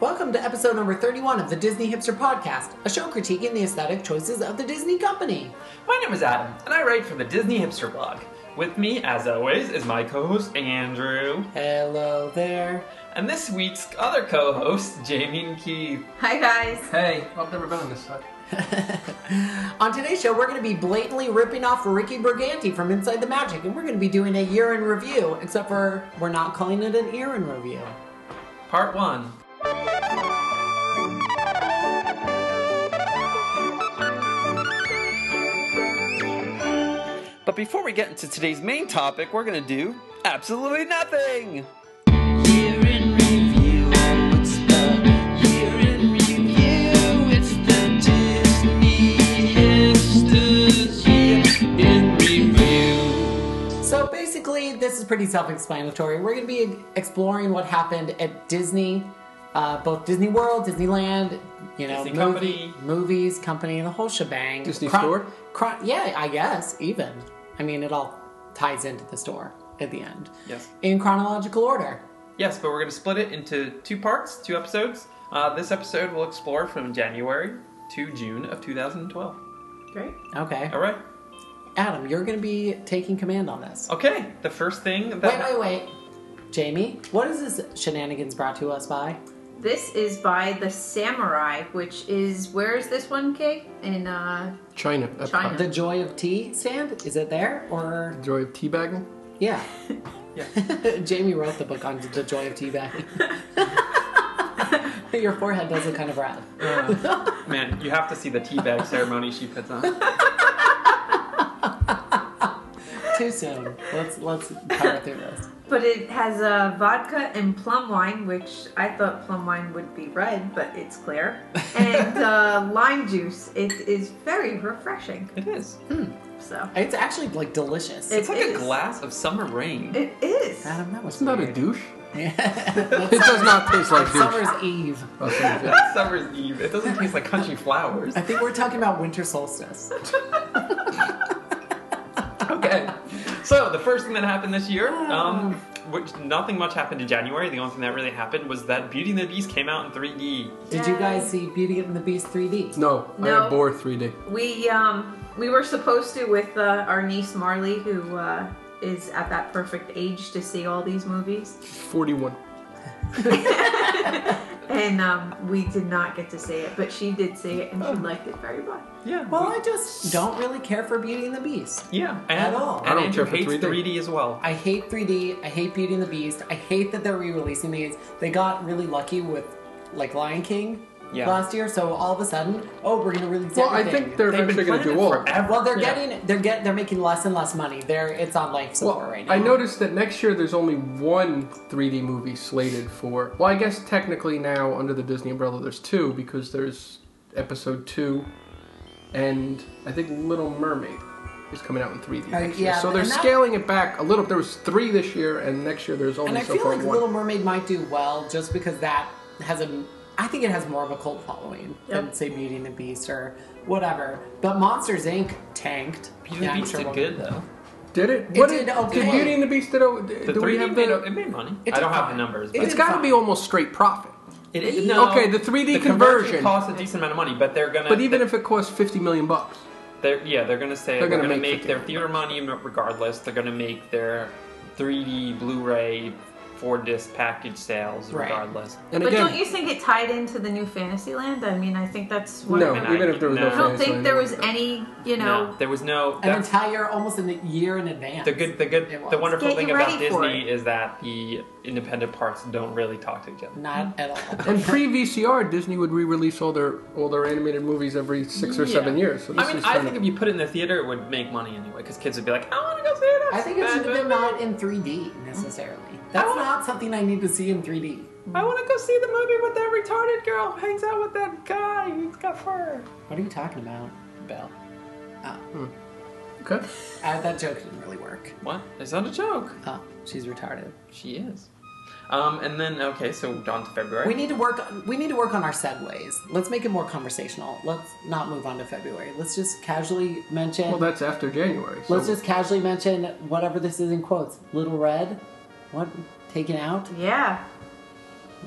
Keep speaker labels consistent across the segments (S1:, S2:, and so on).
S1: Welcome to episode number 31 of the Disney Hipster Podcast, a show critiquing the aesthetic choices of the Disney company.
S2: My name is Adam, and I write for the Disney Hipster blog. With me, as always, is my co host Andrew,
S1: Hello there.
S2: and this week's other co host, Jamie and Keith.
S3: Hi guys.
S4: Hey, I've never been on this side.
S1: On today's show, we're going to be blatantly ripping off Ricky Briganti from Inside the Magic, and we're going to be doing a year in review, except for we're not calling it an year in review.
S2: Part 1. But before we get into today's main topic, we're going to do absolutely nothing!
S1: So basically, this is pretty self explanatory. We're going to be exploring what happened at Disney, uh, both Disney World, Disneyland, you know,
S2: Disney
S1: movie-
S2: Company.
S1: movies, company, the whole shebang.
S4: Disney
S1: Chron-
S4: Store?
S1: chron- yeah, I guess, even. I mean, it all ties into the store at the end.
S2: Yes.
S1: In chronological order.
S2: Yes, but we're going to split it into two parts, two episodes. Uh, this episode will explore from January to June of 2012.
S3: Great.
S1: Okay.
S2: All right.
S1: Adam, you're going to be taking command on this.
S2: Okay. The first thing that
S1: Wait, wait, wait. Jamie, what is this shenanigans brought to us by?
S3: This is by the Samurai, which is where is this one, Kate? In uh,
S4: China. Epcot.
S3: China.
S1: The Joy of Tea stand? Is it there? Or,
S4: Joy of teabagging.
S1: yeah.
S2: Yeah.
S1: Jamie wrote the book on the joy of teabagging. Your forehead does look kind of red.
S2: Uh, Man, you have to see the teabag ceremony she puts on.
S1: Too soon. Let's let's power through this.
S3: but it has uh, vodka and plum wine, which I thought plum wine would be red, but it's clear, and uh, lime juice. It is very refreshing.
S2: It is.
S3: So
S1: It's actually like delicious.
S3: It-
S2: It's like
S3: is.
S2: a glass of summer rain.
S3: it is.
S1: Adam, that was
S4: Isn't that a
S1: weird.
S4: douche?
S1: Yeah.
S4: It does not taste like douche.
S1: Summer's Eve.
S4: Oh, something like that.
S2: That's summer's eve. It doesn't taste like country flowers.
S1: I think we're talking about winter solstice.
S2: Okay. So the first thing that happened this year, um, which nothing much happened in January. The only thing that really happened was that Beauty and the Beast came out in 3D.
S1: Did you
S3: Yay.
S1: guys see Beauty and the Beast 3D?
S4: no,
S3: No.
S4: I abhor 3D.
S3: We um we were supposed to with uh, our niece Marley, who uh, is at that perfect age to see all these movies.
S4: 41.
S3: And um, we did not get to see it, but she did see it
S4: Oh.
S3: and she liked it very much.
S2: Yeah.
S1: Well, I just don't really care for Beauty and the Beast.
S2: yeah. And,
S1: At all.
S2: And
S4: I don't
S2: Andrew
S4: care for
S2: hates
S4: 3D.
S2: 3D as well.
S1: I hate 3D. I hate Beauty and the Beast. I hate that they're re-releasing these. They got really lucky with like Lion King
S2: Yeah.
S1: last year, so all of a sudden, oh, we're gonna release.
S4: Well, I
S1: everything.
S4: think they're
S2: They've been
S4: eventually going to
S2: planning it
S4: do all.
S2: forever.
S1: well, they're
S2: Yeah.
S1: getting they're get they're making less and less money. They're it's on life support
S4: Well,
S1: right now.
S4: I noticed that next year there's only one 3D movie slated for. Well, I guess technically now under the Disney umbrella there's two because there's episode two, and I think Little Mermaid is coming out in 3D.
S1: Right,
S4: next year.
S1: Uh, yeah,
S4: so they're
S1: and that-
S4: scaling it back a little. There was three this year, and next year there's only
S1: and I
S4: so
S1: feel
S4: far
S1: like
S4: one.
S1: Little Mermaid might do well just because that has a I think it has more of a cult following than
S3: Yep.
S1: say Beauty and the Beast or whatever. But Monsters Inc. tanked.
S2: Beauty and the
S1: Yeah, I'm
S2: Beast
S1: sure
S2: did
S1: we'll-
S2: good though.
S4: Did it? what
S1: did
S4: did,
S1: okay.
S4: Beauty and the Beast did? o- did-
S2: The
S4: do
S2: 3D
S4: we have
S2: made,
S4: the?
S2: it made money.
S1: It
S2: I don't
S1: did
S2: have
S1: fine.
S2: the numbers.
S1: It
S2: But
S4: it's got to be
S1: fine.
S4: almost straight profit.
S2: it is no,
S4: Okay, the 3D conversion.
S2: costs a decent amount of money, but they're gonna.
S4: But even
S2: they-
S4: if it costs fifty million bucks,
S2: They're, yeah, they're gonna say
S4: They're
S2: they're,
S4: gonna
S2: gonna,
S4: make
S2: make, their theater money regardless. They're gonna make their 3D Blu-ray, four disc package sales
S1: Right.
S2: regardless.
S4: and
S3: But
S4: again,
S3: don't you think it tied into the new Fantasyland? I mean, I think that's what.
S4: no,
S2: I mean,
S4: even
S2: I-
S4: if there was
S2: no.
S4: no,
S3: I
S2: I
S3: don't
S4: fans,
S3: think
S4: I
S3: there
S4: know.
S3: was any, you
S2: No,
S3: know.
S2: there was no.
S1: An
S2: That's
S1: entire almost a year in advance.
S2: the good, the good,
S1: It was.
S2: the wonderful
S3: Get
S2: thing
S3: you
S2: about
S3: ready for
S2: Disney is that the independent parts don't really talk to each other.
S1: Not at all.
S4: And pre VCR, Disney would re-release all their all their animated movies every six or
S2: Yeah.
S4: seven years. So this
S2: I mean,
S4: is
S2: I
S4: kind
S2: think
S4: of,
S2: if you put it in the theater, it would make money anyway, because kids would be like, "I want to go see it."
S1: I think it should have been not in 3D necessarily. That's not something I need to see in 3D.
S2: I want to go see the movie with that retarded girl who hangs out with that guy who's got fur.
S1: What are you talking about, Belle? Oh,
S4: okay.
S1: uh, that joke didn't really work.
S2: What? It's not a joke.
S1: Oh, she's retarded.
S2: She is. Um, and then okay, so down to February.
S1: We need to work. On, we need to work on our segues. Let's make it more conversational. Let's not move on to February. Let's just casually mention.
S4: Well, that's after January. So
S1: let's just casually mention whatever this is in quotes. Little Red, what taken out?
S3: Yeah.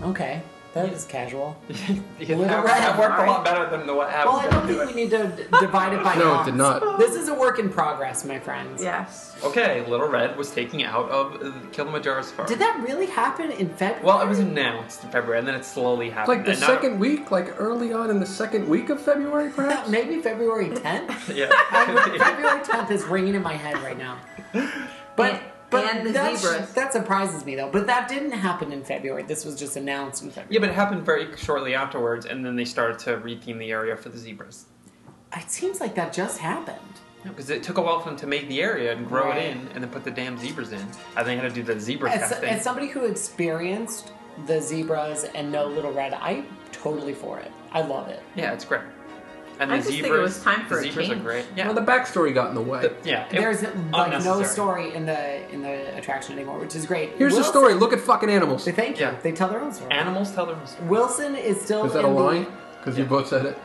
S1: Okay, That is casual.
S2: Yeah,
S1: Little
S2: that,
S1: Red
S2: that worked a
S1: Line.
S2: lot better than the what
S1: Well,
S2: happened.
S1: I don't think we need to d- divide it by.
S4: No, it
S1: halves.
S4: did not.
S1: This is a work in progress, my friends.
S3: Yes.
S2: Okay, Little Red was taking out of the Kilimanjaro Safari.
S1: Did that really happen in February?
S2: Well, it was announced in February, and then it slowly
S4: It's
S2: happened.
S4: like the
S2: and not-
S4: second week, like early on in the second week of February, perhaps.
S1: Uh, maybe February 10th.
S2: Yeah.
S1: February 10th is ringing in my head right now. But
S3: And-
S1: but
S3: and the
S1: that's-
S3: zebras.
S1: that surprises me though. But that didn't happen in February. This was just announced in February.
S2: yeah, but it happened very shortly afterwards, and then they started to retheme the area for the zebras.
S1: It seems like that just happened.
S2: Because it took a while for them to make the area and grow
S1: Right.
S2: it in, and then put the damn zebras in. And they had to do the zebra
S1: As,
S2: testing.
S1: as somebody who experienced the zebras and no little red, I'm totally for it. I love it.
S2: yeah, it's great. And the
S3: I just think it
S2: zebras,
S3: was time for
S2: the
S3: a
S2: zebras
S3: change.
S2: are great. Yeah,
S4: Well, the backstory got in the way.
S2: The- yeah. it-
S1: There's like no
S2: unnecessary.
S1: story in the in the attraction anymore, which is great.
S4: Here's the
S1: Wilson-
S4: story. Look at fucking animals.
S1: They thank you.
S2: Yeah.
S1: They tell their own story.
S2: Animals tell their own story.
S1: Wilson is still
S4: Is that a
S1: in the-
S4: line? Because you both said it.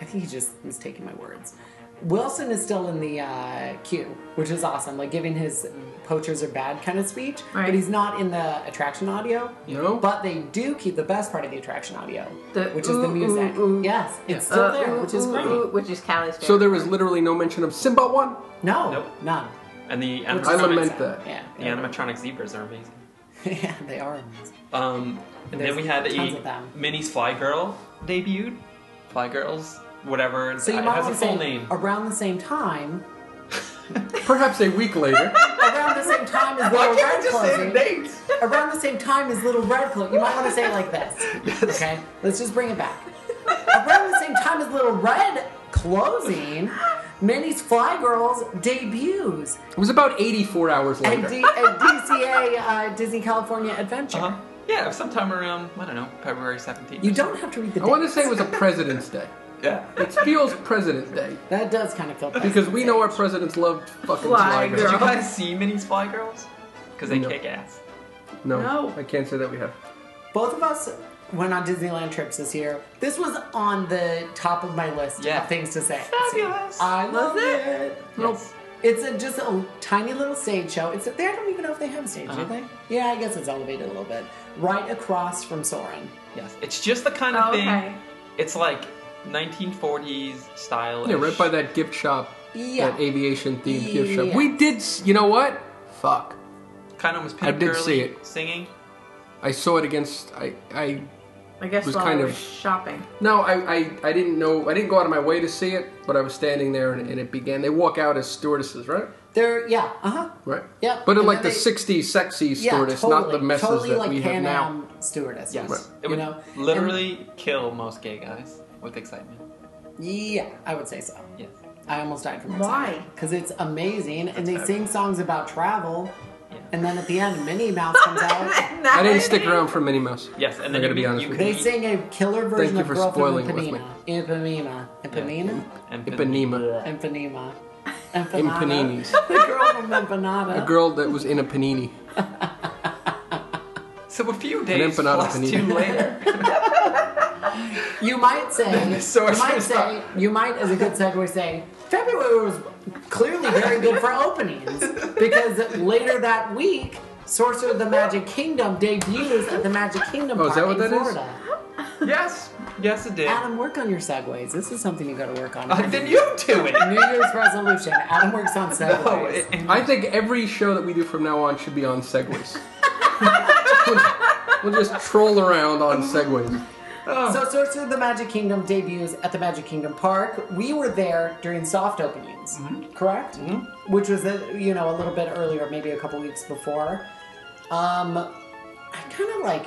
S1: I think he just was taking my words. Wilson is still in the uh, queue, which is awesome, like giving his poachers are bad kind of speech, but
S3: Right.
S1: he's not in the attraction audio.
S4: No.
S1: But they do keep the best part of the attraction audio,
S3: The
S1: which is
S3: ooh,
S1: the
S3: ooh,
S1: music.
S3: ooh.
S1: Yes,
S2: Yeah.
S1: it's still
S3: Uh,
S1: there,
S3: ooh,
S1: which is
S3: ooh,
S1: great.
S3: ooh, which is Callie's favorite.
S4: So there was literally no mention of Simba one.
S1: No,
S2: Nope.
S1: none.
S2: And the
S1: Which
S4: I
S1: is
S2: animatronics,
S4: lament
S1: amazing.
S4: that.
S1: Yeah,
S2: the animatronic zebras are amazing.
S1: yeah, they are. amazing.
S2: Um, and
S1: There's
S2: then we had
S1: tons of them.
S2: a Minnie's Fly Girl debuted. Fly Girls, whatever.
S1: So you
S2: it
S1: might
S2: has a
S1: want to
S2: full
S1: say
S2: name.
S1: around the same time,
S4: Perhaps a week later.
S1: around the same time as Little Red closing.
S2: date?
S1: around the same time as Little Red Cloak. You might want to say it like this. Okay, let's just bring it back. around the same time as Little Red closing, Minnie's Fly Girls debuts
S4: It was about 84 hours
S1: at,
S4: later.
S1: D- at DCA uh, Disney California Adventure.
S2: Uh-huh. Yeah, sometime around I don't know February seventeenth.
S1: You don't have to read the.
S4: I want to
S1: dates.
S4: say it was a President's Day.
S2: Yeah.
S4: It feels President Day
S1: that does kind of feel bad.
S4: because we know our presidents loved fucking
S3: Fly
S4: fly
S2: Did you
S4: girls.
S3: girl.
S2: guys see Minnie's Fly Girls? Because they
S4: No.
S2: kick ass.
S4: No,
S3: No.
S4: I can't say that we have.
S1: both of us went on Disneyland trips this year. This was on the top of my list
S2: Yeah.
S1: of things to say.
S2: Fabulous.
S1: I love
S3: Was it?
S1: it.
S4: Nope.
S1: It's a, just a tiny little stage show. It's they don't even know if they have a stage,
S2: Uh-huh.
S1: do they? Yeah, I guess it's elevated a little bit. Right across from Soren.
S2: Yes. It's just the kind of
S3: Oh,
S2: thing.
S3: okay.
S2: It's like 1940s style.
S4: Yeah, right by that gift shop,
S1: Yeah.
S4: that aviation themed gift
S1: Yeah.
S4: shop. We did. s- You know what? Fuck.
S2: Kind of was
S4: I did
S2: Peter
S4: see
S2: Gurley
S4: it.
S2: singing.
S4: I saw it against. I. I.
S3: I guess
S4: was
S3: while
S4: kind
S3: I
S4: of-
S3: was shopping.
S4: No, I, I, I didn't know. I didn't go out of my way to see it, but I was standing there and, and it began. They walk out as stewardesses, right?
S1: They're yeah, uh huh.
S4: Right.
S1: Yep.
S4: But in
S1: And
S4: like the
S1: then they-
S4: '60s sexy
S1: Yeah,
S4: stewardess,
S1: totally,
S4: not the messes
S1: totally
S4: that
S1: like
S4: we have
S1: Pan
S4: now.
S1: Am stewardesses.
S2: Yes.
S4: Right.
S2: It
S1: You
S2: would
S1: know,
S2: literally kill most gay guys with excitement.
S1: And- yeah, I would say so.
S2: Yes.
S1: I almost died from
S3: Why?
S1: Because it's amazing, and they
S2: That's
S1: sing songs about travel,
S2: Yeah.
S1: and then at the end, Minnie Mouse comes out.
S4: I didn't stick around for Minnie Mouse.
S2: Yes, and
S4: I
S2: then
S4: gotta
S2: you,
S4: be
S2: can-
S4: honest
S2: you
S4: with
S2: can
S1: They
S2: eat-
S1: sing a killer version
S4: you
S1: of
S4: for
S1: Girl from
S4: spoiling it with me.
S1: Ipanema. Ipanema. Ipanema?
S2: and
S4: Ipanema.
S1: Ipanema.
S4: In
S1: Empanada.
S4: paninis.
S1: The girl from Empanada.
S4: A girl that was in a panini.
S2: So a few days
S4: empanada
S2: plus
S4: panini.
S2: two later.
S1: You might say,
S2: So I
S1: you might
S2: should
S1: say, you might, as a good segue, say February was clearly very good for openings because later that week, Sorcerer of the Magic Kingdom debuts at the Magic Kingdom
S4: Oh, is
S1: Park
S4: that what
S1: in
S4: that is?
S1: Florida.
S2: yes, yes, it did.
S1: Adam, work on your segues. This is something you got to work on.
S2: Uh, then you do it.
S1: New Year's resolution. Adam works on segues.
S2: No, it- it-
S4: I think every show that we do from now on should be on segways. we'll just troll around on segways.
S2: Oh.
S1: So, Sorcerer of the Magic Kingdom debuts at the Magic Kingdom Park. We were there during soft openings, correct? Mm-hmm. Which was, a, you know, a little bit earlier, maybe a couple weeks before. Um, I kind of like.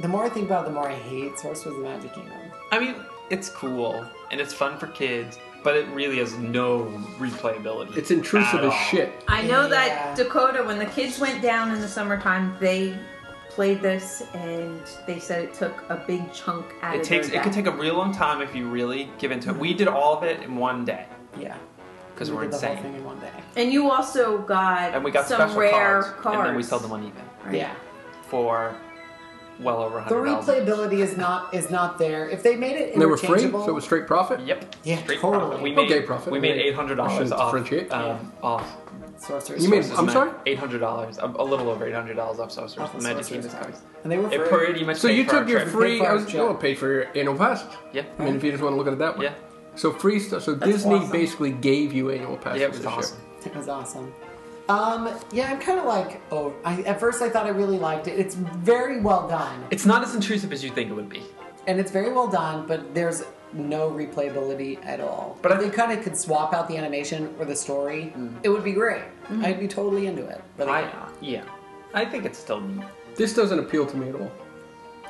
S1: The more I think about it, the more I hate Sorcerer of the Magic Kingdom.
S2: I mean, it's cool and it's fun for kids, but it really has no replayability.
S4: It's intrusive
S2: at
S4: as
S2: all.
S4: shit.
S3: I know
S1: Yeah.
S3: that Dakota, when the kids went down in the summertime, they played this and they said it took a big chunk out
S2: It
S3: of
S2: takes.
S3: their
S2: It can
S3: day.
S2: take a real long time if you really give into it. We did all of it in one day
S1: Yeah.
S2: because
S1: we
S2: we're
S1: did the whole thing
S2: insane,
S1: in one day.
S3: And you also got,
S2: and we got
S3: some
S2: special
S3: rare
S2: cards, and then we sold them on eBay
S3: Right.
S1: Yeah.
S2: for well over a
S1: The
S2: hundred dollars.
S1: replayability is not is not there. If they made it
S4: And they were free,
S1: interchangeable,
S4: so it was straight profit.
S2: Yep.
S1: Yeah,
S2: Straight
S1: totally.
S2: profit. We made
S4: Okay, profit.
S2: We made
S4: I
S2: eight hundred dollars
S4: shouldn't
S2: off,
S4: differentiate.
S2: um, off
S1: Sorcerer's
S4: You mean-
S1: Stone.
S4: I'm sorry?
S2: eight hundred dollars, a a little over eight hundred dollars off Sorcerer's
S1: Off the
S2: the Magic
S1: Sorcerer's
S2: Kingdom
S1: Stone.
S2: comics.
S1: And they were free.
S2: It pretty much
S4: So
S2: paid
S4: you
S2: for
S4: took
S2: our
S4: your
S2: trip.
S4: free.
S1: Paid for
S4: I
S1: our
S4: was,
S1: trip.
S4: oh, paid for your annual pass.
S2: Yeah,
S4: I mean, if you just want to look at it that way.
S2: yeah,
S4: So free stuff. So Disney
S1: awesome.
S4: basically gave you annual passes.
S2: yeah. It was
S4: this year.
S2: awesome.
S1: It was awesome. Um, yeah, I'm kind of like, oh, I, at first I thought I really liked it. It's very well done,
S2: It's not as intrusive as you think it would be.
S1: and it's very well done, but there's no replayability at all.
S2: But I-
S1: if they kind of could swap out the animation or the story,
S4: Mm.
S1: it would be great.
S4: Mm-hmm.
S1: I'd be totally into it. But
S2: I,
S1: I,
S2: yeah, I think it's still neat.
S4: This doesn't appeal to me at all.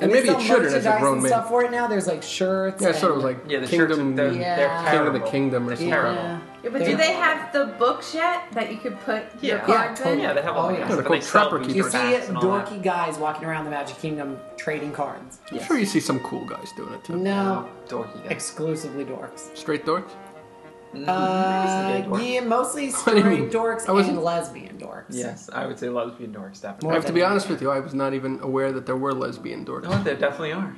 S4: And,
S1: there's
S4: maybe
S1: some
S4: it shouldn't as a
S1: merchandise
S4: grown
S1: and
S4: man.
S1: stuff for it now. There's like shirts.
S4: Yeah, I sort of was
S1: and-
S4: like
S2: Yeah, the
S4: Kingdom,
S2: shirts are, they're,
S1: Yeah.
S2: they're
S1: King
S4: King of
S2: terrible.
S4: the Kingdom or
S2: They're
S4: something.
S2: terrible.
S1: yeah.
S3: Yeah, but do
S1: They're-
S3: they have the books yet that you could put your
S2: Yeah.
S1: Yeah,
S3: cards in?
S1: totally.
S2: Yeah, they have all
S1: Oh,
S2: the
S1: yeah.
S2: guys,
S1: They're
S2: but
S4: called
S2: they sell
S4: trapper
S2: booster
S1: You
S4: keepers.
S1: see
S2: packs and all that.
S1: dorky guys walking around the Magic Kingdom trading cards.
S4: I'm sure you see some cool guys doing it too.
S1: No,
S2: dorky guys.
S1: exclusively dorks.
S4: Straight dorks?
S1: Uh,
S2: Maybe some gay dorks.
S1: yeah, mostly
S4: do you
S1: straight
S4: mean?
S1: dorks
S4: I wasn't-
S1: and lesbian dorks.
S2: Yes, I would say lesbian dorks definitely.
S1: More
S4: I have to
S1: than-
S4: be honest with you, I was not even aware that there were lesbian dorks.
S2: No, there definitely are.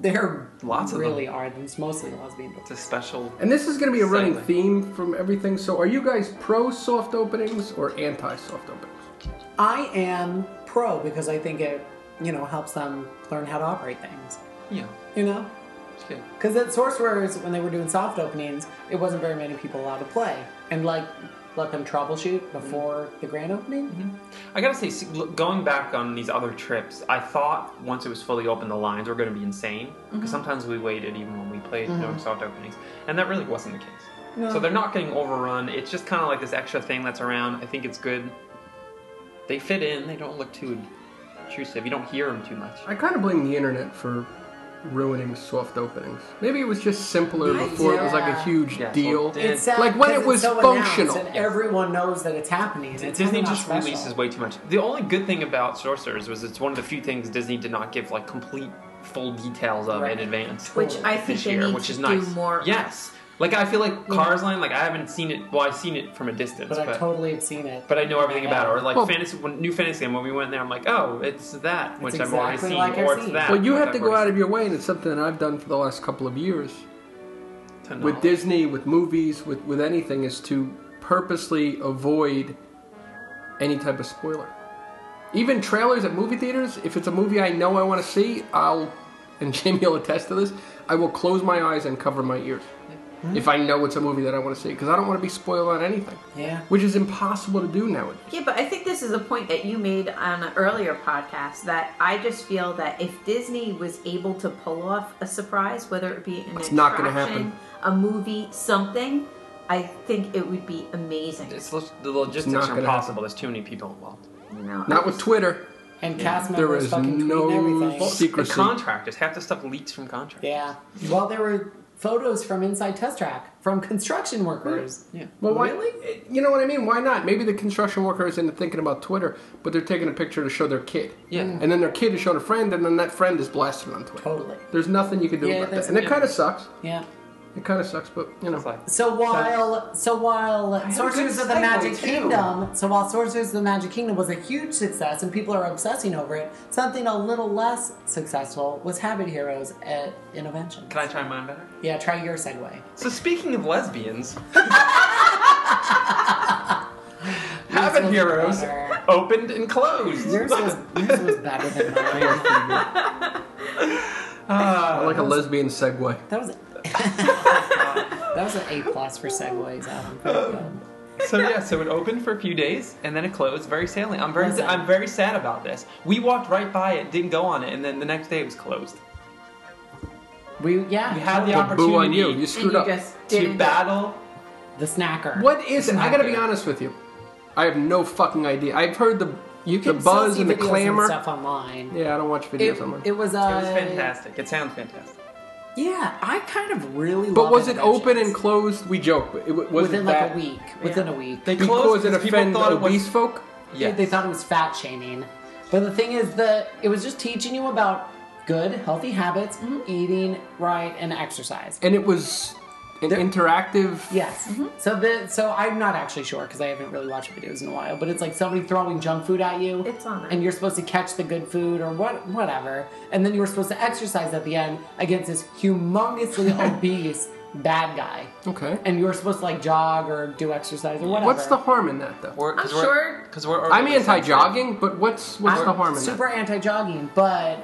S1: There
S2: Lots of them.
S1: really are. It's mostly lesbian dorks.
S2: It's a special.
S4: And this is going to be a running
S2: Slightly.
S4: theme from everything. So, are you guys pro soft openings or anti soft openings?
S1: I am pro because I think it, you know, helps them learn how to operate things.
S2: Yeah,
S1: You know?
S2: it's good.
S1: Because at Sorcerers, when they were doing soft openings, it wasn't very many people allowed to play. And, like, let them troubleshoot
S2: Mm-hmm.
S1: before the grand opening?
S2: I gotta say, see, look, going back on these other trips, I thought once it was fully open, the lines were gonna be insane.
S1: Mm-hmm.
S2: Because sometimes we waited even when we played no soft openings, and that really wasn't the case.
S1: No.
S2: So they're not getting overrun. It's just kind of like this extra thing that's around. I think it's good. They fit in. They don't look too intrusive. You don't hear them too much.
S4: I kind of blame the internet for ruining soft openings. Maybe it was just simpler
S1: Yeah.
S4: before it was like a huge
S2: Yeah, so
S4: deal.
S2: Disney-
S1: It's sad
S4: Like, when
S1: because
S4: it was
S1: it's so announced
S4: functional.
S1: And everyone knows that it's happening. and it's
S2: Disney
S1: kinda not
S2: just
S1: special.
S2: releases way too much. The only good thing about Sorcerers was it's one of the few things Disney did not give like complete full details of
S1: Right.
S2: in advance.
S3: Which I think
S2: this
S3: they
S2: year,
S3: need
S2: which
S3: to
S2: is nice.
S3: do more.
S2: Yes, like I feel like Cars Line. Like I haven't seen it. Well, I've seen it from a distance,
S1: But
S2: but
S1: I totally have seen it.
S2: but I know everything about it. Or like
S4: Well-
S2: fantasy, when, new fantasy, and when we went there, I'm like, oh, it's that, which I've already
S1: exactly
S2: seen,
S1: like I've
S2: or it's
S1: seen.
S2: that.
S4: Well, you
S2: which
S4: have
S2: I've
S4: to go out
S2: already
S4: of your way, and it's something that I've done for the last couple of years
S2: seen. To know.
S4: with Disney, with movies, with, with anything, is to purposely avoid any type of spoiler. Even trailers at movie theaters, if it's a movie I know I want to see, I'll, and Jamie will attest to this, I will close my eyes and cover my ears if I know it's a movie that I want to see, because I don't want to be spoiled on anything,
S1: Yeah.
S4: which is impossible to do nowadays.
S3: Yeah, but I think this is a point that you made on an earlier podcast that I just feel that if Disney was able to pull off a surprise, whether it be an
S4: It's
S3: attraction,
S4: not gonna happen.
S3: a movie, something, I think it would be amazing.
S2: It's lo- the logistics
S4: not
S2: are
S4: gonna
S2: impossible. There's too many people involved.
S3: You know,
S4: Not with Twitter.
S1: And cast
S4: There
S1: members
S4: is
S1: fucking
S4: no
S1: tweeting everything.
S4: se- Secrecy.
S2: The contractors, half the stuff leaks from contractors.
S1: Yeah. Well, there were photos from inside Test Track from construction workers.
S2: Yeah.
S4: Well, why,
S1: Really?
S4: You know what I mean? Why not? Maybe the construction worker isn't thinking about Twitter, but they're taking a picture to show their kid.
S2: Yeah.
S4: And then their kid is showing a friend, and then that friend is blasted on Twitter.
S1: Totally.
S4: There's nothing you can do
S1: Yeah,
S4: about
S1: there's-
S4: that. And it
S2: yeah.
S4: kind of sucks.
S1: Yeah.
S4: It kind of sucks, but, you know.
S2: It's like,
S1: So while so while
S2: a
S1: Sorcerers
S2: good
S1: of the
S2: segue,
S1: Magic
S2: too.
S1: Kingdom, so while Sorcerers of the Magic Kingdom was a huge success and people are obsessing over it, something a little less successful was Habit Heroes at Intervention.
S2: can I try mine better?
S1: Yeah, try your segue.
S2: So speaking of lesbians, Habit
S1: was
S2: Heroes
S1: better.
S2: opened and closed.
S1: Yours was yours was better than mine.
S4: I like a
S1: uh,
S4: lesbian segue.
S1: That was that was an A plus for segues, Adam.
S4: Oh.
S1: Pretty good.
S2: so yeah, so it opened for a few days and then it closed very sadly. I'm very
S1: Listen.
S2: I'm very sad about this. We walked right by it, didn't go on it, and then the next day it was closed.
S1: We yeah
S2: We had the
S4: But boo on
S2: opportunity
S4: you. You
S3: and
S4: screwed
S3: you
S4: up.
S3: just
S2: to
S3: didn't.
S2: battle.
S1: the snacker.
S4: What is it? I gotta be
S2: Snacker.
S4: honest with you. I have no fucking idea. I've heard the,
S1: You
S4: the
S1: can still
S4: buzz
S1: see
S4: and the
S1: videos
S4: clamor.
S1: stuff online.
S4: Yeah, I don't watch videos
S1: It,
S4: online.
S1: it was uh,
S2: It was fantastic. It sounds fantastic.
S1: Yeah, I kind of really.
S4: but
S1: love
S4: was it open
S1: interventions.
S4: and closed? We joke. But it, was
S1: within
S4: it
S1: like
S4: that
S1: a week? Within a week,
S2: They
S4: Because
S2: closed
S4: it
S2: people
S4: offends
S2: thought it was
S4: obese folk?
S1: Yeah,
S2: Yes.
S1: they thought it was fat shaming. But the thing is that it was just teaching you about good, healthy habits, mm, eating right, and exercise.
S4: And it was an interactive.
S1: Yes.
S3: Mm-hmm.
S1: So the so I'm not actually sure because I haven't really watched videos in a while. But it's like somebody throwing junk food at you.
S3: It's on there.
S1: And you're supposed to catch the good food or what, whatever. And then you were supposed to exercise at the end against this humongously obese bad guy,
S4: Okay.
S1: and you're supposed to like jog or do exercise or whatever.
S4: What's the harm in that though?
S3: I'm sure-
S2: Because we're
S4: I'm
S2: already
S4: anti-jogging, but what's what's
S1: I'm
S4: the harm in that?
S1: super anti-jogging, but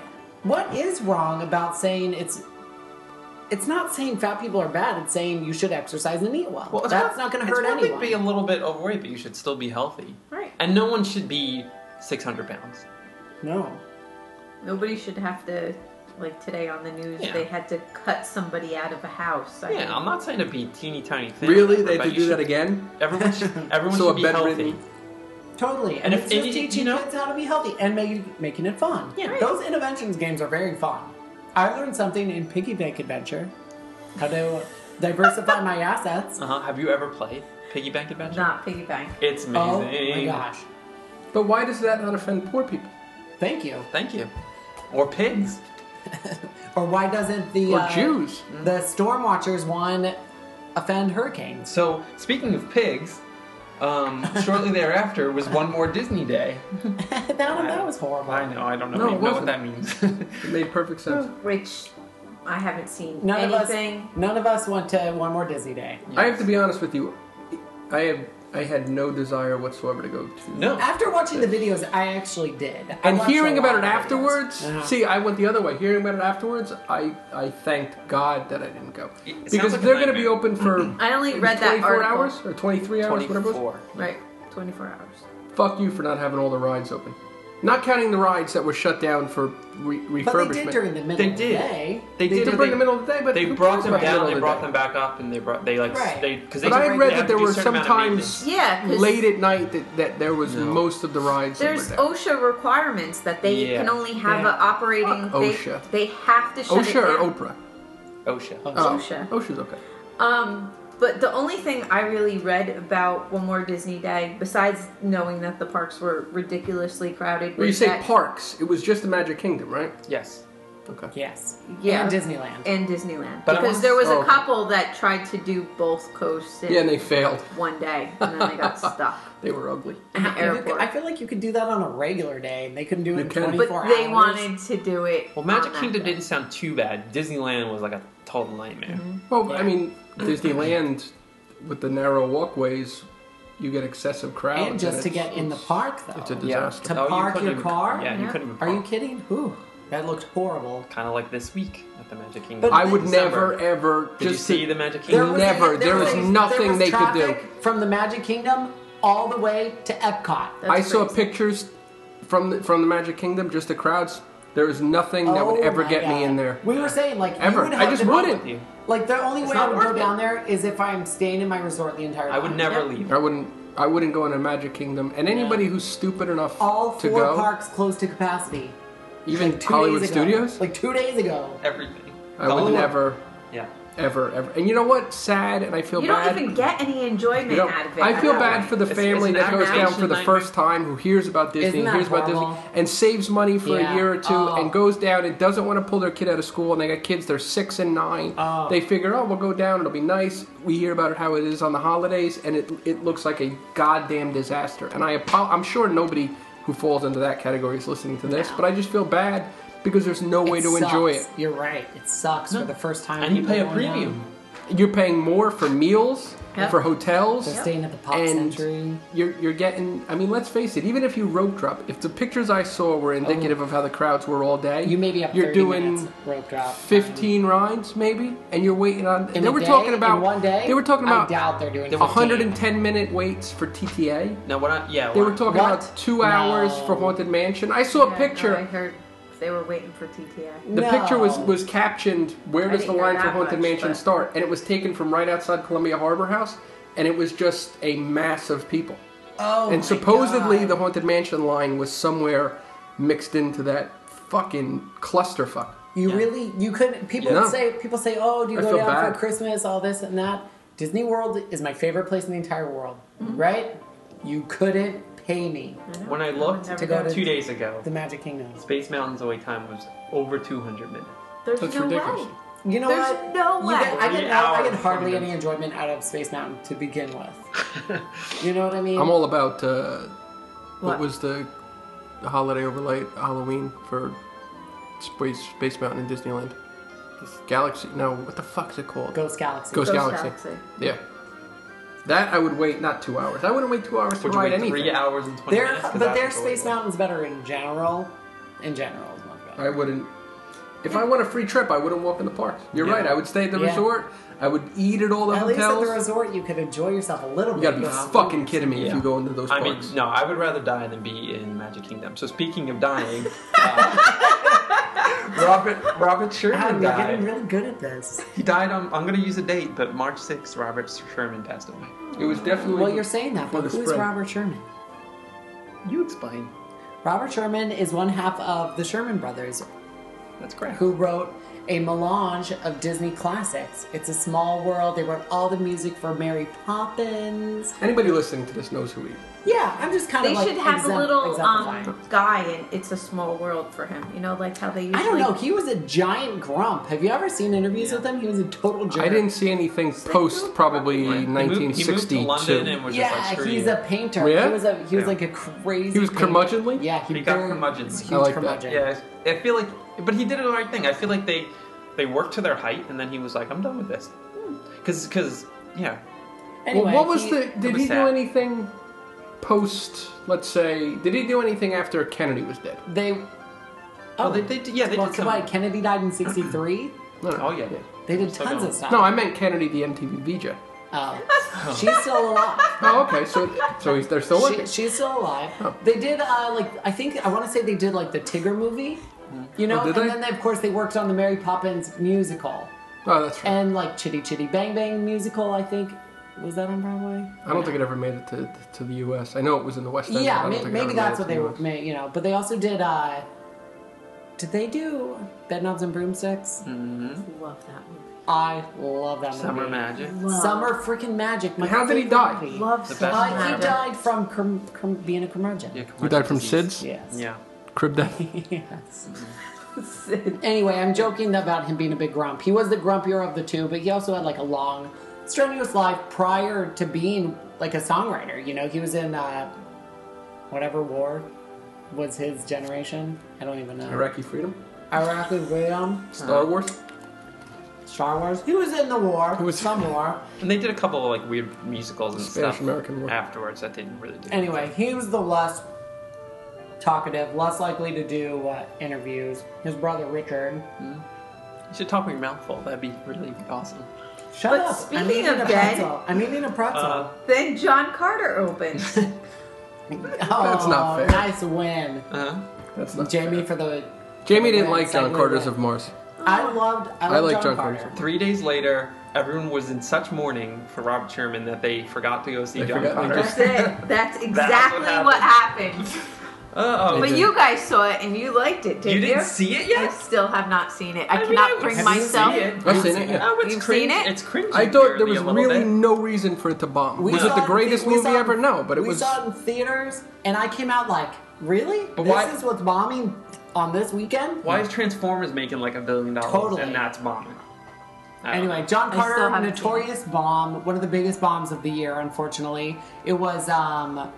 S1: what is wrong about saying it's? It's not saying fat people are bad. It's saying you should exercize and eat well.
S2: it's
S1: That's not going to
S2: it's
S1: hurt
S2: one thing
S1: anyone.
S2: to be a little bit overweight, but you should still be healthy.
S3: Right.
S2: And no one should be 600 pounds.
S1: no.
S3: Nobody should have to, like today on the news,
S2: Yeah.
S3: they had to cut somebody out of a house. I mean,
S2: Yeah, I'm not saying to be teeny tiny thin.
S4: Really? They
S2: but you
S4: had to do
S2: should-
S4: that again?
S2: Everyone should, everyone
S4: So
S2: should
S4: a
S2: be
S4: bedridden-
S2: healthy.
S1: Totally, and,
S2: And
S1: it's
S2: if-
S1: just
S2: and you- you
S1: teaching
S2: know-
S1: kids how to be healthy and make, making it fun.
S2: Yeah. Right.
S1: those interventions games are very fun. I learned something in Piggy Bank Adventure, how to diversify my assets.
S2: Uh-huh. Have you ever played Piggy Bank Adventure?
S3: not piggy bank.
S2: It's
S1: Oh
S2: amazing.
S1: my gosh!
S4: But why does that not offend poor people?
S1: Thank you.
S2: Thank you. Or pigs.
S1: Or why doesn't the
S4: Or
S1: uh,
S4: Jews?
S1: the Storm Watchers one offend hurricanes?
S2: So, speaking of pigs, um, shortly thereafter was one more Disney day.
S1: that, that was horrible.
S2: I know, I don't know,
S4: No,
S2: even
S4: it
S2: know what
S4: wasn't.
S2: that means.
S4: It made perfect sense.
S3: Mm. Which I haven't seen
S1: None
S3: anything.
S1: of us, none of us went to one more Disney day.
S4: I have to be honest with you. I have I had no desire whatsoever to go to.
S2: no.
S1: After watching the videos, I actually did. I
S4: And
S1: watched
S4: hearing
S1: a lot
S4: about it
S1: of videos.
S4: afterwards,
S1: Uh-huh.
S4: see, I went the other way. Hearing about it afterwards, I I thanked God that I didn't go
S2: It sounds
S4: because
S2: like a
S4: they're going to be
S2: nightmare.
S4: open for
S3: I only
S4: maybe
S3: read that
S4: 24
S3: article.
S4: hours or 23 hours, whatever. It was.
S2: 24.
S3: Right, 24 hours.
S4: Fuck you for not having all the rides open. Not counting the rides that were shut down for re-
S1: but
S4: refurbishment.
S1: they did during the middle
S2: They
S1: of the
S2: did.
S1: day.
S2: They,
S4: They
S2: did,
S4: did
S2: but
S4: bring
S2: they,
S4: them in all the day, but
S2: they
S4: who
S2: brought
S4: cares
S2: them
S4: about the middle
S2: down.
S4: of
S2: They
S4: the
S2: brought
S4: day?
S2: them back up, and they brought they like
S1: Right.
S2: they because they.
S4: But I
S2: just-
S4: had
S2: they
S4: read
S2: have to
S4: that there
S2: do a
S4: were
S2: certain amount of
S4: sometimes
S3: Yeah, 'cause
S4: late at night that, that there was
S2: No.
S4: most of the rides. that
S3: There's
S4: were down.
S3: OSHA requirements that they
S2: Yeah.
S3: can only have
S1: Yeah.
S3: a operating.
S4: Fuck
S3: they,
S4: OSHA.
S3: They have to shut it
S4: OSHA or
S3: down.
S4: Oprah?
S2: maintenance. OSHA.
S4: Oh,
S3: OSHA.
S4: OSHA's okay.
S3: Um, but the only thing I really read about One More Disney Day, besides knowing that the parks were ridiculously crowded,
S4: Well, you
S3: was
S4: say
S3: that-
S4: parks. It was just the Magic Kingdom, right?
S2: Yes.
S4: Okay.
S1: Yes.
S3: Yeah.
S1: And Disneyland.
S3: and Disneyland
S2: But I
S3: because
S2: wanna-
S3: there was a
S4: oh, okay.
S3: couple that tried to do both coasts in
S4: Yeah, and they failed.
S3: one day, and then they got stuck
S4: They were ugly.
S3: in the
S1: You could-
S3: airport.
S1: I feel like you could do that on a regular day, and they couldn't do it
S4: You
S1: in
S4: can. But
S1: 24
S3: but they
S1: hours.
S3: wanted to do it.
S2: Well, Magic
S4: Uh-huh.
S3: on that
S2: Kingdom
S3: day.
S2: didn't sound too bad. Disneyland was like a total nightmare.
S4: Well, I mean, Disneyland with the narrow walkways, you get excessive crowds.
S1: and just to
S4: it's-
S1: get in the
S4: it's-
S1: park, though.
S4: It's a
S2: Yeah.
S4: disaster. Oh,
S1: To park
S2: oh, couldn't
S1: your
S2: even-
S1: car?
S2: Yeah, you
S3: Yeah.
S2: couldn't even.
S1: Are you kidding? Whew, that looked horrible.
S2: Kind of like this week at the Magic Kingdom.
S1: But
S4: I would
S2: December.
S4: never ever
S2: Did
S4: just
S2: you
S4: to-
S2: see the Magic
S4: There
S2: Kingdom?
S4: was- Never. There was nothing
S1: was
S4: they could do.
S1: traffic From the Magic Kingdom all the way to Epcot.
S3: That's
S4: I saw
S3: crazy.
S4: pictures from the, from the Magic Kingdom, just the crowds. There is nothing that would
S1: Oh
S4: ever
S1: my
S4: get
S1: God.
S4: me in there.
S1: We were saying like you
S4: Ever.
S1: would
S4: I
S1: have
S4: just
S1: to go-
S4: wouldn't.
S2: With you.
S1: Like the only way I
S2: not
S1: would go
S2: worth it.
S1: down there is if I'm staying in my resort the entire.
S2: I would
S1: time.
S2: never
S3: Yeah.
S2: leave.
S4: I wouldn't. I wouldn't go in a Magic Kingdom, and anybody who's stupid enough
S1: All
S4: to
S1: four
S4: go,
S1: parks closed to capacity.
S4: even
S1: Like, two
S4: Hollywood
S1: days ago.
S4: Studios,
S1: Like two days ago.
S2: Everything.
S4: I
S2: The
S4: would
S2: whole-
S4: never,
S2: Yeah.
S4: ever, ever. And you know what? Sad, and I feel
S3: You
S4: bad.
S3: don't even get any enjoyment
S4: You know,
S3: out of it.
S4: I feel
S3: at that
S4: bad
S3: point.
S4: for the
S2: It's-
S4: family
S2: it's
S4: that
S2: an
S4: goes down for the
S2: affirmation
S4: first time, who hears about Disney,
S1: Isn't
S4: and
S1: that
S4: hears about Disney,
S1: horrible?
S4: and saves money for
S1: Yeah.
S4: a year or two,
S1: Oh.
S4: and goes down and doesn't want to pull their kid out of school, and they got kids, they're six and nine.
S1: Oh.
S4: They figure, oh, we'll go down, it'll be nice. We hear about it, how it is on the holidays, and it it looks like a goddamn disaster. And I apo- I'm sure nobody who falls into that category is listening to this,
S1: No.
S4: but I just feel bad because there's no way
S1: It
S4: to
S1: sucks.
S4: enjoy it.
S1: You're right. It sucks for the first time.
S2: And you pay a
S1: going down.
S2: premium.
S4: You're paying more for meals,
S3: Yep.
S4: for hotels,
S1: They're staying at the Pop
S4: And-
S1: Century.
S4: you're you're getting. I mean, let's face it. Even if you rope drop, if the pictures I saw were indicative of how the crowds were all day,
S1: Oh. You may be up
S4: You're
S1: 30
S4: doing
S1: minutes rope drop. um,
S4: fifteen rides maybe, and you're waiting on.
S1: In
S4: they
S1: a
S4: were
S1: day?
S4: talking about
S1: in one day.
S4: They were talking
S1: I
S4: about
S1: doubt they're doing.
S2: They were
S1: 15.
S4: 110 minute waits for TTA.
S2: No, what I, yeah.
S4: They
S2: what
S4: were
S2: I-
S4: talking
S1: What?
S4: about two hours
S1: No.
S4: for Haunted Mansion. I saw
S3: Yeah,
S4: a
S3: no, I
S4: picture.
S3: heard they were waiting for TTI.
S4: The picture was,
S1: No.
S4: was captioned, Where
S3: I
S4: does the
S3: didn't know
S4: line for
S3: that
S4: Haunted
S3: much,
S4: Mansion
S3: but-
S4: start? And it was taken from right outside Columbia Harbor House, and it was just a mass of people.
S1: Oh, my
S4: and supposedly
S1: God.
S4: the haunted mansion line was somewhere mixed into that fucking clusterfuck.
S1: You
S2: Yeah.
S1: really you couldn't people
S4: Yeah.
S1: would say people say, Oh, do you
S4: I
S1: go
S4: feel
S1: down
S4: bad.
S1: for Christmas, all this and that? Disney World is my favorite place in the entire world.
S4: Mm-hmm.
S1: Right? You couldn't pay me.
S2: When I
S3: I've
S2: looked
S3: never
S1: To go
S3: done
S1: to-
S2: two days ago,
S1: The Magic Kingdom.
S2: Space Mountain's away time was over 200 minutes.
S3: There's
S4: That's
S3: no
S4: ridiculous.
S3: way.
S1: You know
S3: There's
S1: what?
S3: no
S1: You
S3: way.
S1: get- I get
S2: Three
S1: no- I get
S2: hours,
S1: hardly
S2: something.
S1: any enjoyment out of Space Mountain to begin with. You know what I mean?
S4: I'm all about uh, what?
S3: What?
S4: was the the holiday overlay Halloween for Space Space Mountain in Disneyland? Galaxy. No, what the fuck's it called?
S1: Ghost Galaxy.
S4: Ghost Galaxy. Yeah. That I would wait not two hours. I wouldn't wait two hours to
S2: Would you
S4: ride
S2: wait
S4: anything.
S2: three hours and twenty
S1: Their,
S2: minutes? 'Cause
S1: but
S2: that's
S1: their
S2: what
S1: Space
S2: it was.
S1: Mountain's better in general. In general, is much better.
S4: I wouldn't. If I want a free trip, I wouldn't walk in the parks. You're
S2: Yeah.
S4: right. I would stay at the
S1: Yeah.
S4: resort. I would eat at all the
S1: At least at
S4: hotels.
S1: the resort, you could enjoy yourself a little
S4: you
S1: bit.
S4: gotta be
S1: because-
S4: fucking kidding me if
S2: Yeah.
S4: you go into those
S2: I
S4: parks.
S2: mean, no, I would rather die than be in Magic Kingdom. So speaking of dying, uh, Robert Robert
S1: Adam,
S2: Sherman
S1: you're getting
S2: died.
S1: really good at this.
S2: He died on. I'm going to use a date, but March 6th, Robert Sherman passed away.
S4: It was definitely.
S1: Well, you're saying that,
S4: For
S1: but
S4: the
S1: who's
S4: spread.
S1: Robert Sherman?
S2: You explain.
S1: Robert Sherman is one half of the Sherman Brothers,
S2: That's correct.
S1: who wrote a melange of Disney classics. It's a small world. They wrote all the music for Mary Poppins.
S4: Anybody listening to this knows who he is.
S1: Yeah, I'm just kind
S3: They
S1: of like
S3: should have
S1: exempl-
S3: a little
S1: exemplifying.
S3: um, guy, and it's a small world for him. You know, like how they usually.
S1: I don't know. He was a giant grump. Have you ever seen interviews
S2: Yeah.
S1: with him? He was a total jerk.
S4: I didn't see anything post probably
S2: Right. He moved- He moved to
S4: 1962.
S2: London and was
S1: Yeah,
S2: just like, screw
S1: he's
S2: you.
S1: a painter.
S4: Oh, Yeah?
S1: He was a he was
S2: Yeah.
S1: like a crazy.
S4: He was
S1: painter.
S4: curmudgeonly?
S1: Yeah, he,
S2: He got
S1: very-
S2: curmudgeon.
S1: Huge
S4: I like that.
S1: curmudgeon.
S2: Yeah, I I feel like, but he did it the right thing. I feel like they they worked to their height, and then he was like, I'm done with this. Because, because, yeah,
S1: Anyway,
S4: well, what was
S1: he-
S4: the? Did
S2: was
S4: he do
S2: sad.
S4: anything post? Let's say, did he do anything after Kennedy was dead?
S1: they? Oh,
S2: oh, they, they, did- yeah, they
S1: well,
S2: did
S1: so
S2: some.
S1: why Kennedy died in '63.
S4: No, no.
S2: Oh yeah,
S1: They did
S2: Still
S1: tons
S2: going.
S1: of stuff.
S4: No, I meant Kennedy, the MTV VJ.
S1: Oh. she's still alive.
S4: Oh, okay. So, so he's, they're still
S1: She,
S4: looking.
S1: she's still alive.
S4: Oh.
S1: They did uh, like I think I want to say they did like the Tigger movie, you know,
S4: Oh,
S1: and
S4: did they?
S1: then they, of course they worked on the Mary Poppins musical
S4: Oh, that's right.
S1: and like Chitty Chitty Bang Bang musical. I think was that on Broadway?
S4: I don't think it ever made it to to the U.S. I know it was in the West End. but I
S1: yeah,
S4: don't
S1: may,
S4: think it
S1: maybe
S4: ever
S1: that's
S4: made
S1: what
S4: it to
S1: they
S4: the
S1: were,
S4: US.
S1: may, you know. But they also did. uh Did they do Bedknobs and Broomsticks?
S4: Hmm.
S3: Love that movie.
S1: I love that
S2: Mm-hmm. summer
S1: movie.
S2: magic.
S3: Love.
S1: Summer freaking magic. My
S4: How did he
S1: favorite
S4: die?
S1: movie.
S3: Love
S2: The best
S3: Summer
S1: Uh, he
S2: Magic.
S3: Magic.
S1: died from cur- cur- being a curmudgeon.
S2: Yeah,
S4: He died from
S2: disease.
S4: SIDS,
S1: Yes.
S2: Yeah,
S4: crib death.
S1: yes. Anyway, I'm joking about him being a big grump. He was the grumpier of the two, but he also had like a long, strenuous life prior to being like a songwriter. You know, he was in uh, whatever war was his generation. I don't even know.
S4: Iraqi freedom,
S1: Iraqi William,
S4: Star Wars.
S1: Star Wars. He was in the war.
S4: He was-
S1: some war.
S2: and they did a couple of like weird musicals and
S4: Spanish
S2: stuff
S4: American War.
S2: afterwards that didn't really do.
S1: Anyway, he was the less talkative, less likely to do uh, interviews. His brother Richard.
S2: anything. you should talk with your mouth full. That'd be really awesome.
S1: Shut
S3: But
S1: up! I'm
S3: speaking
S1: eating
S3: of
S1: a
S3: dead-
S1: pretzel. I'm eating a pretzel.
S2: Uh,
S3: Then John Carter opens.
S1: Oh,
S4: That's not fair.
S1: Nice win,
S2: Uh-huh.
S4: That's not
S1: Jamie for the.
S4: Jamie didn't
S1: Yeah,
S4: like John
S1: exactly
S4: Carter's
S1: right.
S4: of Mars.
S3: Oh.
S1: I loved. I,
S4: I
S1: loved
S4: like
S1: John
S4: John Carter.
S1: Carter.
S2: Three days later, everyone was in such mourning for Robert Sherman that they forgot to go see
S4: They
S2: John
S4: forgot-
S2: Carter.
S3: That's it. That's exactly
S2: happened.
S3: what happened.
S2: Uh-oh.
S4: They
S3: But
S4: did.
S3: you guys saw it and you liked it, didn't you?
S2: You didn't see it
S3: I
S2: yet?
S3: still have not seen it. I,
S2: I mean,
S3: cannot
S2: I
S3: bring
S2: was-
S3: myself.
S2: Have you seen it?
S4: I've seen it. Yeah.
S2: Oh, it's
S3: You've
S2: cringe.
S3: seen it?
S2: It's cringy.
S4: I thought there
S2: barely
S4: was
S2: a little
S4: really
S2: bit.
S4: no reason for it to bomb.
S1: We
S4: was it
S1: saw
S4: the
S1: in
S4: greatest
S1: the- we
S4: movie
S1: saw-
S4: ever? No, but it
S1: we
S4: was.
S1: saw it in theaters, and I came out like, really?
S2: But
S1: this
S2: why-
S1: is what's bombing on this weekend.
S2: Why is Transformers making like a billion dollars
S1: Totally.
S2: and that's bombing? I don't
S1: Anyway, John
S3: I still
S1: Carter,
S3: haven't seen
S1: notorious bomb, one of the biggest bombs of the year, unfortunately. It was um,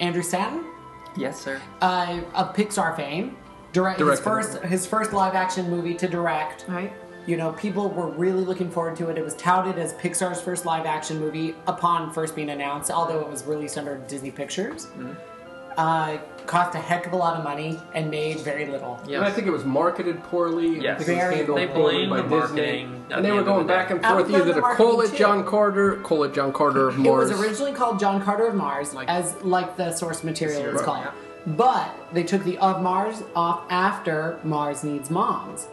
S1: Andrew Stanton
S2: know. yes, sir.
S1: uh, of Pixar fame. Direct, his
S4: Directed.
S1: first his first live action movie to direct.
S3: Right?
S1: You know, people were really looking forward to it. It was touted as Pixar's first live action movie upon first being announced, although it was released under Disney Pictures. Uh, cost a heck of a lot of money and made very little.
S4: And I think it was marketed poorly. and I
S2: Yes.
S4: think it was
S1: Very
S4: handled
S1: They
S4: poorly
S2: blame
S4: by
S2: the
S4: Disney.
S2: marketing at
S4: And they
S2: the end
S4: were
S2: of
S4: going
S2: the
S4: back
S2: day.
S4: and forth
S1: I blame
S4: either
S1: the
S4: to call
S1: marketing
S4: it
S1: too.
S4: John Carter, call it John Carter of
S1: It
S4: Mars.
S1: was originally called John Carter of Mars,
S2: Like-
S1: as like the source material is
S4: Zero.
S1: called. But they took the of Mars off after Mars Needs Moms,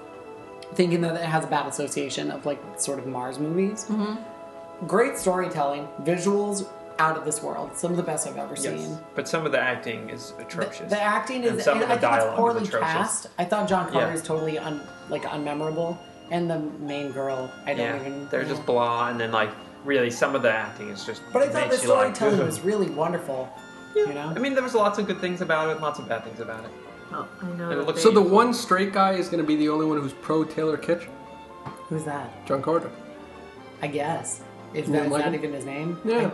S1: thinking that it has a bad association of like sort of Mars movies.
S2: Mm-hmm.
S1: Great storytelling, visuals out of this world. Some of the best I've ever
S2: Yes.
S1: seen.
S2: But some of the acting is atrocious.
S1: The, the acting is
S2: And some
S1: and
S2: of the
S1: I think it's
S2: dialogue
S1: poorly
S2: is atrocious.
S1: cast. I thought John Carter
S2: Yeah.
S1: is totally un, like unmemorable, and the main girl I don't
S2: yeah,
S1: even.
S2: they're
S1: yeah.
S2: just blah, and then like really some of the acting is just.
S1: But I thought the
S2: makes you like,
S1: storytelling
S2: "Ugh."
S1: was really wonderful. You know,
S2: I mean, there was lots of good things about it, and lots of bad things about it.
S3: Oh, I know.
S2: And it
S3: that
S2: looks-
S4: so the
S2: Dave.
S4: one straight guy is going to be the only one who's pro Taylor Kitsch,
S1: who's that?
S4: John Carter.
S1: I guess. Is
S4: You
S1: that
S4: didn't
S1: is
S4: like
S1: that
S4: him?
S1: even his name?
S4: Yeah.
S1: I,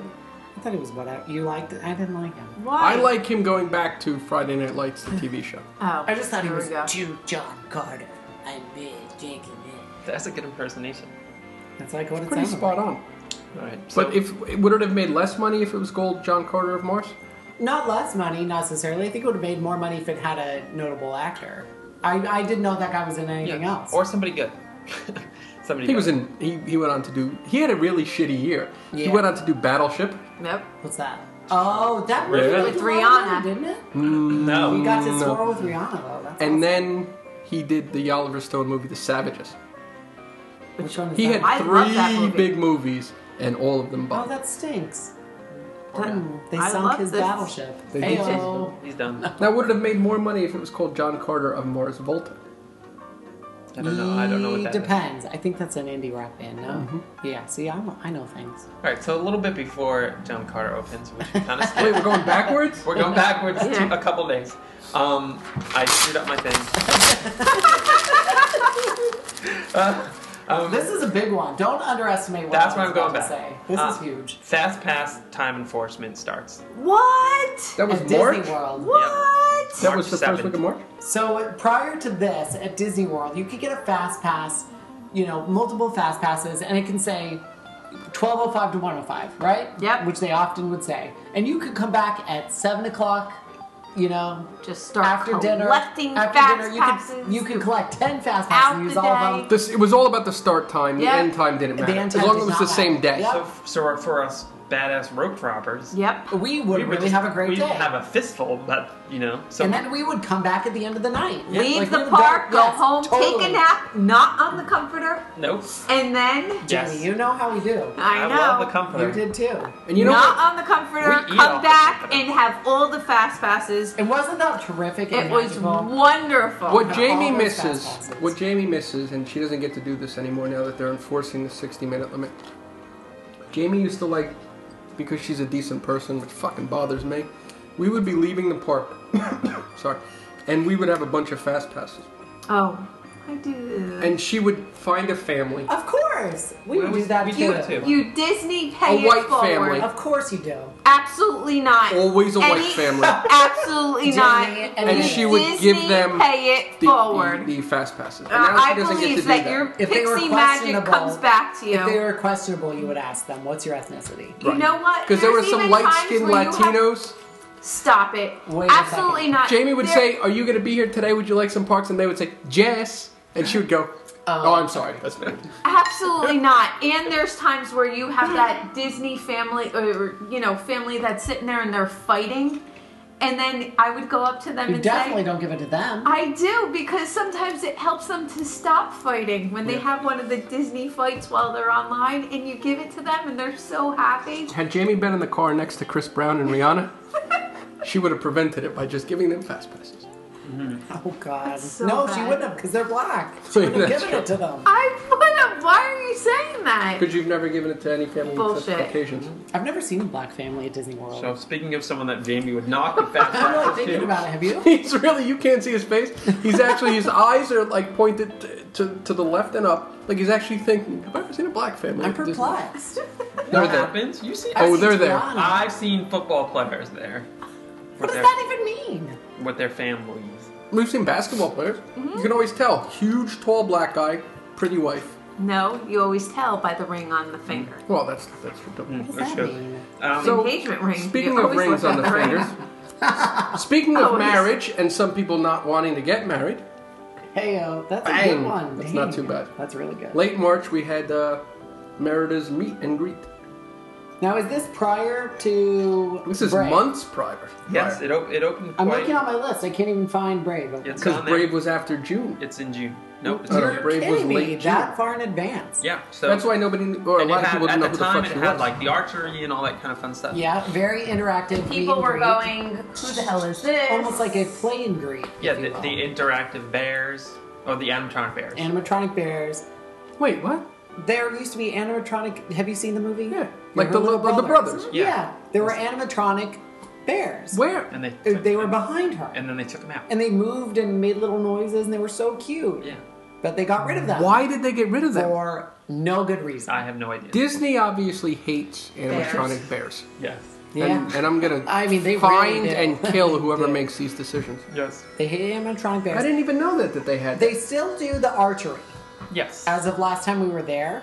S1: I thought it was whatever. You liked it? I didn't like him.
S3: they- Why?
S4: I like him going back to Friday Night Lights, the TV show.
S3: Oh,
S1: I just thought he
S3: here we
S1: was
S3: go.
S1: too John Carter.
S5: I'm big drinking it.
S2: That's a good impersonation.
S1: That's like what it
S4: Pretty
S1: sounds
S4: spot on.
S2: All right. So,
S4: But if would it have made less money if it was gold John Carter of Morse?
S1: Not less money, not necessarily. I think it would have made more money if it had a notable actor. I, I didn't know that guy was in anything
S2: yeah,
S1: else.
S2: or somebody good. somebody.
S4: He
S2: good.
S4: was in. He, he went on to do. He had a really shitty year. He
S1: Yeah.
S4: went on to do Battleship.
S3: Nope.
S1: What's that? Oh, that was
S2: Really?
S1: really
S3: With
S1: with
S3: Rihanna.
S1: Rihanna, didn't it?
S2: No.
S1: We got to
S4: No.
S1: score with Rihanna though. That's awesome.
S4: And then he did the Oliver Stone movie, The Savages.
S1: which one is
S4: He
S1: that?
S4: had
S3: I love that
S4: three
S3: movie.
S4: big movies, and all of them
S1: Oh,
S4: bombed.
S1: that stinks.
S3: That-
S1: Mm, they
S3: I
S1: sunk
S3: love
S1: his
S3: this.
S1: battleship.
S4: They did
S1: Ayo.
S4: sink
S2: He's done.
S4: now, would it have made more money if it was called John Carter of Mars Volta?
S2: I don't know. I don't know what that is.
S1: Depends. I think that's an indie rock band. No. Yeah. See, I'm, I know things.
S2: All right. So a little bit before John Carter opens, which we kind of
S4: Wait,
S2: skipped.
S4: we're going backwards?
S2: We're going backwards
S3: Yeah.
S2: to a couple days. Um, I screwed up my thing. uh, um,
S1: This is a big one. Don't underestimate what
S2: That's
S1: I
S2: why
S1: was
S2: I'm going
S1: about
S2: back.
S1: to say. This
S2: Uh,
S1: is huge.
S2: fast pass time enforcement starts.
S3: What?
S4: That was
S1: At
S4: March.
S1: Disney World.
S3: What?
S4: That
S2: March
S4: was the
S2: 7th.
S4: first week of March.
S1: So prior to this, at Disney World, you could get a fast pass, you know, multiple fast passes, and it can say 1205 to 105, right?
S3: Yep.
S1: Which they often would say. And you could come back at 7 o'clock, you know,
S3: Just start
S1: after dinner.
S3: collecting
S1: after
S3: fast
S1: dinner, you
S3: passes.
S1: Could, you could collect 10 fast passes
S3: Out
S1: and use
S3: the
S1: all
S3: day.
S1: of them.
S4: This it was all about the start time. The
S3: Yeah.
S4: end time didn't
S1: The
S4: matter.
S1: end
S4: as
S1: time
S4: long as
S1: did
S4: it was the
S1: not matter.
S4: same day.
S1: Yeah.
S2: So, so for us badass rope droppers,
S3: Yep.
S1: We would
S2: we would
S1: really
S2: just-
S1: have a great
S2: we'd
S1: day.
S2: have a fistful, but you know. So
S1: and then we would come back at the end of the night.
S3: Leave
S1: Like, we
S3: the
S1: would
S3: park, go
S1: yes,
S3: home, take
S1: totally.
S3: a nap, not on the comforter,
S2: nope.
S3: and then
S1: Jenny,
S2: Yes.
S1: you know how we do.
S3: I know.
S2: love the
S1: You
S2: comforter.
S1: did too.
S4: And you know
S3: not
S4: what?
S3: on the comforter,
S2: We eat off
S3: come
S2: the
S3: back
S2: comforter.
S3: and have all the fast passes.
S1: And wasn't that terrific?
S3: It
S1: and
S3: was
S1: magical?
S3: wonderful.
S4: What Jamie
S1: all those fast
S4: misses,
S1: passes.
S4: what Jamie misses, and she doesn't get to do this anymore now that they're enforcing the 60 minute limit. Jamie used to like, because she's a decent person, which fucking bothers me, we would be leaving the park. sorry. And we would have a bunch of fast passes.
S3: oh, I do.
S4: And she would find a family.
S1: Of course, we
S2: We
S1: would do
S2: always-
S1: that
S2: we
S1: too.
S2: do it too.
S3: you Disney pay
S4: A
S3: it
S4: white
S3: forward.
S4: family.
S1: Of course you do.
S3: Absolutely not.
S4: Always a white
S3: Any-
S4: family.
S3: Absolutely not.
S1: Disney and
S4: And
S1: Yes.
S4: she would
S3: Disney
S4: give them
S3: pay it
S4: the-
S3: forward.
S4: The, the fast passes. And
S3: Uh,
S4: now she
S3: I
S4: doesn't get to
S3: believe
S4: do
S3: that,
S4: that.
S3: your
S1: If they were
S3: pixie magic
S1: questionable-
S3: comes back to you.
S1: If they were questionable, you would ask them, "What's your ethnicity?"
S3: You
S4: Right.
S3: know what?
S4: Because there were
S3: There's
S4: some
S3: even
S4: light
S3: times
S4: skinned
S3: where you have-
S4: Latinos.
S3: Stop it.
S1: Wait a
S3: Absolutely
S1: second.
S3: not.
S4: Jamie would
S3: There-
S4: say, "Are you going to be here today? Would you like some parks?" And they would say, "Yes," and she would go, "Oh, I'm sorry, that's bad."
S3: Absolutely not. And there's times where you have that Disney family or you know family that's sitting there and they're fighting, and then I would go up to them
S1: You
S3: and
S1: definitely
S3: say,
S1: don't give it to them.
S3: "I do," because sometimes it helps them to stop fighting when they have one of the Disney fights while they're online, and you give it to them and they're so happy.
S4: Had Jamie been in the car next to Chris Brown and Rihanna, she would have prevented it by just giving them fast passes.
S1: oh God,
S3: so
S1: no, she
S3: bad.
S1: wouldn't have because they're black. She wouldn't have
S4: That's
S1: given
S4: true.
S1: it to them.
S3: I would have. Why are you saying that?
S4: Because you've never given it to any family
S3: Bullshit.
S4: except occasions.
S1: I've never seen a black family at Disney World.
S2: So speaking of someone that Jamie would not be fast
S1: I'm not
S2: passes
S1: thinking
S2: to.
S1: about it. Have you?
S4: He's really, you can't see his face. He's actually, his eyes are like pointed to, to, to the left and up. Like he's actually thinking, have I ever seen a black family?
S1: I'm
S4: at Disney?"
S1: perplexed.
S2: Oh,
S4: They're
S2: What
S4: there.
S2: happens? You see?
S4: Oh,
S1: I've
S4: they're
S1: seen
S4: there.
S1: Tiana.
S2: I've seen football players there.
S1: What does
S2: With their,
S1: that even mean?
S2: with their families.
S4: We've seen basketball players.
S3: Mm-hmm.
S4: You can always tell. Huge, tall black guy, pretty wife.
S3: no, you always tell by the ring on the finger.
S4: Well, that's that's ridiculous.
S1: What does
S2: Sure.
S1: that mean?
S2: Um,
S4: So-
S3: Engagement ring. You
S4: Speaking of
S3: always look
S4: rings
S3: at
S4: on the
S3: ring.
S4: fingers, speaking of
S3: Always.
S4: marriage and some people not wanting to get married,
S1: Heyo, that's a
S4: Bang.
S1: good one.
S4: That's not
S1: Dang.
S4: too bad.
S1: That's really good.
S4: late March we had uh, Merida's meet and greet.
S1: Now, is this prior to?
S4: This is
S1: Brave?
S4: months prior.
S2: yes, it, op- it opened
S1: I'm
S2: quite.
S1: looking on my list. I can't even find Brave.
S2: It's
S4: because
S2: on there.
S4: Brave was after June.
S2: It's in June. No, it's
S1: Oh,
S4: Uh,
S2: in June.
S4: Brave
S1: kidding
S4: was
S1: me,
S4: late
S1: that
S4: June.
S1: far in advance.
S2: Yeah. So
S4: That's why nobody, knew- or a
S2: and it
S4: lot of
S2: had,
S4: people
S2: at
S4: didn't know
S2: the
S4: who the
S2: time
S4: fuck
S2: it
S4: she
S2: had
S4: was.
S2: like the archery and all that kind of fun stuff.
S1: Yeah, very interactive. meet
S3: People
S1: and
S3: were
S1: greet.
S3: going, who the hell is this?
S1: almost like a play and greet. if
S2: Yeah.
S1: you
S2: The,
S1: will.
S2: the interactive bears or the animatronic bears.
S1: animatronic bears.
S4: Wait, what?
S1: There used to be animatronic. Have you seen the movie?
S4: Yeah,
S1: Your
S4: like the
S1: Little
S4: li- like the brothers.
S2: Yeah.
S1: Yeah. there were animatronic bears.
S4: Where?
S2: and they
S1: Uh,
S2: took
S1: They were
S2: them-
S1: behind her, and,
S2: And then they took them out.
S1: they moved and made little noises, and they were so cute.
S2: yeah.
S1: But they got rid of them.
S4: Why did they get rid of them?
S1: For no good reason.
S2: I have no idea.
S4: Disney obviously hates animatronic bears.
S2: yes.
S1: Yeah.
S4: And, and I'm gonna
S1: I mean, they
S4: find
S1: really did.
S4: and kill whoever
S1: Yeah.
S4: makes these decisions.
S2: Yes.
S1: the animatronic
S4: I
S1: bears.
S4: didn't even know that that they had.
S1: They still do the archery.
S2: Yes.
S1: As of last time we were there,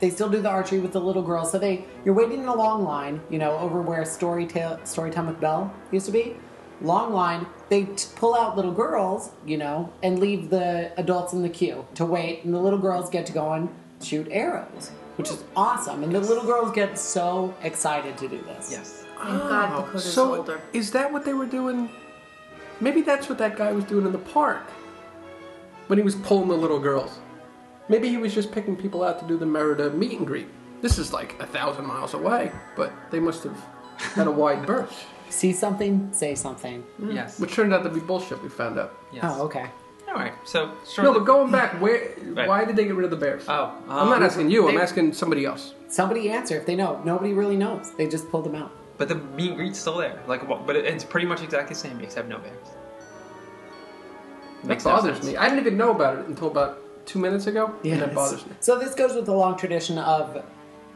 S1: they still do the archery with the little girls. So they, you're waiting in a long line, you know, over where Storytale, Storytime with Belle used to be. Long line. They t- pull out little girls, you know, and leave the adults in the queue to wait, and the little girls get to go and shoot arrows, which is awesome. And the little girls get so excited to do this.
S2: yes.
S3: Thank God Dakota's
S4: Oh, so
S3: older.
S4: is that what they were doing? Maybe that's what that guy was doing in the park when he was pulling the little girls. Maybe he was just picking people out to do the Merida meet and greet. This is like a thousand miles away, but they must have had a wide berth,
S1: See something, say something.
S2: Yes.
S4: which turned out to be bullshit. We found out.
S2: yes.
S1: Oh, okay.
S2: All right. So
S4: No,
S2: shortly.
S4: but going back, where?
S2: Right.
S4: Why did they get rid of the bears?
S2: Oh, um,
S4: I'm not asking you. I'm
S2: they-
S4: asking somebody else.
S1: Somebody answer if they know. Nobody really knows. They just pulled them out.
S2: But the meet and greet's still there. Like, well, but it, it's pretty much exactly the same except no bears.
S4: That
S2: Makes no
S4: bothers
S2: sense.
S4: me. I didn't even know about it until about two minutes ago, and
S1: Yes.
S4: that bothers me.
S1: So this goes with the long tradition of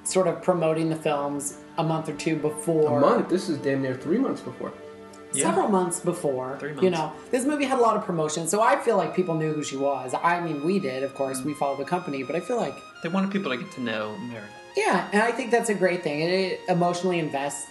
S1: sort of promoting the films a month or two before,
S4: A month. This is damn near three months before.
S2: Yeah.
S1: several months before.
S2: Three
S1: You
S2: months.
S1: know, this movie had a lot of promotion, so I feel like people knew who she was. I mean, we did, of course. We followed the company, but I feel like,
S2: They wanted people to get to know Meredith.
S1: yeah, and I think that's a great thing. It, it emotionally invests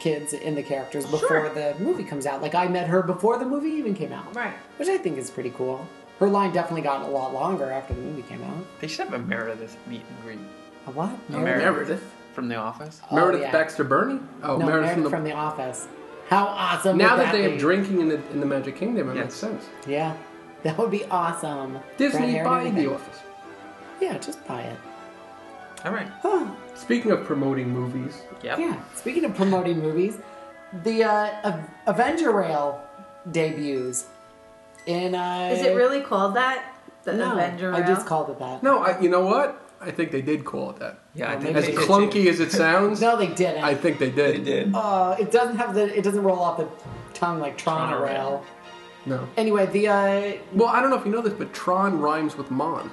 S1: kids in the characters before
S3: Sure.
S1: the movie comes out. Like I met her before the movie even came out,
S3: Right.
S1: which I think is pretty cool. Her line definitely got a lot longer after the movie came out.
S2: They should have a Meredith meet and greet
S1: A what?
S2: Meredith.
S4: Meredith.
S2: from The Office.
S1: Oh,
S4: Meredith
S1: yeah.
S4: Baxter Burney? Oh,
S1: No,
S4: Meredith, from the.
S1: from the office. How awesome!
S4: now
S1: would
S4: that they
S1: be?
S4: have drinking in the, in the Magic Kingdom, it
S2: Yes.
S4: makes sense.
S1: Yeah, that would be awesome. Brad
S4: Disney
S1: Harris
S4: buy
S1: and
S4: The
S1: everything.
S4: Office.
S1: Yeah, just buy it.
S2: All right.
S1: Huh.
S4: Speaking of promoting movies,
S2: Yep.
S1: Oh, Yeah. Speaking of promoting movies, the uh, Av- Avenger Rail debuts in. Uh,
S3: Is it really called that? The
S1: No,
S3: Avenger
S1: I
S3: Rail?
S1: just called it that.
S4: no, I, you know what? I think they did call it that.
S2: Yeah, I
S1: Oh,
S2: think
S1: maybe
S4: As
S2: they
S1: they
S2: did
S4: clunky
S2: too.
S4: as it sounds,
S1: No, they didn't.
S4: I think they did.
S2: They did.
S1: Uh, it doesn't have the. It doesn't roll off the tongue like Tron,
S2: Tron
S1: or Rail.
S2: Rail.
S4: No.
S1: Anyway, the uh,
S4: Well, I don't know if you know this, but Tron rhymes with Mon.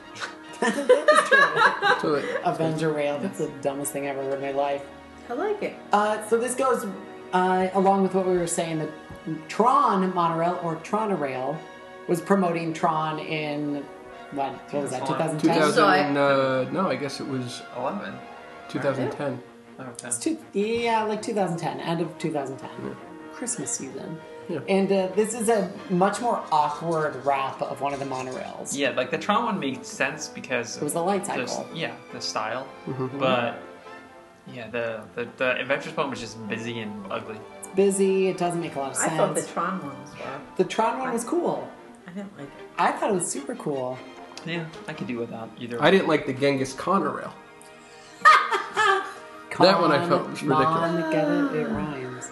S4: so it-
S1: Avenger Rail. That's the dumbest thing I've ever heard in my life.
S3: I like it.
S1: Uh, so this goes uh, along with what we were saying that Tron monorail or Tronorail was promoting Tron in what, what was that 2010?
S4: 2000.
S3: So I-
S4: Uh, no, I guess it was
S2: 11.
S4: 2010.
S2: Oh, Okay.
S1: It's two, yeah, like 2010, end of 2010, Christmas season.
S4: Yeah.
S1: And uh, this is a much more awkward wrap of one of the monorails.
S2: Yeah, like the Tron one makes sense because
S1: It was the light
S2: the,
S1: cycle.
S2: yeah, the style.
S4: Mm-hmm.
S2: But yeah, the, the the Adventures one was just busy and ugly.
S1: It's busy. It doesn't make a lot of
S3: I
S1: sense.
S3: thought the Tron ones were.
S1: the Tron one was cool.
S3: I didn't like it.
S1: I thought it was super cool.
S2: Yeah, I could do without either.
S4: I didn't like the Genghis Khan rail. That one I felt was
S1: Con,
S4: ridiculous.
S1: mon, get it? It rhymes.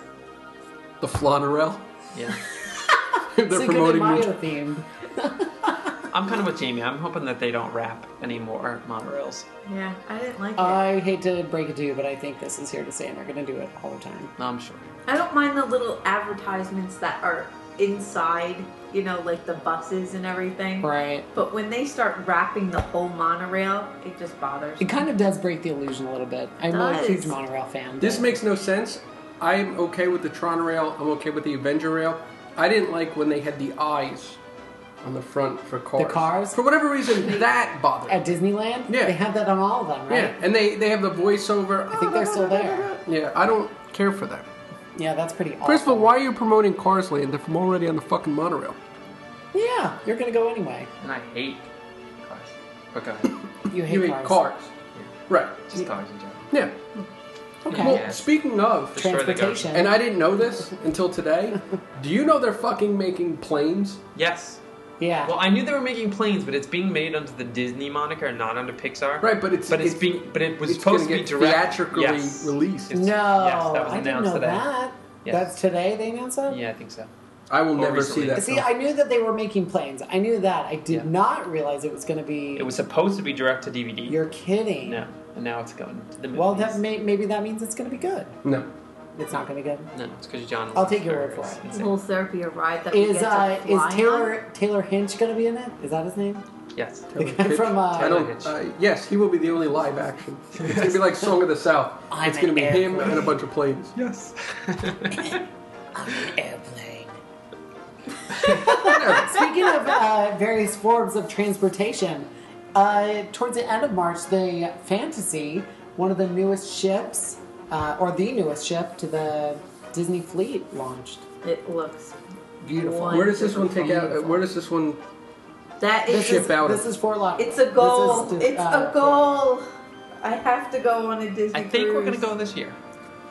S4: The Flanorel.
S2: Yeah,
S4: They're
S1: Cinco de
S4: promoting
S1: Mayo
S4: movies.
S1: themed.
S2: I'm kind of with Jamie. I'm hoping that they don't wrap any more monorails.
S3: Yeah, I didn't like it.
S1: I hate to break it to you, but I think this is here to stay, and they're going to do it all the time.
S2: I'm sure.
S3: I don't mind the little advertisements that are inside, you know, like the buses and everything.
S1: Right.
S3: But when they start wrapping the whole monorail, it just bothers
S1: It
S3: me.
S1: kind of does break the illusion a little bit. I'm not a
S3: Does.
S1: huge monorail fan. but-
S4: This makes no sense. I'm okay with the Tron rail. I'm okay with the Avenger rail. I didn't like when they had the eyes on the front for cars.
S1: cars?
S4: For whatever reason, that bothered.
S1: at
S4: me.
S1: Disneyland.
S4: Yeah.
S1: They have that on all of them, right?
S4: Yeah, and they they have the voiceover.
S1: I think they're still there.
S4: Yeah, I don't care for that.
S1: Yeah, that's pretty. Awesome.
S4: First of all, why are you promoting Cars Land if I'm already on the fucking monorail?
S1: Yeah, you're going to go anyway.
S2: And I hate cars. But go ahead.
S1: You hate
S4: you
S1: cars.
S4: mean cars, right?
S2: Just cars in general.
S4: Yeah.
S1: Okay.
S4: Well,
S2: Yes.
S4: speaking of,
S2: Sure they go.
S1: Transportation.
S4: and I didn't know this until today. do you know they're fucking making planes?
S2: Yes.
S1: yeah.
S2: Well, I knew they were making planes, but it's being made under the Disney moniker and not under Pixar.
S4: Right, but it's
S2: But it's,
S4: it's-
S2: being. But it was
S4: it's
S2: supposed to
S4: gonna
S2: be
S4: get
S2: direct.
S4: theatrically
S2: yes.
S4: released.
S2: It's-
S1: no,
S2: yes, that was
S1: I didn't
S2: announced
S1: know
S2: today.
S1: that.
S2: Yes.
S1: That's today they announced that.
S2: Yeah, I think so.
S4: I will
S2: Or
S4: never
S2: recently.
S4: see that.
S1: See,
S4: film.
S1: I knew that they were making planes. I knew that. I did
S2: Yeah.
S1: not realize it was going to be.
S2: It was supposed to be direct to DVD.
S1: You're kidding.
S2: no, and now it's going to the movies.
S1: Well, that may, maybe that means it's going to be good.
S4: no.
S1: It's not going to be good.
S2: no, it's because John.
S1: I'll take your word for it.
S3: Will there be a ride that we
S1: Is
S3: get to
S1: uh
S3: fly
S1: is Taylor Taylor Hinch gonna be in it? Is that his name?
S2: Yeah, Yes.
S1: The guy from
S4: I
S1: uh,
S2: Taylor
S4: don't.
S2: Kitsch.
S4: Uh, yes, he will be the only live action. It's gonna be like Song of the South.
S1: I'm
S4: it's gonna
S1: an
S4: be him
S1: airplane.
S4: and a bunch of planes.
S2: Yes.
S5: Airplane.
S1: Speaking of uh, various forms of transportation, uh, towards the end of March, the Fantasy, one of the newest ships, uh, or the newest ship to the Disney fleet, launched.
S3: It looks
S1: Beautiful.
S3: One-
S4: Where does this one take out? uh, Where does this one?
S3: that is
S1: This
S4: Ship
S1: is,
S4: out of-
S1: this is Fort Lauderdale.
S3: It's a goal.
S1: This is,
S3: it's
S1: uh,
S3: a goal. I have to go on a Disney.
S2: I think we're gonna
S3: cruise.
S2: go this year.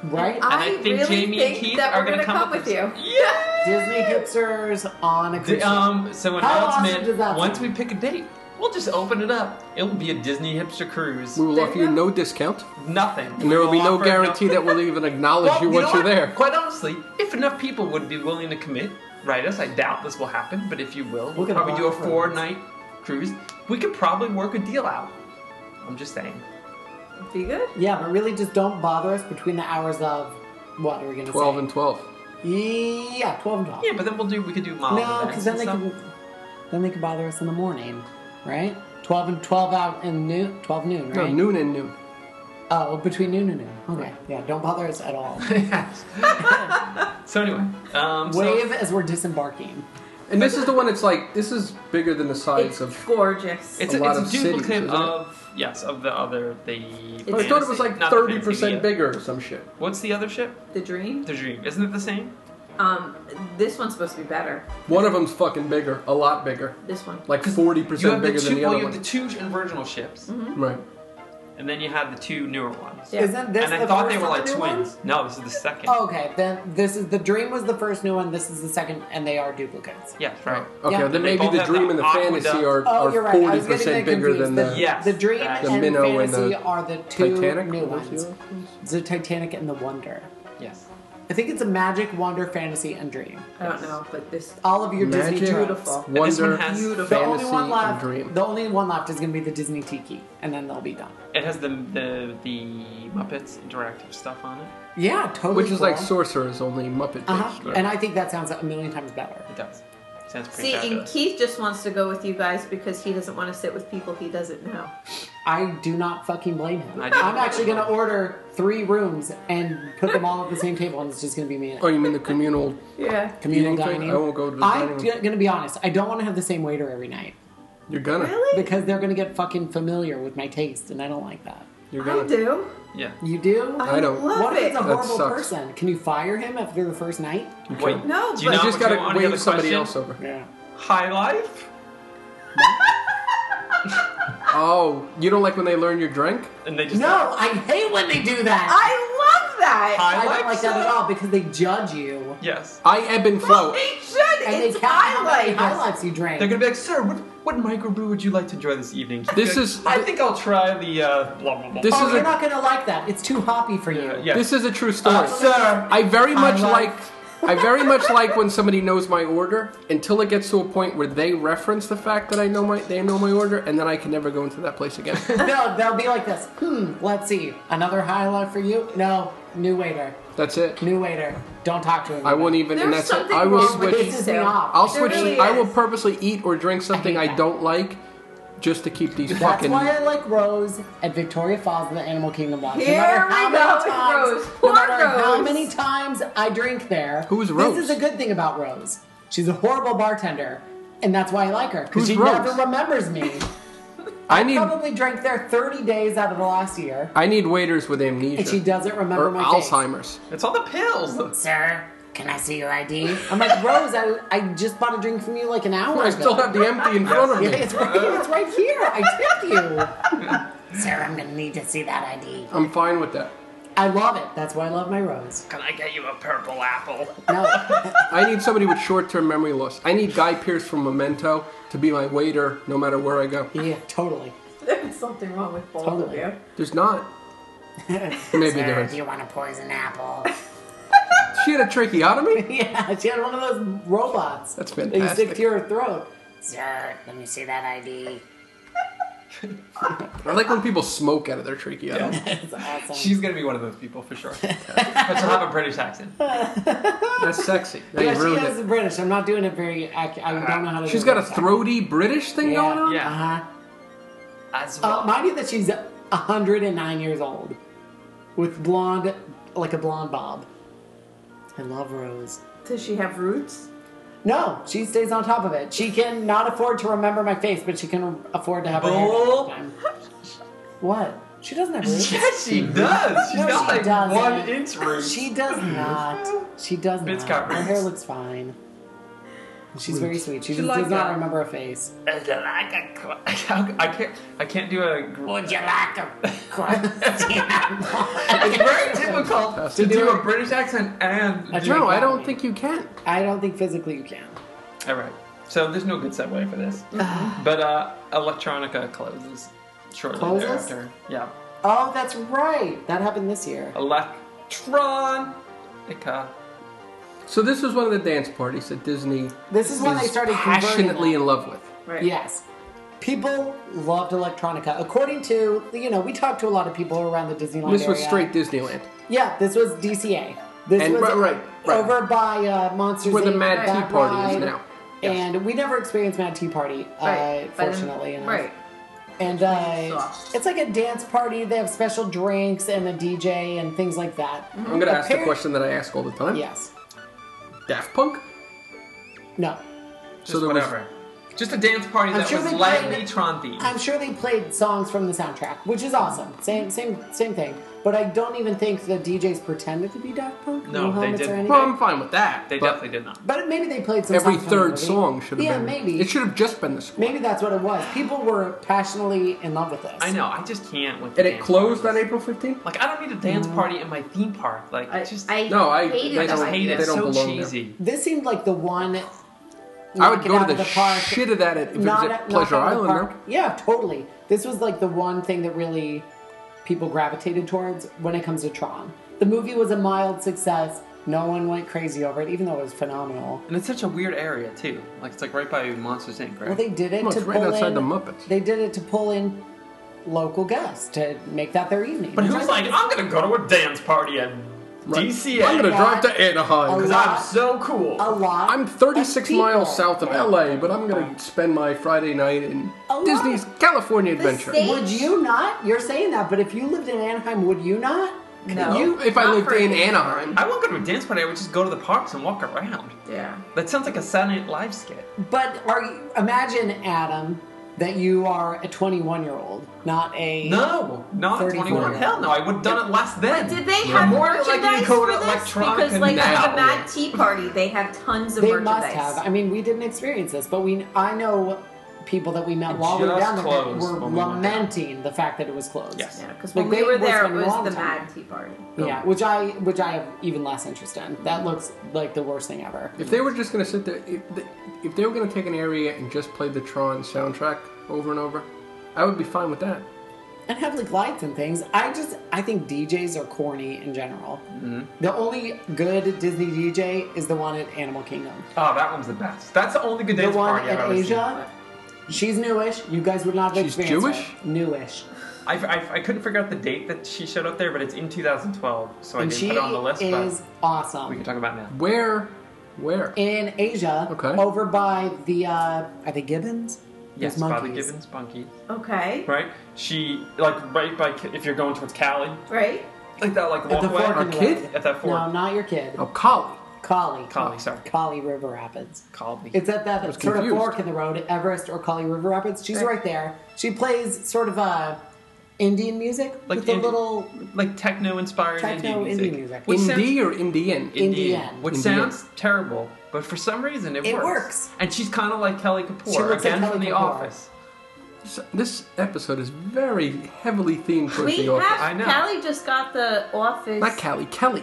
S1: Right?
S2: And I
S3: I
S2: think
S3: really
S2: Jamie and
S3: think
S2: Keith
S3: that
S2: are
S3: we're
S2: gonna
S3: gonna
S2: come
S3: come
S2: with
S3: with you.
S2: Yeah.
S1: Disney hipsters on a cruise
S2: D-
S1: ship.
S4: uh,
S2: um. So
S1: How awesome
S2: announcement.
S1: does that
S2: once
S1: sound?
S2: we pick a date, we'll just open it up. It will be a Disney hipster cruise.
S4: We will
S3: There
S4: offer
S3: you
S4: you
S3: go.
S4: no discount,
S2: Nothing.
S4: and there will be
S2: We'll
S4: no
S2: offer
S4: guarantee that we'll even acknowledge
S2: Well,
S4: you
S2: know
S4: once you're
S2: what?
S4: there.
S2: Quite honestly, if enough people would be willing to commit, write us. I doubt this will happen, but if you will, we'll
S1: can
S2: probably do a
S1: offer
S2: four
S1: it.
S2: night cruise. We could probably work a deal out. I'm just saying.
S3: Be good.
S1: Yeah, but really just don't bother us between the hours of, what are we going to say?
S4: Twelve and twelve.
S1: Yeah, 12 and 12.
S2: Yeah, but then we'll do. We could do mild
S1: No,
S2: events
S1: because then
S2: and
S1: they
S2: stuff.
S1: can then they can bother us in the morning, right? Twelve and twelve out and noon, twelve noon,
S4: No,
S1: right?
S4: noon and noon.
S1: Oh, between noon and noon. Okay, yeah, don't bother us at all.
S2: Yes. so anyway, um, so-
S1: Wave as we're disembarking.
S4: And this is the one that's like this is bigger than the size
S3: It's
S4: of.
S3: gorgeous.
S2: It's a,
S4: a lot
S2: it's a
S4: of cities,
S2: duplicate
S4: isn't it?
S2: of yes of the other the.
S4: I thought it was
S2: fantasy-
S4: like
S2: not the
S4: thirty
S2: fantasy,
S4: percent
S2: the-
S4: bigger or some shit.
S2: What's the other ship?
S3: the dream.
S2: The Dream. Isn't it the same?
S3: Um, this one's supposed to be better.
S4: One of them's fucking bigger, a lot bigger,
S3: This one.
S4: like forty
S2: You
S4: percent
S2: have the
S4: bigger
S2: two.
S4: than the
S2: well,
S4: other
S2: you have
S4: one. Mm-hmm.
S2: the two original ships,
S4: Right.
S2: and then you have the two newer ones.
S3: Yeah.
S1: Isn't this
S2: and I
S1: the
S2: thought
S1: first
S2: they were
S1: of
S2: like
S1: the new
S2: twins.
S1: ones?
S2: No, this is the second.
S1: Oh, okay, then this is the dream was the first new one. This is the second, and they are duplicates.
S2: Yes, right.
S4: Okay,
S1: Yeah.
S4: then
S2: They
S4: maybe
S2: both
S4: the
S2: have
S4: dream
S2: the
S4: and the
S2: aqueduct.
S4: fantasy are
S1: Oh,
S4: are
S1: you're right. I
S4: forty
S1: was getting that
S4: percent bigger
S1: confused.
S4: than
S1: the,
S4: the
S2: Yes,
S1: the dream
S2: that-
S1: and
S4: The Minnow and
S1: fantasy
S4: the
S1: are the two
S4: Titanic.
S1: new
S4: Are those
S1: ones.
S4: the other ones?
S1: The Titanic and the Wonder.
S2: Yes.
S1: I think it's a magic, wonder, fantasy, and dream.
S3: I don't know, but this
S1: All of your Disney
S4: Magic.
S1: tropes.
S3: Beautiful.
S2: And this one
S4: Wonder,
S2: has- Beautiful.
S1: The
S4: fantasy,
S1: only one
S4: and
S1: left.
S4: dream.
S1: The only one left is going to be the Disney Tiki, and then they'll be done.
S2: It has the the the Muppets interactive stuff on it.
S1: Yeah, totally.
S4: Which is like Sorcerer's only Muppet based.
S1: uh
S4: right?
S1: And I think that sounds a million times better.
S2: It does. Sounds pretty
S3: See, and
S2: fabulous.
S3: Keith just wants to go with you guys because he doesn't want to sit with people he doesn't know.
S1: I do not fucking blame him.
S2: I do.
S1: I'm actually going to order three rooms and put them all at the same table, and it's just going to be me. And
S4: oh, you mean the communal?
S3: Yeah.
S1: communal
S4: eating thing?
S1: dining.
S4: I won't go to the
S1: I'm
S4: dining room.
S1: going to be honest. I don't want to have the same waiter every night
S4: You're gonna.
S3: Really?
S1: because they're going to get fucking familiar with my taste, and I don't like that.
S4: You're
S3: I
S4: gonna.
S3: do.
S2: Yeah.
S1: You do?
S4: I don't.
S3: love
S1: what if
S3: it.
S1: it's a
S4: That
S1: horrible
S4: sucks.
S1: person? Can you fire him after the first night?
S2: Wait. Do
S3: No, but-
S2: you, know
S4: You
S3: You
S4: just
S2: what's
S4: gotta
S2: going on? You have
S4: wave
S2: a
S4: somebody
S2: question?
S4: else over.
S1: Yeah.
S2: High life?
S4: Oh, you don't like when they learn your drink?
S2: And they just
S1: No, I hate when they do that.
S3: I love that.
S2: Hi.
S1: I,
S2: like
S1: don't like that
S2: so.
S1: at all because they judge you.
S2: Yes.
S4: I ebb and
S3: Well,
S4: flow.
S3: they should.
S1: And
S3: it's
S1: they count how many
S3: highlight.
S1: highlights you drank.
S2: They're gonna be like, sir, what what microbrew would you like to enjoy this evening? He'd be
S4: This
S2: like,
S4: is-
S2: I think I'll try the uh, blah blah blah.
S4: This
S2: blah."
S1: oh,
S4: is
S1: you're
S4: a-
S1: not gonna like that. It's too hoppy for you.
S2: yeah.
S4: This is a true story.
S2: Uh, sir.
S4: I very much
S1: I
S4: like.
S1: like-
S4: I very much like when somebody knows my order until it gets to a point where they reference the fact that I know my they know my order, and then I can never go into that place again.
S1: No, they'll be like this. Hmm. Let's see. Another highlight for you? No. New waiter.
S4: That's it.
S1: New waiter. Don't talk to him.
S4: I won't even. and
S3: There's
S4: that's it.
S3: something
S4: I will
S3: wrong with
S4: switch.
S1: Pisses
S3: these
S1: me
S3: two.
S1: off.
S4: I'll
S3: There
S4: switch.
S3: really
S4: I will
S3: is.
S4: purposely eat or drink something
S1: I
S4: I,
S1: hate that.
S4: don't like, just to keep these
S1: That's
S4: fucking.
S1: why I like Rose at Victoria Falls in the Animal Kingdom Lodge.
S3: Here
S1: no matter how many
S3: we go
S1: times,
S3: with Rose.
S1: No
S3: Poor
S1: matter how
S3: Rose.
S1: many times I drink there.
S4: Who's Rose?
S1: This is a good thing about Rose. She's a horrible bartender, and that's why I like her. Because
S4: Who's
S1: she
S4: Rose?
S1: never remembers me.
S4: I need.
S1: Probably drank there 30 days out of the last year,
S4: I need waiters with amnesia
S1: and she doesn't remember
S4: or
S1: my face.
S4: Alzheimer's.
S2: It's all the pills.
S5: Sir, can I see your ID?
S1: I'm like, Rose, I, I just bought a drink from you like an hour
S4: I
S1: ago.
S4: still have the empty in front of
S1: yeah,
S4: me.
S1: it's right, it's right here. I tipped you.
S5: Sir, I'm gonna need to see that ID.
S4: I'm fine with that.
S1: I love it. That's why I love my Rose.
S2: Can I get you a purple apple?
S1: No.
S4: I need somebody with short-term memory loss. I need Guy Pierce from Memento to be my waiter, no matter where I go.
S1: yeah, totally.
S3: There's something wrong with both
S1: Totally.
S3: of you.
S4: There's not. Maybe there
S5: Sir, do
S4: is.
S5: you want a poison apple?
S4: She had a tracheotomy.
S1: Yeah, she had one of those robots.
S4: That's
S1: That you stick
S4: fantastic.
S1: to your throat.
S5: Sir, let me see that ID.
S4: I like when people smoke out of their trachea.
S1: That's awesome.
S2: She's gonna be one of those people for sure. but she'll have a British accent.
S4: That's sexy. That
S1: yeah,
S4: is
S1: she
S4: really
S1: has
S4: good.
S1: British. I'm not doing it very. Ac- I don't know how to.
S4: She's
S1: do it
S4: got a
S1: right.
S4: throaty British thing
S1: Yeah.
S4: going on.
S2: Yeah.
S1: Uh-huh.
S2: As
S1: Uh,
S2: well.
S1: mind you, that she's 109 years old, with blonde, like a blonde bob. I love Rose.
S3: Does she have roots?
S1: No, she stays on top of it. She can not afford to remember my face, but she can afford to have her hair done all the time. What? She doesn't have roots.
S2: yes, she does. She's
S1: No,
S2: got
S1: she
S2: like
S1: doesn't.
S2: one inch root.
S1: She does not. She does
S2: It's
S1: not.
S2: got
S1: Her hair
S2: roots.
S1: looks fine. She's very sweet. She,
S2: She
S1: just
S2: like
S1: does not
S2: that.
S1: remember a face.
S2: Would you like a cr- I can't. I can't do a. gr-
S5: Would you like a crust?
S2: It's very difficult to
S4: To
S2: do
S1: do
S2: a British accent and.
S1: I
S2: do-
S1: tried.
S4: No, I don't think you can.
S1: I don't think physically you can.
S2: All right. So there's no good segue for this. but uh, electronica closes shortly
S1: Closes?
S2: thereafter. Yeah.
S1: Oh, that's right. That happened this year.
S2: Electronica.
S4: So this was one of the dance parties that Disney
S1: This is when they
S4: is
S1: started converting
S4: passionately
S1: them.
S4: in love with.
S3: Right.
S1: Yes. People loved electronica. According to, you know, we talked to a lot of people around the Disneyland
S4: This was
S1: area.
S4: straight Disneyland.
S1: Yeah, this was DCA. This
S4: And-
S1: was
S4: right, right, right.
S1: over by uh, Monsters
S4: Where the
S1: Inc.,
S4: Mad Tea
S1: that
S4: Party is
S1: ride.
S4: now.
S1: And we never experienced Mad Tea Party,
S3: Right.
S1: uh,
S3: But then-
S1: fortunately enough.
S3: Right.
S1: And uh, it's like a dance party. They have special drinks and a DJ and things like that.
S4: I'm going to ask the
S1: Apparent-
S4: question that I ask all the time.
S1: Yes.
S4: Daft Punk?
S1: No.
S2: Just
S4: So there was-
S2: whatever. Just a dance party
S1: I'm
S2: that
S1: sure
S2: was
S1: they
S2: lightly
S1: played-
S2: Tron themed.
S1: I'm sure they played songs from the soundtrack, which is awesome. Same, same, same thing. But I don't even think the DJs pretended to be Daft Punk.
S2: No, they
S1: helmets Or
S2: didn't.
S1: anything.
S4: Well, I'm fine with that.
S2: They
S4: but
S2: definitely did not.
S1: but maybe they played some.
S4: Every
S1: songs from the
S4: third
S1: movie.
S4: song should have
S1: Yeah,
S4: been.
S1: maybe.
S4: It should have just been the score.
S1: Maybe that's what it was. People were passionately in love with this.
S2: I know. I just can't with. the
S4: And it
S2: dance
S4: closed on
S2: parties.
S4: April 15th?
S2: Like I don't need a dance party in my theme park. Like
S3: I-
S2: just.
S6: I
S4: No, I-
S6: hated
S4: they
S2: I just
S4: don't-
S2: hate it.
S4: they
S2: It's
S4: don't
S2: so
S4: belong there.
S2: cheesy.
S1: This seemed like the one.
S4: I would
S1: knocking
S4: go
S1: out
S4: to
S1: of
S4: the,
S1: park.
S4: shit of that at, if it was
S1: Not
S4: at
S1: at-
S4: Pleasure
S1: not out of the
S4: Island,
S1: park. Yeah, totally. This was like the one thing that really people gravitated towards when it comes to Tron. The movie was a mild success. No one went crazy over it, even though it was phenomenal.
S2: And it's such a weird area too. Like it's like right by Monsters Inc. Right.
S1: Well, they did it
S4: Well,
S1: to
S4: it's right
S1: pull
S4: outside
S1: in,
S4: the Muppets.
S1: They did it to pull in local guests to make that their evening.
S2: but
S1: Which I
S2: who's
S1: thought
S2: like
S1: was-
S2: I'm gonna go to a dance party at
S4: Right.
S2: DCA?
S4: I'm going to
S1: Yeah.
S4: drive to Anaheim.
S1: A
S4: 'cause
S2: Cause
S1: lot.
S2: I'm so cool.
S1: a lot?
S4: I'm 36
S1: of people.
S4: miles south of LA, but I'm going to spend my Friday night in
S1: A lot.
S4: Disney's California Adventure.
S6: same-
S1: Would you not? You're saying that, but if you lived in Anaheim, would you not?
S3: No.
S4: You- if I
S3: Not
S4: lived
S3: for
S4: in
S3: me.
S4: Anaheim,
S2: I won't go to a dance party. I would just go to the parks and walk around.
S3: Yeah.
S2: That sounds like a Saturday Night Live skit.
S1: But are you, imagine Adam that you are a 21 year old, not a
S2: No, not at 21.
S1: 34.
S2: Hell no, I would have done it less then.
S6: But did they
S2: I'm
S6: have
S2: more
S6: merchandise
S2: likely to go to
S6: for this?
S2: Electronica
S6: Because like
S2: now.
S6: at the Mad Tea Party, they have tons of
S1: They must
S6: merchandise.
S1: have. I mean, we didn't experience this, but we I know people that we met
S2: It
S1: while we were
S2: just
S1: down there that
S2: closed
S1: were
S2: when we went down.
S1: lamenting the fact that it was closed.
S2: Yes.
S3: Yeah. Because
S1: Like,
S3: when we
S1: they
S3: were
S1: were
S3: there, it
S1: spending a lot
S3: was
S1: of
S3: the
S1: time.
S3: Mad Tea Party.
S1: Yeah, which I which I have even less interest in. That looks like the worst thing ever.
S4: If they were just going to sit there, if they, if they were going to take an area and just play the Tron soundtrack over and over, I would be fine with that.
S1: and have like lights and things. I just I think DJs are corny in general.
S2: Mm-hmm.
S1: The only good Disney DJ is the one at Animal Kingdom.
S2: Oh, that one's the best. That's the only good
S1: The
S2: dance
S1: one
S2: party I've
S1: at
S2: ever
S1: Asia. She's newish. You guys would not have
S4: She's
S1: experienced
S4: Jewish?
S1: her. Newish.
S2: seen. I, I, I couldn't figure out the date that she showed up there, but it's in 2012, so
S1: and
S2: I
S1: she
S2: didn't put it on the list.
S1: is
S2: but we can
S1: awesome.
S2: talk about it now.
S4: Where? Where?
S1: In Asia,
S4: Okay.
S1: over by the uh, are they gibbons?
S2: Yes,
S1: Those
S2: Bobby
S1: monkeys.
S2: Gibbons, Bunky.
S3: Okay.
S2: Right? She like right by if you're going towards Cali,
S3: Right.
S2: like that like
S1: At the
S2: walkway.
S1: fork in
S4: Our
S1: the
S4: kid?
S1: road.
S2: At that fork.
S1: No, not your kid.
S4: Oh, Collie.
S1: Kali.
S2: Kali, sorry.
S1: Kali River Rapids.
S2: Cali.
S1: It's at that
S4: was
S1: sort
S4: confused.
S1: of fork in the road, Everest or Kali River Rapids. She's
S3: Right.
S1: right, there. She plays sort of uh, Indian music
S2: Like
S1: with the
S2: Indi-
S1: little
S2: like techno inspired
S1: Techno
S2: indie music.
S1: indie music.
S2: Which sounds-
S4: Indie or Indian?
S2: Indian,
S1: Indian.
S2: which
S4: Indian.
S2: sounds terrible, but for some reason it,
S1: It
S2: works.
S1: works.
S2: And she's kind of like Kelly Kapoor
S1: She looks like
S2: again
S1: Kelly
S2: from The
S1: Kapoor.
S2: Office.
S4: So this episode is very heavily themed towards
S6: We
S4: the office.
S6: have
S2: I know.
S6: Callie just got the office.
S4: Not Callie, Kelly.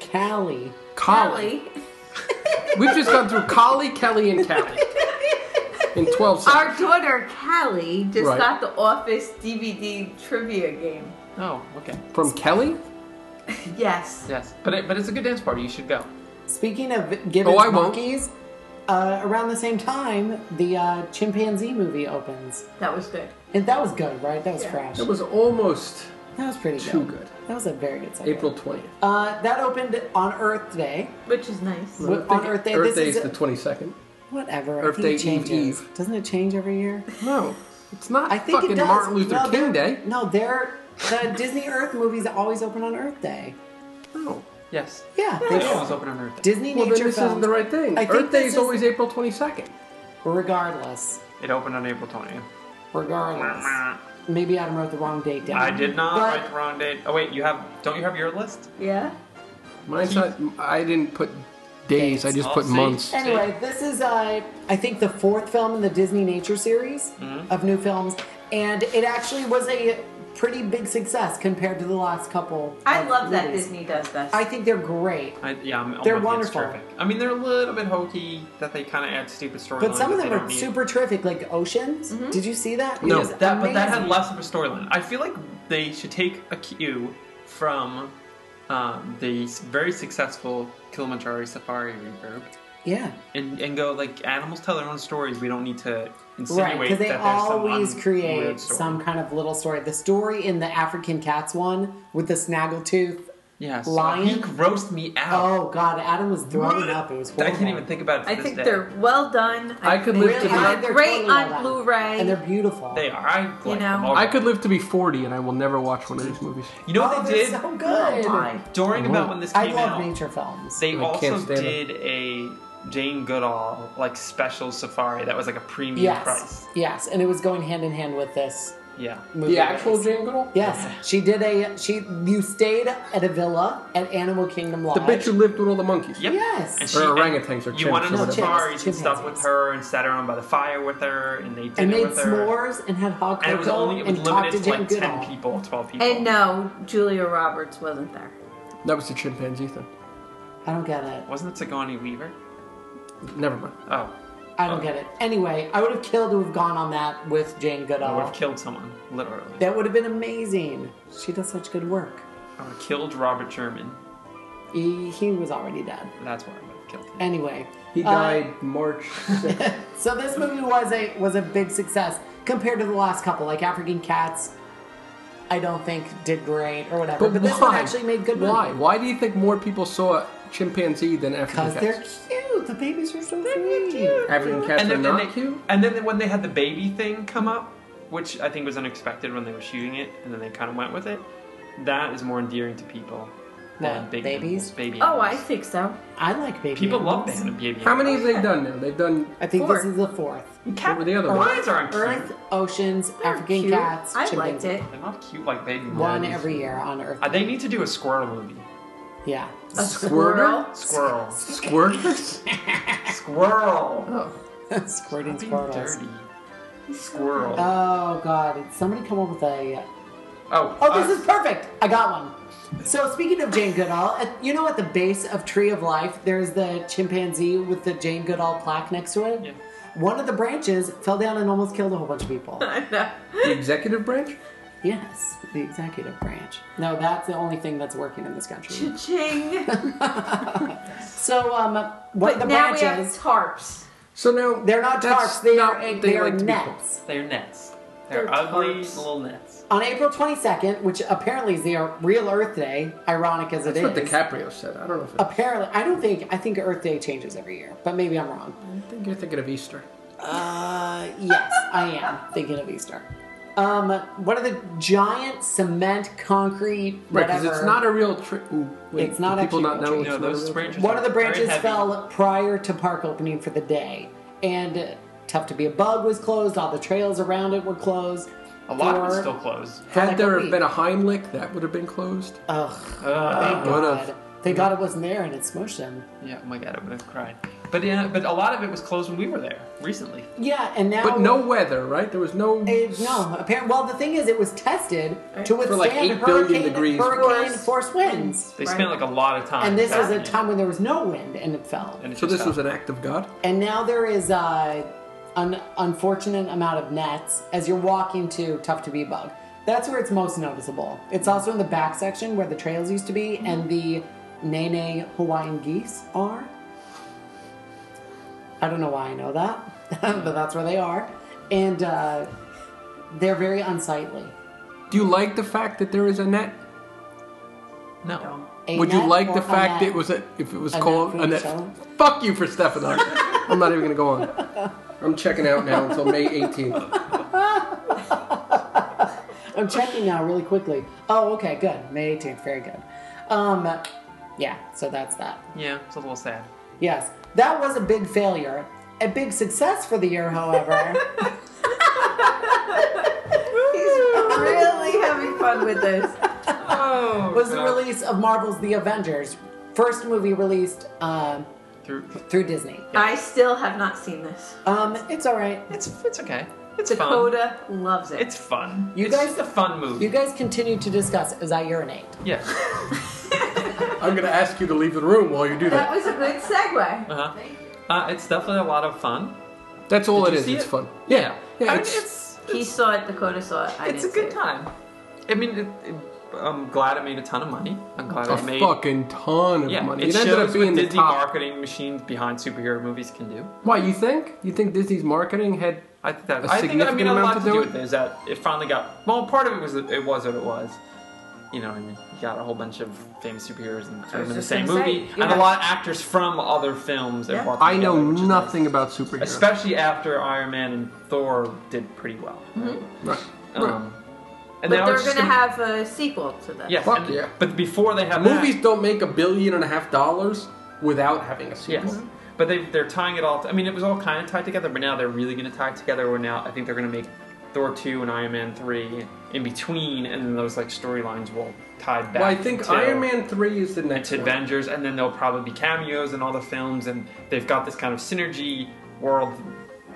S1: Cali.
S4: Collie. We've just gone through Collie, Kelly, and Callie in 12 seconds.
S3: Our daughter Callie just
S4: Right.
S3: got the Office DVD trivia game.
S2: Oh, okay.
S4: From Kelly?
S3: Yes.
S2: Yes, but it, but it's a good dance party. You should go.
S1: Speaking of gibbons
S4: Oh, I won't.
S1: monkeys, uh, around the same time, the uh, chimpanzee movie opens.
S3: That was good.
S1: And that was good, right? That was
S3: Yeah.
S1: fresh.
S4: It was almost
S1: that was pretty
S4: too
S1: good.
S4: good.
S1: That was a very good segment.
S4: April 20th.
S1: Uh, that opened on Earth Day.
S3: Which is nice.
S1: Well,
S4: I think
S1: on Earth Day, this
S4: Day
S1: is
S4: is
S1: a-
S4: the 22nd.
S1: Whatever.
S4: Earth
S1: I think it
S4: Day, Eve,
S1: changes.
S4: Eve.
S1: Doesn't it change every year?
S4: No, it's not
S1: I think
S4: fucking
S1: it does.
S4: Martin Luther
S1: No,
S4: King
S1: they're-
S4: Day.
S1: No, they're the Disney Earth movies always open on Earth Day.
S4: No.
S2: Yes.
S1: Yeah,
S2: They
S1: they
S2: always
S1: do.
S2: open on Earth Day.
S1: Disney
S4: Well, then
S1: Nature
S4: this
S1: Films,
S4: isn't the right thing.
S1: I think
S4: Earth Day
S1: this
S4: is
S1: is-
S4: always April 22nd.
S1: regardless,
S2: It opened on April 20th.
S1: regardless. Maybe Adam wrote the wrong date down.
S2: I did not
S1: But-
S2: write the wrong date. Oh wait, you have? Don't you have your list?
S3: Yeah.
S4: Mine's not, I didn't put days, I just
S2: I'll
S4: put
S2: see.
S4: months.
S1: Anyway, this is uh, I think the fourth film in the Disney Nature series
S2: Mm-hmm.
S1: of new films, and it actually was a pretty big success compared to the last couple.
S6: I
S1: of
S6: love that
S1: movies.
S6: Disney does that.
S1: I think they're great,
S2: I, yeah, I'm, I'm
S1: They're
S2: with you, it's
S1: wonderful.
S2: terrific. I mean, they're a little bit hokey that they kind of add stupid storylines.
S1: but some of
S2: that
S1: them
S2: they
S1: are
S2: don't need.
S1: super terrific. Like Oceans,
S3: Mm-hmm.
S1: did you see that? It
S4: No.
S1: was
S2: That, but that
S1: amazing.
S2: had less of a storyline. I feel like they should take a cue from um, the s- very successful Kilimanjaro Safari reboot
S1: yeah,
S2: and, and go like animals tell their own stories. We don't need to
S1: right.
S2: insinuate
S1: Because they
S2: that there's some
S1: always
S2: un-
S1: create
S2: weird story.
S1: some kind of little story. The story in the African Cats one with the snaggletooth.
S2: yes.
S1: lion.
S2: He grossed me out.
S1: Oh God, Adam was throwing up. It was.
S2: I
S1: Horrible.
S2: can't even think about it. To
S3: I
S2: this
S3: think
S2: day.
S3: they're well done.
S4: I could
S3: think
S4: live
S3: they
S4: to be-
S3: are
S1: And they're
S3: great
S1: totally
S3: on
S1: well done.
S3: Blu-ray.
S1: and they're beautiful.
S2: They are. I like,
S3: You know.
S2: them all.
S4: I could live to be 40 and I will never watch one of these movies.
S2: You know what
S1: Oh,
S2: they
S1: they're
S2: did?
S1: so good. Mm-hmm.
S3: Oh, my.
S2: During about when this
S1: I
S2: came
S1: love
S2: out,
S1: nature films.
S2: they
S4: I can't
S2: also
S4: stand it.
S2: did a Jane Goodall like special safari that was like a premium
S1: yes,
S2: price.
S1: yes, and it was going hand in hand with this
S2: Yeah.
S1: movie.
S4: The actual
S1: release.
S4: Jane Goodall?
S1: Yes, she did a. She you stayed at a villa at Animal Kingdom Lodge.
S4: The bitch who lived with all the monkeys.
S2: Yep.
S1: Yes.
S2: And
S4: Or
S2: and
S4: orangutans or
S2: You went on
S4: chimps or
S2: the
S4: whatever.
S2: safaris and stuff with
S1: Chimpanzees.
S2: her and sat around by the fire with her and they did
S1: and
S2: it
S1: made
S2: with her.
S1: s'mores and had hot cocoa
S2: and it was only it was
S1: and talked to
S2: limited to
S1: Jane
S2: like
S1: Goodall.
S2: ten people, twelve people.
S3: And uh, no, Julia Roberts wasn't there.
S4: That was the chimpanzee thing.
S1: I don't get it.
S2: Wasn't it Sigourney Weaver?
S4: Never mind.
S2: Oh,
S1: I don't get it. Anyway, I would have killed to have gone on that with Jane
S2: I
S1: Goodall.
S2: would have killed someone, literally.
S1: that would have been amazing. She does such good work.
S2: I would have killed Robert Sherman.
S1: He, he was already dead.
S2: That's why I would have killed him.
S1: Anyway,
S4: He
S1: uh,
S4: died March 6th.
S1: So this movie was a was a big success compared to the last couple. Like African Cats, I don't think did great or whatever. But, this one actually made good money.
S4: Why? Why do you think more people saw chimpanzee than African
S1: Because
S4: cats?
S1: they're cute. The babies are so cute.
S4: African cats
S2: and
S4: are
S2: then,
S4: not
S2: and they,
S4: cute.
S2: And then when they had the baby thing come up, which I think was unexpected when they were shooting it, and then they kind of went with it. That is more endearing to people than
S1: What,
S2: big
S1: babies?
S2: animals, baby.
S3: Oh, I
S2: animals.
S3: think so.
S1: I like baby.
S2: people love
S1: animals.
S2: baby. baby
S4: How many have
S2: animals.
S4: they done now? They've done.
S1: I think
S3: Four.
S1: this is the fourth.
S2: Cat-
S4: What were the other ones?
S2: lions aren't
S1: Earth,
S2: cute.
S1: oceans,
S3: They're
S1: African
S3: cute.
S1: cats.
S3: I liked
S1: chimpanzees.
S3: it.
S2: They're not cute like baby.
S1: One
S2: lions.
S1: every year on Earth. Oh.
S2: Uh, they need to do a squirrel movie.
S1: Yeah.
S3: A
S4: Squirter?
S3: squirrel.
S2: Squirrel.
S4: Squirters?
S2: squirrel.
S4: Oh.
S1: Squirting
S2: Being
S1: squirtles.
S2: dirty. Squirrel.
S1: Oh God! Somebody come up with a
S2: oh,
S1: Oh,
S2: uh,
S1: this is perfect. I got one. So speaking of Jane Goodall, at, you know at the base of Tree of Life, there's the chimpanzee with the Jane Goodall plaque next to it.
S2: Yeah.
S1: One of the branches fell down and almost killed a whole bunch of people.
S3: I know.
S4: The executive branch?
S1: yes, the executive branch. No, that's the only thing that's working in this country.
S3: Cha-ching.
S1: So um, one of
S3: But
S1: the
S3: now we have
S1: branches.
S3: tarps.
S4: So now.
S1: They're not
S4: that's
S1: tarps. They
S4: not
S1: are
S4: what
S1: they are
S4: like to be called.
S1: nets.
S2: They're nets. They're,
S3: They're
S2: ugly
S3: tarps.
S2: little nets.
S1: On April 22nd, which apparently is the real Earth Day, ironic as it
S4: That's
S1: is.
S4: what DiCaprio said. I don't know if it's.
S1: apparently, I don't think I think Earth Day changes every year, but maybe I'm wrong.
S4: I think you're thinking of Easter.
S1: Uh, yes, I am thinking of Easter. Um, what are the giant cement concrete?
S4: Right,
S1: because
S4: because it's not a real tree. Wait,
S1: It's
S4: do
S1: not
S4: people
S1: actually
S4: not
S1: a
S4: know
S1: tree.
S4: it's
S2: No,
S4: not a
S2: those
S4: real
S2: branches-
S1: One of the
S2: Very
S1: branches
S2: heavy.
S1: fell prior to park opening for the day, and uh, tough to be a bug was closed. All the trails around it were closed.
S2: A lot of
S1: for-
S2: it's still closed.
S1: for
S4: Had
S1: like
S4: there
S1: a week.
S4: been a Heimlich, that would have been closed.
S1: Ugh,
S2: Ugh.
S1: thank
S4: Would
S1: Oh, God.
S4: have.
S1: Thank God it wasn't there and it smushed them.
S2: Yeah, oh my god, I would have cried. But yeah, but a lot of it was closed when we were there recently.
S1: Yeah, and now.
S4: But no weather, right? There was no.
S1: It, no, apparently. Well, the thing is, it was tested to
S4: For
S1: withstand
S4: like 8 billion
S1: hurricane,
S4: degrees.
S1: hurricane force winds.
S2: They
S3: Right.
S2: spent like a lot of time.
S1: And this was a
S2: testing it.
S1: time when there was no wind and it fell.
S2: And it
S4: So
S2: just
S4: this was
S2: fell.
S4: an act of God?
S1: And now there is uh, an unfortunate amount of nets as you're walking to Tough to Be Bug. That's where it's most noticeable. It's also in the back section where the trails used to
S4: Mm-hmm.
S1: be and the Nene Hawaiian geese are. I don't know why I know that, but that's where they are. And uh, they're very unsightly.
S4: Do you like the fact that there is a net?
S2: No.
S1: A
S4: Would you
S1: net
S4: like
S1: or a
S4: the fact
S1: net?
S4: it was a, if it was
S1: A
S4: called
S1: net
S4: a net?
S1: from
S4: Fuck you for stepping on. it. I'm not even gonna go on. I'm checking out now until May 18th.
S1: I'm checking now really quickly. Oh, okay, good. May 18th, very good. Um, yeah, so that's that.
S2: Yeah, it's a little sad.
S1: Yes, that was a big failure. A big success for the year, however.
S3: He's really having fun with this.
S2: Oh,
S1: was the release of Marvel's The Avengers, first movie released um,
S2: Through,
S1: through Disney.
S3: I still have not seen this.
S1: Um, it's all right.
S2: it's it's okay. It's fun.
S3: Dakota loves it.
S2: It's fun.
S1: You
S2: it's
S1: guys-
S2: just a fun movie.
S1: You guys continue to discuss as I urinate.
S2: yes.
S4: I'm gonna ask you to leave the room while you do
S3: that
S4: that.
S3: was a good segue.
S2: Uh-huh. Uh, it's definitely a lot of fun.
S4: That's all
S2: Did
S4: it
S2: you
S4: is.
S2: see
S4: It's
S2: it?
S4: fun. Yeah, yeah.
S2: I mean,
S4: it's,
S2: it's
S6: He saw it. Dakota saw it. I
S2: it's a
S6: didn't
S2: good
S6: see it.
S2: time. I mean, it, it, I'm glad it made a ton of money. I'm glad
S4: a
S2: it made
S4: fucking ton of
S2: yeah.
S4: money.
S2: It
S4: It, ended
S2: shows
S4: up being
S2: what
S4: the
S2: Disney
S4: top.
S2: marketing machines behind superhero movies can do.
S4: Why you think? You think Disney's marketing had?
S2: I think that
S4: A
S2: I think I mean
S4: significant
S2: a lot
S4: amount
S2: to
S4: to
S2: do,
S4: do
S2: with it is that it finally got well. Part of it was that it was what it was. You know, what I mean, you got a whole bunch of famous superheroes and threw them in the
S3: just
S2: same
S3: gonna
S2: movie,
S3: say,
S2: and
S3: yeah.
S2: a lot of actors from other films.
S3: Yeah.
S2: And
S4: I know nothing about superheroes.
S2: especially after Iron Man and Thor did pretty well.
S4: Right.
S2: Um,
S3: Mm-hmm. But
S2: and now
S3: they're
S2: it's
S3: gonna,
S2: just
S3: have a sequel to this.
S2: Yes,
S4: Fuck
S2: and-
S4: yeah.
S2: But before they have
S4: Movies
S2: that,
S4: don't make a billion and a half dollars without having a sequel.
S2: yes. But they they're tying it all. I mean, it was all kind of tied together, but now they're really going to tie it together. Where now I think they're going to make Thor two and Iron Man three in between, and then those like storylines will tie back.
S4: Well, I think
S2: to-
S4: Iron Man three is the next
S2: to
S4: one.
S2: Avengers, and then there'll probably be cameos in all the films, and they've got this kind of synergy world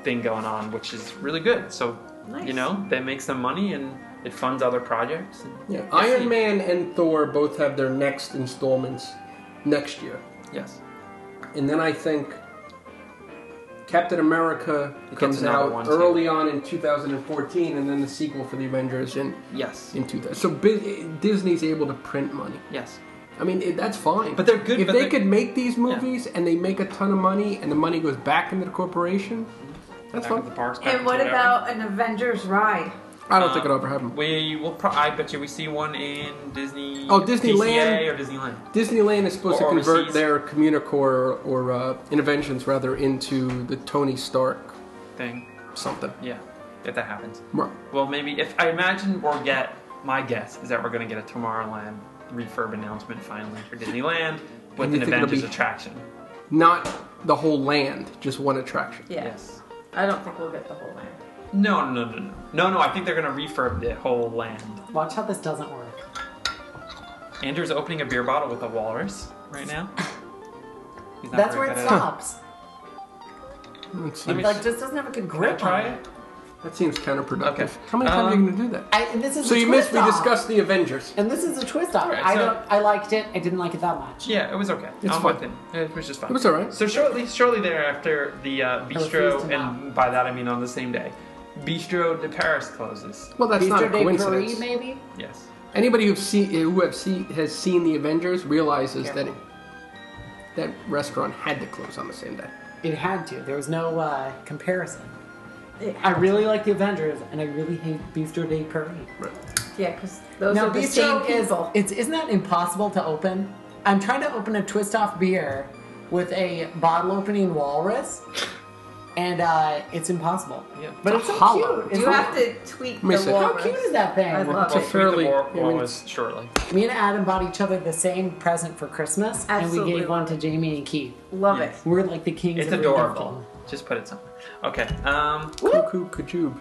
S2: thing going on, which is really good. So you
S3: Nice.
S2: know, they make some money and it funds other projects. and-
S4: Yeah.
S2: Yes,
S4: Iron
S2: he-
S4: Man and Thor both have their next installments next year,
S2: Yes,
S4: and then I think Captain America
S2: It
S4: comes
S2: gets another
S4: out
S2: one, too.
S4: early on in 2014, and then the sequel for the Avengers in
S2: yes,
S4: in 2000. So Bi- Disney's able to print money.
S2: yes.
S4: I mean, it, that's fine.
S2: But they're good,
S4: If
S2: but
S4: they
S2: they're-
S4: could make these movies and they make a ton of money, and the money goes back into the corporation, that's
S2: Back
S4: fine.
S2: to the parks. back
S3: And
S2: to
S3: what
S2: whatever.
S3: about an Avengers ride?
S4: I don't think
S2: Um,
S4: it'll ever happen.
S2: We will. Pro- I bet you we see one in Disney.
S4: Oh, Disneyland.
S2: DCA or Disneyland.
S4: Disneyland is supposed
S2: Or
S4: to convert
S2: overseas.
S4: their Communicore or, or uh, interventions rather into the Tony Stark
S2: thing.
S4: something.
S2: Yeah, if that happens.
S4: Right.
S2: Well, maybe if I imagine we'll get. My guess is that we're going to get a Tomorrowland refurb announcement finally for Disneyland with
S4: you
S2: an
S4: think it'll
S2: Avengers
S4: be-
S2: attraction.
S4: Not the whole land, just one attraction.
S3: Yeah.
S2: Yes.
S3: I don't think we'll get the whole land.
S2: No, no, no, no, no, no. I think they're going to refurb the whole land.
S1: Watch how this doesn't work.
S2: Andrew's opening a beer bottle with a walrus right now. He's not
S1: That's
S2: very
S1: where it
S2: good at
S1: stops.
S4: That
S2: Let me
S4: seems,
S1: Like, just doesn't have a good
S2: Can I
S1: grip
S2: try
S1: on
S2: it?
S1: it.
S4: that seems counterproductive.
S2: Okay.
S4: How many times are you
S2: Um,
S4: going to do that?
S1: I, and this is
S4: So
S1: a
S4: you missed. We
S1: twist-off.
S4: discussed the Avengers.
S1: And this is a twist off.
S2: Alright,
S1: I
S2: so-
S1: don't. I liked it. I didn't like it that much.
S2: Yeah, it was okay.
S4: It's
S2: I'm
S4: fine.
S2: with him. It was just fine.
S4: It was all right.
S2: So shortly, shortly thereafter, the uh,
S1: refuse
S2: bistro,
S1: to not.
S2: and by that I mean on the same day, Bistro de Paris closes.
S4: Well, that's
S1: Easter
S4: not a
S1: Day
S4: coincidence.
S1: Parade, maybe.
S2: Yes.
S4: Anybody who've seen who have seen has seen the Avengers realizes that it, that restaurant had to close on the same day.
S1: It had to. There was no uh, comparison.
S3: It-
S1: I really like the Avengers, and I really hate Bistro Day Parade.
S3: Yeah, because those
S1: now,
S3: are the
S1: Bistro
S3: same
S1: is
S3: people.
S1: it's isn't that impossible to open? I'm trying to open a twist off beer with a bottle opening walrus, and uh, it's impossible.
S2: Yeah.
S1: but
S4: It's
S1: it's so
S4: a hollow.
S1: cute.
S3: Do
S1: It's
S3: you
S1: like-
S3: have to tweet the
S4: me see.
S1: how
S3: walrus?
S1: cute is that thing?
S3: I love
S2: Well,
S3: it.
S2: tweet
S4: fairly-
S2: the war-
S4: I mean,
S2: walrus shortly.
S1: Me and Adam bought each other the same present for Christmas, and we
S3: Absolutely.
S1: gave one to Jamie and Keith.
S3: Love
S2: Yes.
S3: it.
S1: We're like the kings.
S2: It's
S1: of
S2: adorable. Just put it somewhere. Okay. Um.
S4: Cuckoo, kajoob.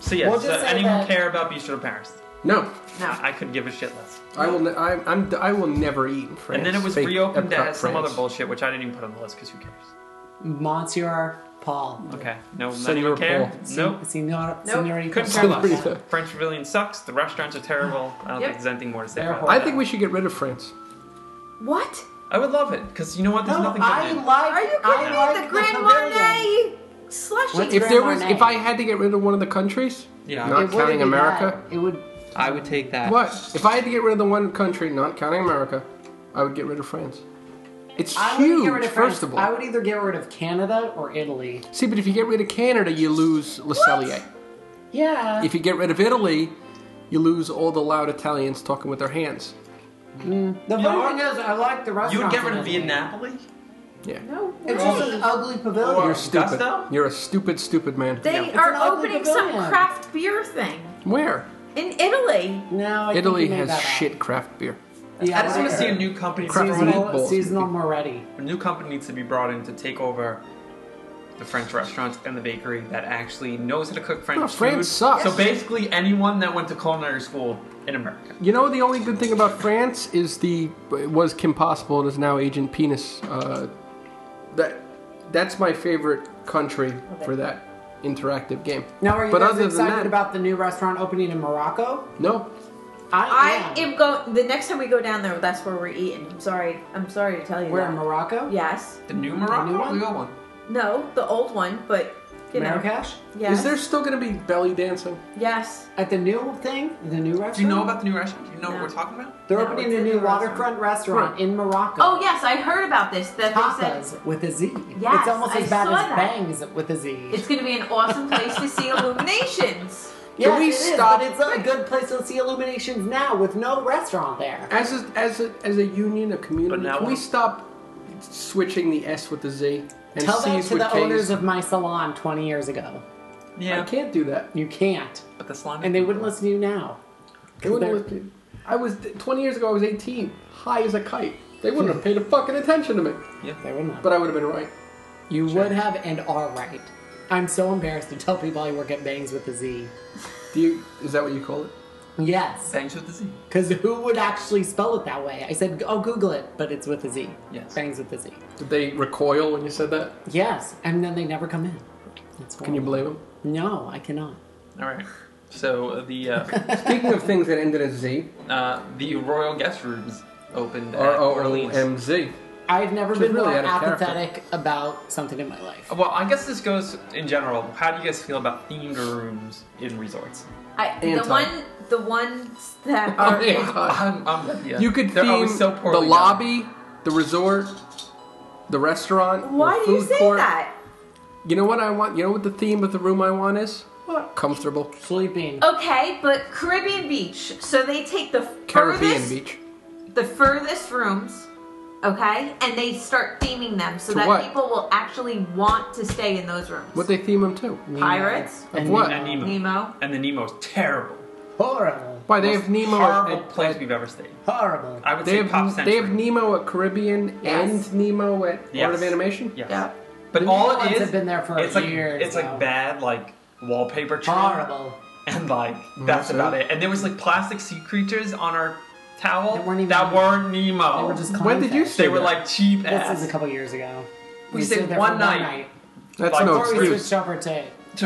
S2: So yes.
S1: We'll just
S2: does
S1: say
S2: anyone
S1: that-
S2: care about Bistro de Paris?
S4: No,
S3: No.
S2: I could give a shit less.
S4: I will. Ne- I, I'm. I will never eat in France.
S2: And then it was
S4: Fake
S2: reopened
S4: Epcot,
S2: as some other
S4: France.
S2: bullshit, which I didn't even put on the list because who cares?
S1: Monsieur Paul.
S2: Okay. No. None
S4: Senor
S2: even care.
S4: Paul.
S2: No.
S1: Senor,
S3: Nope.
S1: Senorita
S2: Couldn't care
S1: Paul.
S2: less.
S4: Senorita.
S2: French Pavilion sucks. The restaurants are terrible. I don't
S3: Yep.
S2: think there's anything more to say.
S1: They're
S2: About
S1: horrible.
S4: I
S2: that.
S4: think we should get rid of France.
S3: What?
S2: I would love it because you know what? There's
S1: No,
S2: nothing. good
S1: I
S2: in it.
S1: like.
S3: Are you
S1: I
S3: kidding
S1: like
S3: me? The Grand
S1: pavilion.
S3: Marnier slushy.
S1: What's-
S4: If there was,
S1: Marnier.
S4: if I had to get rid of one of the countries,
S2: Yeah.
S4: not
S1: It wouldn't
S4: counting
S1: be
S4: America,
S1: that. It would.
S2: I would take that.
S4: what? If I had to get rid of the one country, not counting America, I would get rid of France. It's
S1: I would get rid
S4: huge.
S1: of
S4: First
S1: France.
S4: of all,
S1: I would either get rid of Canada or Italy.
S4: see, but if you get rid of Canada, you lose Le Cellier.
S1: Yeah.
S4: If you get rid of Italy, you lose all the loud Italians talking with their hands.
S1: the
S2: know
S1: funny
S2: what?
S1: thing is, I like the restaurant.
S2: You would get rid of Viennapoli?
S4: Yeah.
S3: No
S1: It's just an ugly pavilion.
S2: Or-
S4: You're stupid.
S2: Gusto?
S4: You're a stupid, stupid man.
S3: They
S1: It's
S3: are
S1: an ugly
S3: opening some
S1: pavilion.
S3: craft beer thing
S4: Where?
S3: in Italy.
S1: no, I think
S4: Italy
S1: you made
S4: has
S1: that up.
S4: shit craft beer.
S1: Yeah,
S2: I just want to
S1: like
S2: see a new company
S4: Crap.
S2: brought in.
S1: seasonal,
S4: meatballs.
S1: seasonal Moretti.
S2: A new company needs to be brought in to take over the French restaurants and the bakery that actually knows how to cook French
S4: No,
S2: food.
S4: France sucks.
S2: So basically, anyone that went to culinary school in America.
S4: You know, the only good thing about France is the it was Kim Possible and is now Agent Penis. Uh, that that's my favorite country for that interactive game.
S1: Now, are you
S4: but
S1: guys
S4: other than
S1: excited
S4: that,
S1: about the new restaurant opening in Morocco?
S4: no.
S1: I,
S3: I
S1: am.
S3: am go. The next time we go down there, that's where we're eating. I'm sorry. I'm sorry to tell you
S1: We're
S3: that.
S1: in Morocco.
S3: yes.
S2: The new Morocco,
S1: New
S2: or
S1: one?
S2: the old one.
S3: No, the old one, but you know.
S1: Marrakesh.
S3: Yes.
S4: Is there still going to be belly dancing?
S3: Yes.
S1: At the new thing, the new restaurant.
S2: Do you know about the new restaurant? Do you know
S3: No.
S2: what we're talking about?
S1: They're
S3: No,
S1: opening
S3: it's
S1: a
S3: a
S1: new
S3: new
S1: waterfront restaurant in Morocco.
S6: Oh yes, I heard about this. That they said
S1: Tapas with a Z.
S6: Yes,
S1: it's almost as
S6: I
S1: bad
S6: saw
S1: as
S6: that.
S1: bangs with a Z.
S6: it's going to be an awesome place to see Illuminations.
S1: yes,
S4: Can we
S1: it is,
S4: stop-
S1: but it's not a good place to see Illuminations now with no restaurant there.
S4: As a, as a, as a union, a community,
S2: But now
S4: can we
S2: what?
S4: stop switching the S with the Z and
S1: Tell that
S4: C's
S1: to
S4: with
S1: the
S4: K's?
S1: owners of my salon 20 years ago.
S4: I
S2: Yeah,
S4: can't do that.
S1: You can't.
S2: but the slime.
S1: And they wouldn't listen to you now.
S4: They wouldn't listen. I was 20 years ago. I was 18, high as a kite. They wouldn't have paid a fucking attention to me,
S1: They would not.
S4: but I would have been right.
S1: You would have and are right. I'm so embarrassed to tell people I work at Bangs with a Z.
S4: Do you? Is that what you call it?
S1: Yes.
S2: Thanks with the Z.
S1: Because who would actually spell it that way? I said, oh, Google it, but it's with a Z.
S2: Yes.
S1: Bangs with a Z.
S4: Did they recoil when you said that?
S1: Yes. And then they never come in. That's
S4: Can you
S1: horrible.
S4: blame them?
S1: No, I cannot.
S2: All right. So the uh,
S4: Speaking of things that ended as Z,
S2: uh, the royal guest rooms opened at
S4: R O O
S2: Orleans.
S4: M Z.
S1: I've never
S4: She's
S1: been
S4: really
S1: more
S4: out of character.
S1: apathetic about something in my life.
S2: Well, I guess this goes in general. How do you guys feel about themed rooms in resorts?
S3: I, the
S4: Anti.
S3: one, the ones that
S4: Oh,
S3: are.
S4: yeah.
S2: I'm, I'm with you.
S4: You could
S2: They're
S4: theme
S2: always so
S4: the
S2: poorly done.
S4: lobby, the resort, the restaurant,
S3: Why
S4: the
S3: do you
S4: food
S3: say
S4: court.
S3: that?
S4: You know what I want? You know what the theme of the room I want is? What? Comfortable
S1: Sleeping.
S2: Oh.
S6: Okay, but Caribbean Beach. So they take the
S4: Caribbean
S6: furthest,
S4: beach.
S6: the furthest rooms, okay, and they start theming them so
S4: To
S6: that
S4: what?
S6: people will actually want to stay in those rooms.
S4: What they theme them to?
S6: Pirates?
S1: And
S4: Of what?
S2: And Nemo.
S6: Nemo.
S2: And the Nemo's terrible.
S1: Horrible.
S4: Why they
S2: Most
S4: have Nemo? at-
S2: Horrible
S4: at-
S2: place we've ever stayed.
S1: Horrible.
S2: I would
S4: they
S2: say Pop
S4: have
S2: Century.
S4: they have Nemo at Caribbean
S6: Yes.
S4: and Nemo at
S2: Yes.
S4: Art of Animation.
S2: Yes.
S6: Yeah.
S2: But
S1: The
S2: all
S1: Nemo
S2: it
S1: ones
S2: is,
S1: have been there for
S2: it's like
S1: years
S2: it's
S1: now.
S2: like bad like wallpaper trim,
S1: Horrible.
S2: and like that's
S4: that's
S2: about
S4: it.
S2: it. And there was like plastic sea creatures on our towel
S1: That weren't even-
S2: that weren't Nemo.
S1: They were just
S4: When did you
S1: clownfish.
S4: say
S2: They were
S4: that?
S2: like cheap
S1: This
S2: ass.
S1: is a couple years ago.
S2: We
S1: stayed
S2: stayed
S1: there for
S2: one night.
S4: That's
S2: Like,
S4: no
S2: or
S1: Before we
S4: excuse.
S1: switched over to
S2: to a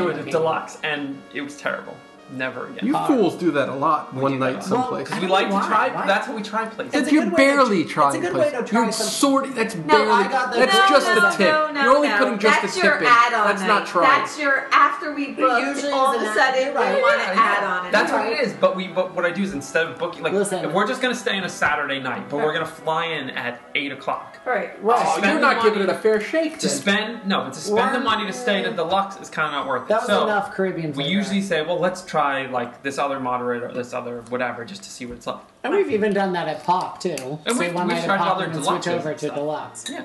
S1: Animal Kingdom.
S2: deluxe, and it was terrible. Never again.
S4: You
S1: Uh,
S4: fools do that a lot.
S2: do
S4: One
S2: that
S4: night
S2: a lot.
S4: someplace.
S2: because
S1: I
S2: we
S1: don't
S2: like
S1: know
S2: to
S1: why.
S2: try.
S1: Why?
S2: That's how we try
S1: It's
S2: places.
S4: That's
S1: a
S4: you
S1: good way to-
S4: barely
S1: it's a
S4: trying
S1: good
S4: place.
S1: way to try
S4: You're
S1: some-
S4: sorting. That's barely.
S1: I got the-
S4: that's
S1: No,
S4: just
S1: no,
S4: the tip.
S6: no, no,
S4: You're only
S6: no.
S4: putting just
S6: That's
S4: the
S6: your
S4: tip in.
S6: add-on
S4: That's not
S6: night.
S4: trying.
S6: That's your after we booked.
S1: usually
S6: All of
S1: is
S6: a
S1: an
S6: sudden,
S1: add-
S6: we
S1: right.
S6: want to
S2: Yeah,
S6: add
S2: yeah.
S6: on. it.
S2: That's
S1: Right.
S2: what it is. But we, but what I do is instead of booking, like,
S1: Listen.
S2: if we're just gonna stay in a Saturday night, but we're gonna fly in at eight o'clock.
S3: All right.
S1: Right.
S2: Oh,
S4: You're
S2: Spend the
S4: not giving it
S2: money.
S4: a fair shake.
S2: To
S4: then.
S2: spend no, but to spend the
S1: One-
S2: money to stay at a deluxe is kind of not worth it.
S1: That was
S2: so
S1: enough Caribbean.
S2: we
S1: flavor.
S2: usually say, well, let's try like this other moderator or this other whatever just to see what it's like.
S1: and we've even done that at Pop too. And so
S2: we've-
S1: one
S2: we've
S1: night
S2: tried
S1: at Pop
S2: other
S1: and then switch
S2: deluxes
S1: over
S2: and
S1: to
S2: stuff.
S1: deluxe
S2: Yeah,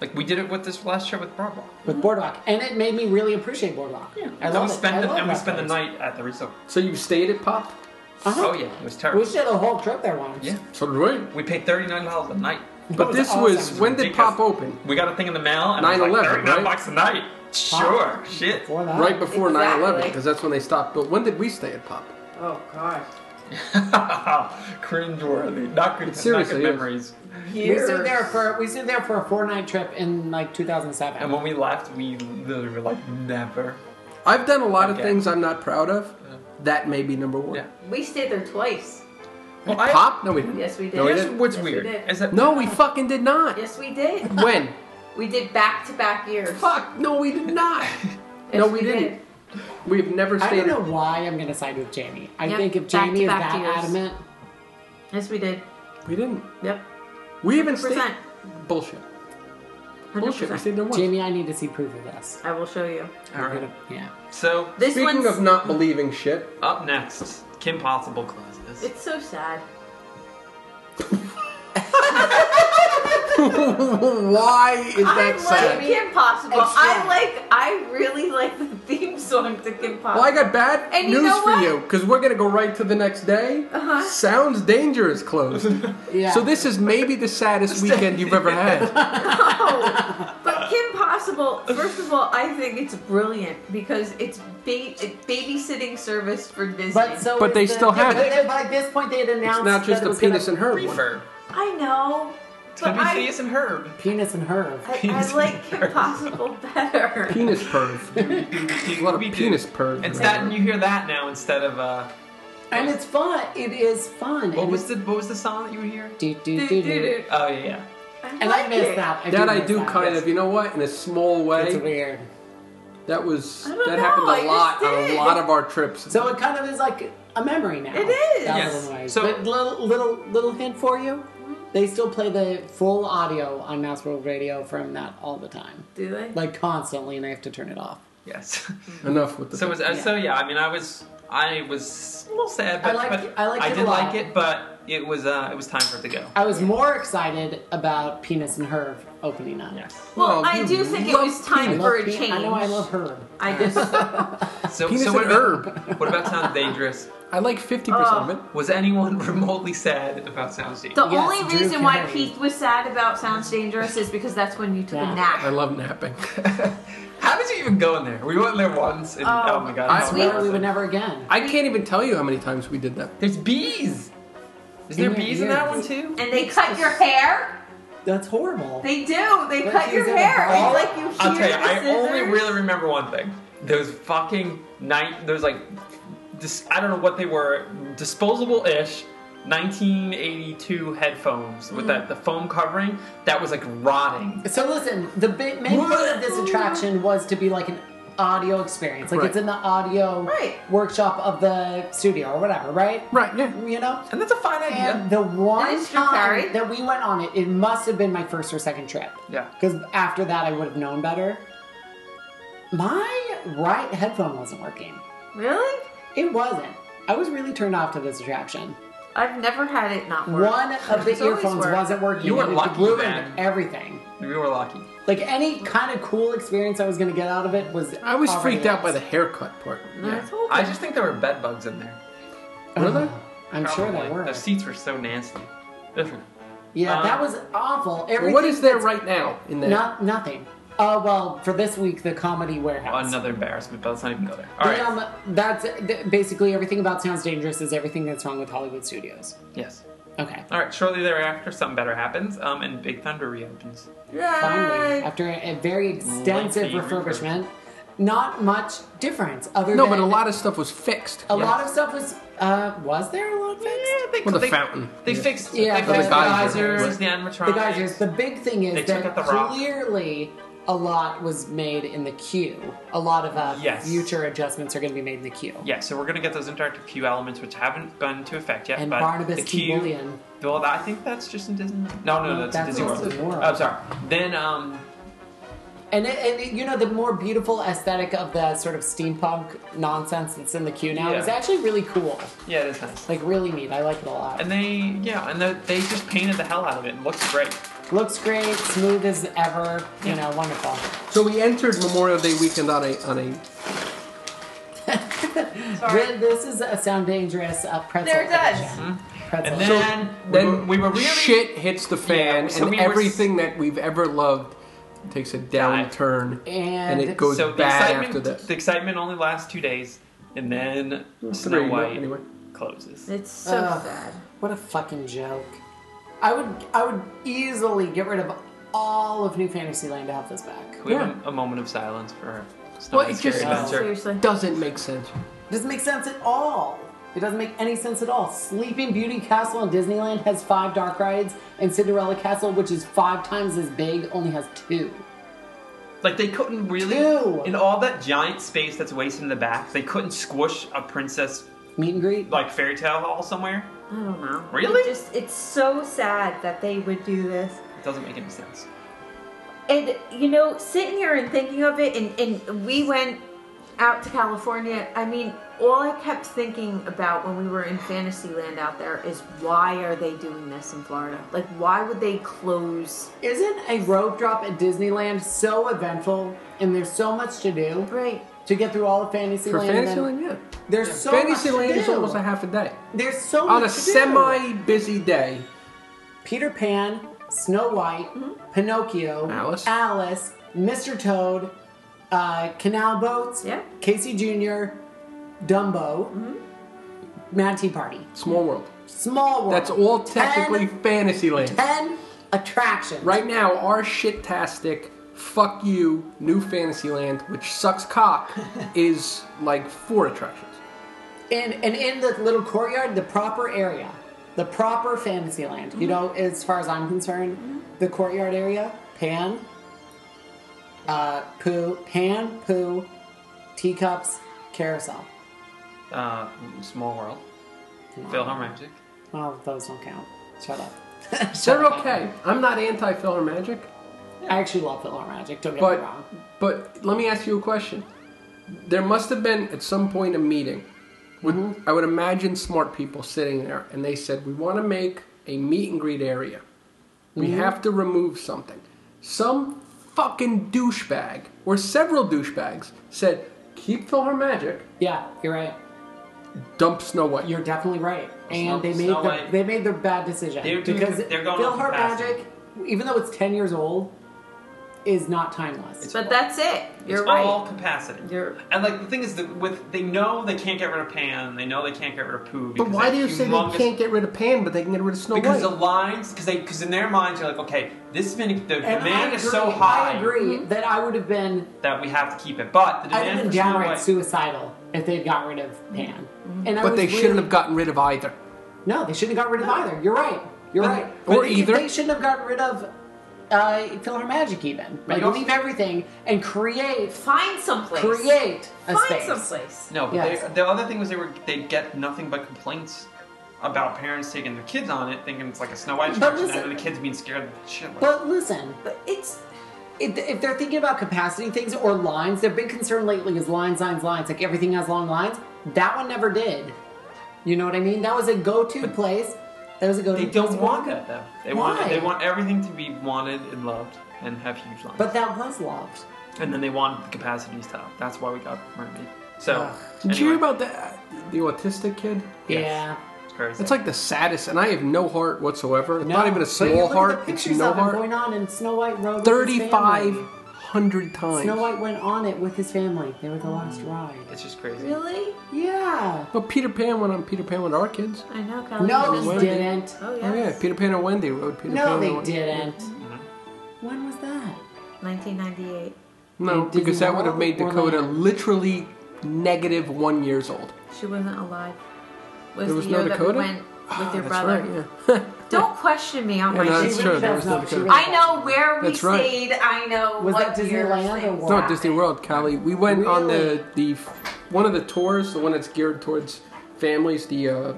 S2: like we did it with this last year with Broadwalk.
S1: with Boardwalk, and it made me really appreciate Boardwalk. I
S2: and
S1: love
S2: we
S1: it.
S2: spend
S1: I
S2: the,
S1: love
S2: and we
S1: that
S2: spend the
S1: place.
S2: night at the resort.
S4: So you've stayed at Pop.
S1: Uh-huh.
S2: Oh yeah, it was terrible.
S1: We did a whole trip there once.
S2: Yeah.
S4: So did we.
S2: We paid thirty nine dollars a night.
S4: But
S1: was
S4: this was
S1: awesome.
S4: when did
S2: Ridiculous.
S4: Pop open?
S2: We got a thing in the mail and it was
S4: 9/11,
S2: like thirty nine
S4: right?
S2: bucks a night. Sure, shit.
S1: Before that,
S4: Right before 9
S3: Exactly.
S4: 11, because that's when they stopped. But when did we stay at Pop?
S3: Oh God.
S2: Cringeworthy. Not good. Not
S4: seriously
S2: good
S4: is.
S2: memories.
S1: We stayed there for we stayed there for a four night trip in like 2007.
S2: And when we left, we literally were like, never.
S4: I've done a lot of
S2: Okay.
S4: things I'm not proud of. That may be number one.
S2: Yeah.
S6: We stayed there twice.
S2: Well,
S4: At
S2: I-
S4: Pop? No, we didn't.
S6: Yes, we did.
S4: No, we
S2: Here's
S4: didn't.
S2: what's
S6: Yes, we
S2: weird
S6: did.
S2: is that
S4: No, we fucking did not.
S6: Yes, we did.
S4: When?
S6: We did back-to-back years.
S4: Fuck, no, we did not.
S6: Yes,
S4: no, we,
S6: we
S4: didn't.
S6: did.
S4: We've never
S1: I
S4: stayed
S1: don't
S4: at
S1: know why I'm going to side with Jamie. I
S6: Yep,
S1: think if
S6: back to
S1: Jamie is
S6: back
S1: that
S6: years.
S1: adamant,
S6: Yes, we did.
S4: We didn't.
S6: Yep.
S4: We even stayed.
S6: Percent.
S4: Bullshit. Bullshit. We
S3: 100%.
S4: stayed there once.
S1: Jamie, I need to see proof of this.
S3: I will show you.
S2: All
S1: We're
S2: right.
S1: gonna- Yeah.
S2: So
S6: This
S4: Speaking
S6: one's.
S4: of not believing shit,
S2: up next, Kim Possible closes.
S3: It's so sad.
S4: why is
S3: I
S4: that
S3: like
S4: sad?
S3: Kim Possible.
S1: It's
S3: I
S1: sad.
S3: like. I really like the theme song to Kim Possible.
S4: Well, I got bad
S3: And you
S4: news
S3: know
S4: for
S3: what?
S4: you because we're gonna go right to the next day.
S3: Uh-huh.
S4: Sounds dangerous closed.
S1: Yeah.
S4: So this is maybe the saddest weekend you've ever had.
S3: No. but Kim Possible, first of all, I think it's brilliant because it's ba- babysitting service for Disney.
S1: But so.
S4: But
S1: is
S4: they
S1: the-
S4: still
S1: yeah,
S4: had
S1: but
S4: it.
S1: they- By this point, they had announced.
S4: It's not just
S1: that it
S4: a
S1: was gonna-
S4: penis and herb one.
S2: Reverb.
S3: I know.
S2: It's
S3: But
S2: gonna be
S3: I,
S2: Phineas and Herb.
S1: Penis and herb.
S3: I, I
S2: Penis
S3: like Kim Possible better.
S4: Penis perv. There's a lot of
S2: We do.
S4: penis perv.
S2: It's
S4: right
S2: that,
S4: now.
S2: and you hear that now instead of uh,
S1: And it's fun. It is fun.
S2: what
S1: and
S2: was the what was the song that you would hear?
S1: Do, do, do, do.
S3: Do-do-do.
S2: Oh yeah, yeah.
S1: And
S3: like
S1: I miss
S3: it.
S1: that. I
S4: That
S1: do
S4: I
S1: miss
S4: do
S1: that.
S4: kind of. You know what? In a small way.
S1: It's weird.
S4: That was
S3: I don't
S4: that
S3: know,
S4: happened
S3: I
S4: a lot
S3: just
S4: on a
S3: did.
S4: lot of our trips.
S1: So it kind of is like a memory now.
S3: It is.
S1: That
S2: Yes.
S1: little noise.
S2: So-
S1: but little, little little hint for you. They still play the full audio on Mouse World Radio from that all the time,
S3: Do they?
S1: like constantly, and I have to turn it off.
S2: Yes.
S4: Enough with the.
S2: So was uh, so yeah. I mean, I was I was a little sad,
S1: I
S2: but
S1: like-
S2: but
S1: I liked it a
S2: did
S1: lot.
S2: like it, but it was uh it was time for it to go.
S1: I was more excited about Penis and Herb opening up.
S2: Yes.
S6: Well,
S4: Oh,
S6: I
S4: you
S6: do think it
S4: love
S6: was
S1: I
S6: time
S1: love
S6: for a
S1: Pe-
S6: change.
S1: I know I love Herb.
S3: I just.
S2: So
S4: penis
S2: so
S4: and
S2: what about,
S4: herb.
S2: what about Sounds Dangerous?
S4: I like fifty
S3: Oh.
S4: percent of it.
S2: Was anyone remotely sad about Sounds Dangerous?
S6: The
S1: Yes,
S6: only
S1: Drew
S6: reason why
S1: Carey.
S6: Pete was sad about Sounds Dangerous is because that's when you took
S1: Yeah.
S6: a
S4: I
S6: nap.
S4: love napping.
S2: How did you even go in there? We went there once, and oh, my god,
S4: I-
S2: it's
S1: Swear
S2: embarrassing.
S1: we would never again.
S4: I can't even tell you how many times we did that.
S2: There's bees. Is there
S1: In your
S2: bees in that one
S1: ears.
S2: too?
S6: And they cut your hair.
S1: That's horrible.
S3: They do. They
S1: But
S3: cut
S1: she's
S3: your
S1: in a
S3: hair.
S1: bra.
S3: It's like you hear
S2: I'll tell you,
S3: the
S2: I only
S3: scissors.
S2: really remember one thing: those fucking night, those like, dis- I don't know what they were, disposable-ish. 1982 headphones with
S1: Mm.
S2: that the foam covering that was like rotting.
S1: So listen, the big, main part of this attraction was to be like an audio experience. Like
S4: Right.
S1: it's in the audio
S3: Right.
S1: workshop of the studio or whatever, right?
S4: Right? Yeah.
S1: You know?
S2: And that's a fine idea.
S1: And the one
S6: That is true, Carrie.
S1: time that we went on it, it must have been my first or second trip.
S2: Yeah.
S1: Because after that, I would have known better. My right headphone wasn't working.
S3: Really?
S1: It wasn't. I was really turned off to this attraction.
S6: I've never had it not work.
S1: One of the
S3: It's always
S1: earphones
S3: worked.
S1: wasn't working.
S2: You were
S1: and it
S2: lucky
S1: ruined
S2: then.
S1: everything.
S2: We were lucky.
S1: Like any kind of cool experience I was going to get out of it was.
S4: I was
S1: already
S4: freaked out by the
S1: lost.
S4: haircut part.
S3: That's horrible.
S2: I just think there were bed bugs in there.
S4: Were there?
S1: I'm sure there
S2: Probably.
S1: were.
S2: The seats were so nasty. Different.
S1: Yeah,
S2: Um,
S1: that was awful. Everything
S4: Well, what is there
S1: that's-
S4: right now in there?
S1: Not nothing. Oh well, for this week, the comedy warehouse.
S2: Another embarrassment, but let's not even go there. All
S1: They,
S2: right.
S1: um, that's th- basically everything about Sounds Dangerous is everything that's wrong with Hollywood studios.
S2: Yes.
S1: Okay.
S2: All right. Shortly thereafter, something better happens, um, and Big Thunder reopens.
S1: Finally,
S3: Yay.
S1: after a, a very extensive
S2: Lengthy
S1: refurbishment, not much difference other
S4: no,
S1: than
S4: but a lot of stuff was fixed.
S1: a lot of stuff was uh was there a lot fixed?
S2: Yeah, they,
S4: Well, the
S2: they-
S4: fountain.
S2: They
S4: Yeah.
S2: fixed.
S1: Yeah,
S2: they
S1: but
S2: fixed
S1: the
S2: the
S1: geysers.
S2: geysers, the animatronics.
S1: The guys just the big thing is
S2: They took
S1: that
S2: out the rock.
S1: clearly a lot was made in the queue. A lot of uh,
S2: Yes.
S1: future adjustments are going to be made in the queue.
S2: Yeah, so we're gonna get those interactive queue elements, which haven't gone to effect yet.
S1: And
S2: but
S1: Barnabas
S2: the
S1: T.
S2: queue,
S1: Bullion.
S2: Well, that- I think that's just in Disney. No, no,
S1: No,
S2: that's, in
S1: that's
S2: Disney
S1: just
S2: World.
S1: in World.
S2: Oh, sorry. Then, um,
S1: And, it, and it- you know, the more beautiful aesthetic of the sort of steampunk nonsense that's in the queue now
S2: Yeah.
S1: is actually really cool.
S2: yeah, it is nice.
S1: Like, really neat. I like it a lot.
S2: And they, yeah, and they, they just painted the hell out of it. It looks great.
S1: Looks great, smooth as ever, you
S2: Yeah.
S1: know, wonderful.
S4: So we entered Memorial Day weekend on a on a
S1: Th- This is a sound dangerous uh, pretzel.
S3: There it does.
S1: collection. Pretzel.
S2: Mm-hmm. And then,
S4: then
S2: we, were, we were really
S4: shit hits the fan,
S2: Yeah, so
S4: and
S2: we were s-
S4: everything that we've ever loved takes a downturn,
S1: And
S4: it goes
S2: So the
S4: bad
S2: excitement,
S4: after that.
S2: the excitement only lasts two days, and then Snow
S4: Three,
S2: White
S4: anyway.
S2: closes.
S3: It's so
S1: Ugh.
S3: sad.
S1: What a fucking joke. I would I would easily get rid of all of New Fantasyland to have this back.
S2: We
S4: Yeah.
S2: have a, a moment of silence for Snow
S4: Well,
S2: White's
S4: it just-
S2: scary adventure.
S3: Seriously.
S4: Doesn't make sense.
S1: Doesn't make sense at all. It doesn't make any sense at all. Sleeping Beauty Castle in Disneyland has five dark rides, and Cinderella Castle, which is five times as big, only has two.
S2: Like they couldn't really
S1: Ew.
S2: in all that giant space that's wasted in the back, they couldn't squish a princess
S1: Meet and greet.
S2: like fairy tale hall somewhere.
S3: I don't know.
S2: Really?
S3: It just it's so sad that they would do this.
S2: It doesn't make any sense.
S3: And you know, sitting here and thinking of it, and, and we went out to California. I mean, all I kept thinking about when we were in Fantasyland out there is why are they doing this in Florida? Like, why would they close?
S1: Isn't a rope drop at Disneyland so eventful and there's so much to do
S3: Right.
S1: to get through all of Fantasyland?
S4: For
S1: and then-
S4: Fantasyland, yeah.
S1: There's so much
S4: Fantasyland
S1: to do.
S4: is almost a half a day.
S1: There's so
S4: On a
S1: much to do.
S4: semi-busy day,
S1: Peter Pan, Snow White, Pinocchio,
S4: Alice.
S1: Alice, Mr. Toad, uh, Canal Boats,
S3: Yeah.
S1: Casey Jr., Dumbo, Mad Tea Party,
S4: small world.
S1: Small World.
S4: That's all technically
S1: Ten,
S4: Fantasyland.
S1: ten attractions.
S4: Right now, our shit-tastic, fuck you, new Fantasyland, which sucks cock, is like four attractions.
S1: in and in the little courtyard, the proper area, the proper Fantasyland. You know, as far as I'm concerned, the courtyard area, Pan, uh, Poo, Pan, Poo, Teacups, Carousel.
S2: Uh, Small World. Philharmonic.
S1: Oh, those don't count. Shut up.
S4: They're okay. I'm not anti-Philharmagic,
S1: I actually love Philharmonic. Don't get me
S4: but
S1: wrong.
S4: but let me ask you a question. There must have been at some point a meeting. Would,
S1: Mm-hmm.
S4: I would imagine smart people sitting there, and they said, "We want to make a meet and greet area. We
S1: Mm-hmm.
S4: have to remove something." Some fucking douchebag or several douchebags said, "Keep Philharmagic,
S1: Yeah, you're right.
S4: dump Snow White."
S1: You're definitely right.
S2: Snow-
S1: And they made
S2: Snow
S1: the,
S2: White.
S1: they made their bad decision
S2: They're doing-
S1: because
S2: they're going off
S1: Philharmonic, even though it's ten years old, is not timeless.
S2: It's
S6: But that's it. You're
S2: it's
S6: right.
S2: all capacity.
S6: You're-
S2: and like the thing is that with they know they can't get rid of Pan, they know they can't get rid of Pooh.
S4: But
S2: because
S4: why
S2: that
S4: do you say they
S2: humongous-
S4: can't get rid of Pan, but they can get rid of Snow
S2: Because the
S4: White?
S2: lines, because they, because in their minds you're like, okay, this minute, the
S1: and
S2: demand
S1: I
S2: is so
S1: agree-
S2: high
S1: I agree that I would have been
S2: that we have to keep it. But the
S1: I'd have
S2: demand
S1: been
S2: for Snow
S1: downright
S2: White-
S1: suicidal if they'd got rid of Pan. And I
S4: but
S1: was
S4: they
S1: really-
S4: shouldn't have gotten rid of either.
S1: No, they shouldn't have got rid of either. You're right. You're
S4: But-
S1: right.
S4: or
S1: But they-
S4: either.
S1: They shouldn't have gotten rid of uh, Philharmagic even. Like
S2: you also-
S1: leave everything and create
S6: Find someplace.
S1: create a
S6: Find
S1: space.
S6: someplace.
S2: No, but
S1: Yes.
S2: they, the other thing was they were they get nothing but complaints about parents taking their kids on it, thinking it's like a Snow White
S1: But
S2: attraction,
S1: listen-
S2: and the kids being scared shitless.
S1: But listen,
S6: But it's
S1: if, if they're thinking about capacity things or lines, their big concern lately is lines, lines, lines. Like everything has long lines. That one never did. You know what I mean? That was a go-to place. That was a go-to.
S2: they don't
S1: place.
S2: want that though. They want
S1: Why?
S2: they want everything to be wanted and loved and have huge lines.
S1: But that was loved.
S2: and then they wanted the capacities to up. That's why we got Mermaid. So
S1: Ugh.
S4: Did you hear
S2: anyway,
S4: about the the autistic kid?
S2: Yes.
S1: Yeah.
S2: it's crazy.
S4: It's like the saddest, and I have no heart whatsoever. It's
S1: No,
S4: not even
S1: but you
S4: a small
S1: look at
S4: heart.
S1: The
S4: It's
S1: pictures
S4: no
S1: of him
S4: heart.
S1: going on in Snow White Road. with his
S4: Thirty-five
S1: family.
S4: hundred times.
S1: Snow White Oh. went on it with his family. They were the last ride.
S2: it's just crazy.
S6: really.
S1: Yeah.
S4: But Peter Pan went on Peter Pan with our kids.
S3: I know, California.
S1: No,
S4: Wendy.
S1: they didn't.
S3: Oh
S4: Oh yeah,
S3: yes.
S4: Peter Pan and Wendy rode Peter Pan.
S1: No,
S4: and
S1: they Mm-hmm.
S4: Wendy.
S1: didn't. When was that?
S3: 1998.
S4: No,
S1: Did Disney
S4: because that would have
S1: World
S4: made
S1: or
S4: Dakota
S1: Land?
S4: literally negative one years old.
S3: She wasn't alive. Was
S4: There was
S3: the
S4: no
S3: year that we
S4: Dakota?
S3: went with your
S4: That's
S3: brother.
S4: right, yeah.
S3: Don't question me on
S4: Yeah,
S3: my
S4: no,
S3: shit.
S4: that's true. There was no
S1: She
S4: Dakota.
S1: really
S6: I know where we
S4: That's right.
S6: stayed. I know
S1: Was
S6: what
S1: that
S6: year
S1: Disneyland
S6: things
S1: or what?
S4: No, at Disney World, Callie. We went on the the one of the tours, the one that's geared towards families, the uh,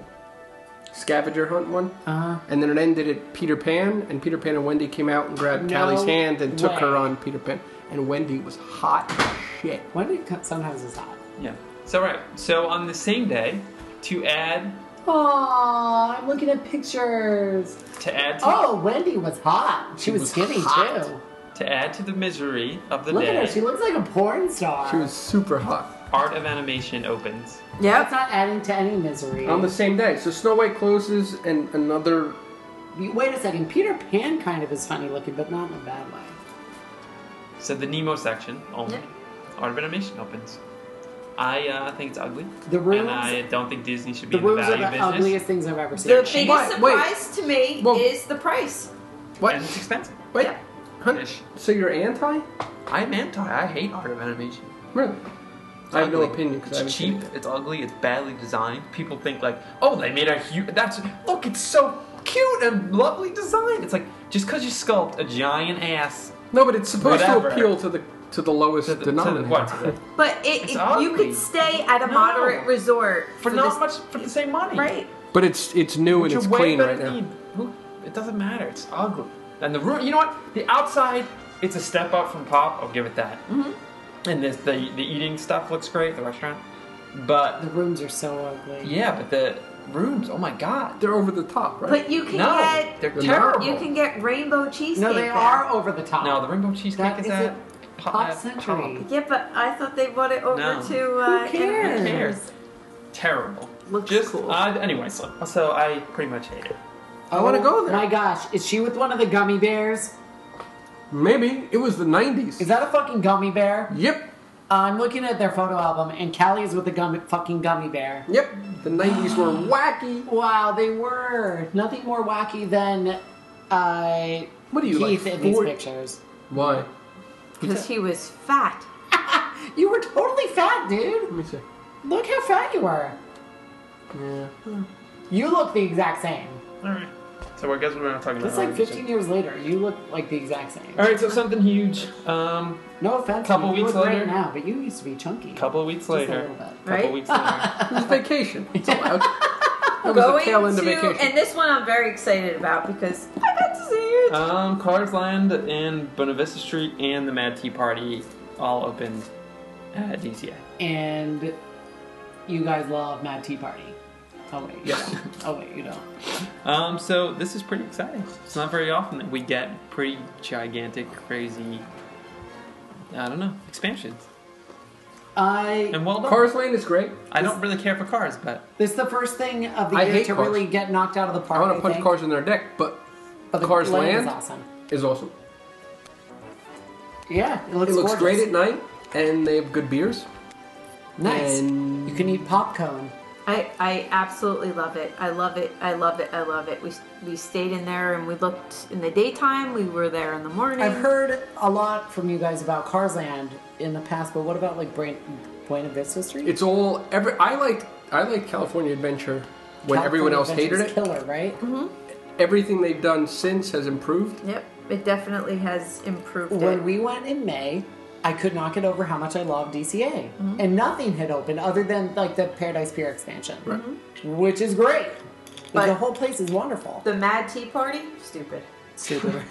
S4: scavenger hunt one.
S1: Uh-huh.
S4: And then it ended at Peter Pan, and Peter Pan and Wendy came out and grabbed
S1: No
S4: Callie's hand and took
S1: way.
S4: her on Peter Pan. And Wendy was hot as shit.
S1: When did it come? Sometimes it's hot.
S2: Yeah. So right. So on the same day, to add
S1: Aww, I'm looking at pictures.
S2: to add to,
S1: Oh, Wendy was hot. She, was, skinny
S4: hot.
S1: too.
S2: to add to the misery of the
S1: Look
S2: day,
S1: at her. She looks like a porn star.
S4: She was super hot
S2: Art of Animation opens.
S1: That's not adding to any misery.
S4: on the same day. So Snow White closes, and another
S1: You- Wait a second. Peter Pan kind of is funny looking, but not in a bad way.
S2: So the Nemo section only.
S6: Yeah.
S2: Art of Animation opens. I uh, think it's ugly.
S1: The rooms-
S2: And I don't think Disney should
S1: The
S2: be in the
S1: rooms
S2: value
S1: are the
S2: business.
S1: ugliest things I've ever
S6: The
S1: seen.
S6: biggest
S4: Wait, wait.
S6: surprise to me
S4: Well-
S6: is the price.
S4: what?
S2: And it's expensive.
S4: Wait,
S6: Yeah.
S4: hun-
S2: Ish.
S4: so you're anti?
S2: I'm anti. I hate Art of Animation.
S4: Really? I have no
S2: Ugly.
S4: opinion because I haven't
S2: It's
S4: seen
S2: cheap.
S4: it yet.
S2: It's ugly. It's badly designed. People think like, oh, they made a huge. That's look. It's so cute and lovely design. It's like just because you sculpt a giant ass
S4: No, but it's supposed
S2: Whatever.
S4: to appeal to the to the lowest
S2: to the, to the,
S4: denominator.
S2: what, to the-
S6: But it,
S2: It's
S6: it-
S2: ugly.
S6: you could stay at a
S2: No.
S6: moderate resort
S2: for
S6: this-
S2: not much for the same money.
S6: Right.
S4: But it's it's new and
S2: Which
S4: it's
S2: are way
S4: clean
S2: better
S4: right now.
S2: than- who- It doesn't matter. It's ugly. And the room. You know what? The outside it's a step up from Pop. I'll give it that. And this, the the eating stuff looks great. The restaurant, but
S1: The rooms are so ugly.
S2: yeah, but the rooms. Oh my God.
S4: They're over the top, right?
S3: But you can
S2: no,
S3: get
S2: they're
S4: They're
S2: terrible.
S4: not.
S3: you can get rainbow cheesecake.
S1: No, they
S3: there.
S1: are over the top.
S2: No, the rainbow cheesecake
S1: That
S2: is
S1: is
S2: at uh,
S1: a Pop Century.
S3: Yeah, but I thought they brought it over
S2: No.
S3: to. Uh,
S1: Who cares?
S2: Who cares? Terrible.
S3: Looks
S2: Just
S3: cool.
S2: uh, anyway, so, so I pretty much hate it.
S4: I wanna go there.
S1: Oh, My gosh, is she with one of the gummy bears?
S4: Maybe. It was the 90s.
S1: Is that a fucking gummy bear?
S4: Yep.
S1: I'm looking at their photo album, and Callie is with a gummy, fucking gummy bear.
S4: Yep. The 90s were wacky.
S1: Wow, they were nothing more wacky than uh,
S4: What are you, like,
S1: Keith in these
S4: four-
S1: pictures.
S4: Why?
S3: Because he was fat.
S1: You were totally fat, dude.
S4: Let me see.
S1: Look how fat you were.
S4: Yeah.
S1: You look the exact same.
S2: All right. So I guess we're not talking
S1: That's
S2: about
S1: like
S2: Halloween
S1: 15 years later. You look like the exact same.
S2: All right, so something huge. Um,
S1: No offense.
S2: Couple
S1: you
S2: weeks
S1: look
S2: later.
S1: Great now, but you used to be chunky.
S2: couple of weeks
S1: Just a
S2: later.
S1: little bit.
S2: Couple
S3: Right?
S2: weeks later.
S4: It was vacation. It's allowed. That was the
S3: Going
S4: tail end of
S3: to-
S4: vacation.
S3: and this one I'm very excited about because I got to see it.
S2: um, Cars Land and Bonavista Street and the Mad Tea Party all opened at DCA.
S1: And you guys love Mad Tea Party. Oh wait, you
S4: Yes.
S1: don't. Oh wait, you don't.
S2: Um, so this is pretty exciting. It's not very often that we get pretty gigantic, crazy. I don't know expansions.
S1: I.
S2: And well done.
S4: Cars Lane is great.
S2: I don't really care for cars, but
S1: This is the first thing of the
S4: I
S1: year
S4: hate
S1: to
S4: cars.
S1: really get knocked out of the park.
S4: I want to punch
S1: think.
S4: cars in their deck, but
S1: But the
S4: Cars
S1: land is
S4: Land?
S1: awesome.
S4: is awesome.
S1: Yeah, it looks.
S4: It looks
S1: gorgeous.
S4: great at night, and they have good beers.
S1: Nice.
S4: and-
S1: You can eat popcorn.
S3: I, I absolutely love it. I love it. I love it. I love it. We we stayed in there and we looked in the daytime. We were there in the morning.
S1: I've heard a lot from you guys about Carsland in the past, but what about like Bran- Buena Vista Street?
S4: It's all every. I liked I liked California Adventure when
S1: California
S4: everyone else hated
S1: Adventure's
S4: it.
S1: Killer, right?
S4: Everything they've done since has improved.
S3: Yep, it definitely has improved.
S1: When
S3: it.
S1: we went in May, I could not get over how much I loved DCA,
S3: Mm-hmm.
S1: and nothing had opened other than like the Paradise Pier expansion,
S4: Right.
S1: which is great. Like, the
S3: But-
S1: whole place is wonderful.
S3: the Mad Tea Party, stupid.
S1: Super,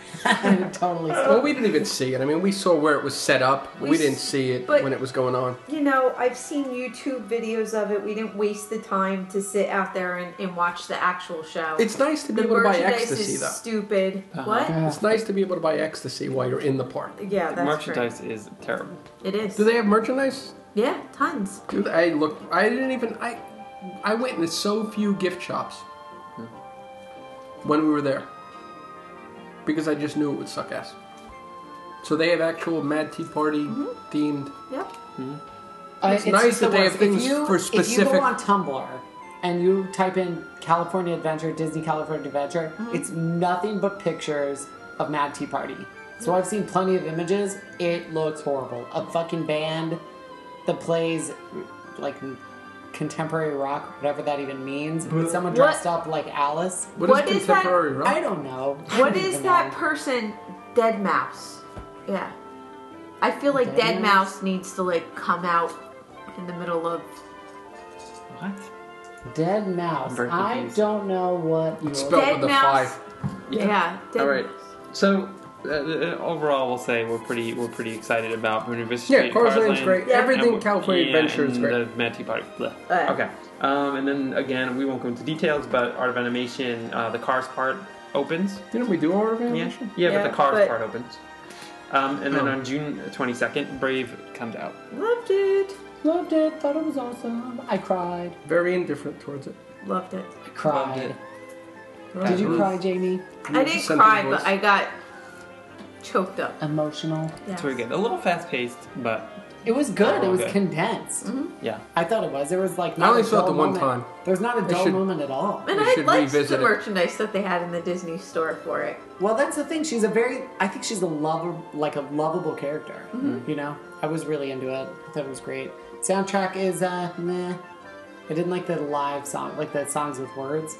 S1: totally.
S3: Oh,
S4: Well,
S1: Stupid.
S4: we didn't even see it. I mean, we saw where it was set up. We,
S3: We s-
S4: didn't see it
S3: but-
S4: when it was going on.
S3: You know, I've seen YouTube videos of it. We didn't waste the time to sit out there and, and watch the actual show.
S4: It's nice to be
S3: the
S4: able to buy
S3: merchandise
S4: ecstasy,
S3: is
S4: though.
S3: stupid. What?
S1: Yeah.
S4: It's nice to be able to buy ecstasy while you're in the park.
S3: Yeah, that's
S2: merchandise is terrible.
S3: True. It is.
S4: Do they have merchandise?
S3: yeah, tons.
S4: Dude, I looked. I didn't even. I I went into so few gift shops
S2: Hmm.
S4: when we were there because I just knew it would suck ass. So they have actual Mad Tea Party
S3: Hmm?
S4: themed.
S3: Yep.
S1: I-
S4: It's nice
S1: just the
S4: that they
S1: worst.
S4: have things
S1: if you,
S4: for
S1: If you
S4: specific-
S1: go on Tumblr and you type in California Adventure, Disney California Adventure,
S4: Mm-hmm.
S1: it's nothing but pictures of Mad Tea Party. So I've seen plenty of images. It looks horrible. A fucking band that plays like contemporary rock, whatever that even means, with someone dressed up like Alice.
S3: What is that-
S4: contemporary rock?
S1: I don't know. I
S3: What
S1: don't
S3: is
S1: even
S3: that
S1: know.
S3: person? Dead mouse. Yeah. I feel like
S1: Dead
S3: Dead, mouse? needs to like come out in the middle of.
S2: What?
S1: Dead mouse.
S2: very
S1: I
S2: confused.
S1: don't know what you're
S4: Spelled
S3: Dead
S4: with a
S3: mouse.
S4: five.
S3: Yeah. dead
S2: All right.
S3: mouse.
S2: So uh, uh, overall, we'll say we're pretty we're pretty excited about Buena Vista
S4: Yeah,
S2: Street,
S4: Cars
S2: Cars
S4: Lane's
S2: Lane,
S4: great.
S3: Yeah.
S4: Everything
S2: and-
S4: California
S2: yeah,
S4: Adventure is
S2: and
S4: great.
S2: The Mad Tea Party. Blech.
S3: Uh.
S2: okay. Um, and then again, we won't go into details, but Art of Animation, uh, the Cars part opens.
S4: Didn't we do our
S2: Yeah,
S4: animation?
S2: yeah,
S3: Yeah,
S2: but the Cars
S3: but-
S2: part opens. Um, and then
S4: Oh.
S2: on June twenty second, Brave comes out.
S3: Loved it.
S1: Loved it. Thought it was awesome. I cried.
S4: Very indifferent towards it.
S3: Loved it.
S1: I
S2: Loved
S1: cried.
S2: it.
S1: Did you cry, Jamie?
S3: I didn't
S4: Sentiment
S3: cry,
S4: voice.
S3: but I got choked up.
S1: Emotional.
S3: Yes.
S2: It's very good. A little fast paced, but
S1: It was good.
S2: Oh,
S1: it was
S2: okay.
S1: condensed.
S2: yeah.
S1: I thought it was. There was like
S4: I only saw it
S1: dull
S4: the one
S1: moment.
S4: time.
S1: There's not a dull
S4: should-
S1: moment at all.
S3: And
S4: We
S3: I
S4: should
S3: liked
S4: revisit
S3: the
S4: it.
S3: merchandise that they had in the Disney store for it.
S1: Well, that's the thing. She's a very. I think she's a lover, like a lovable character. You know, I was really into it. I thought it was great. Soundtrack is uh, meh. I didn't like the live song, like the songs with words.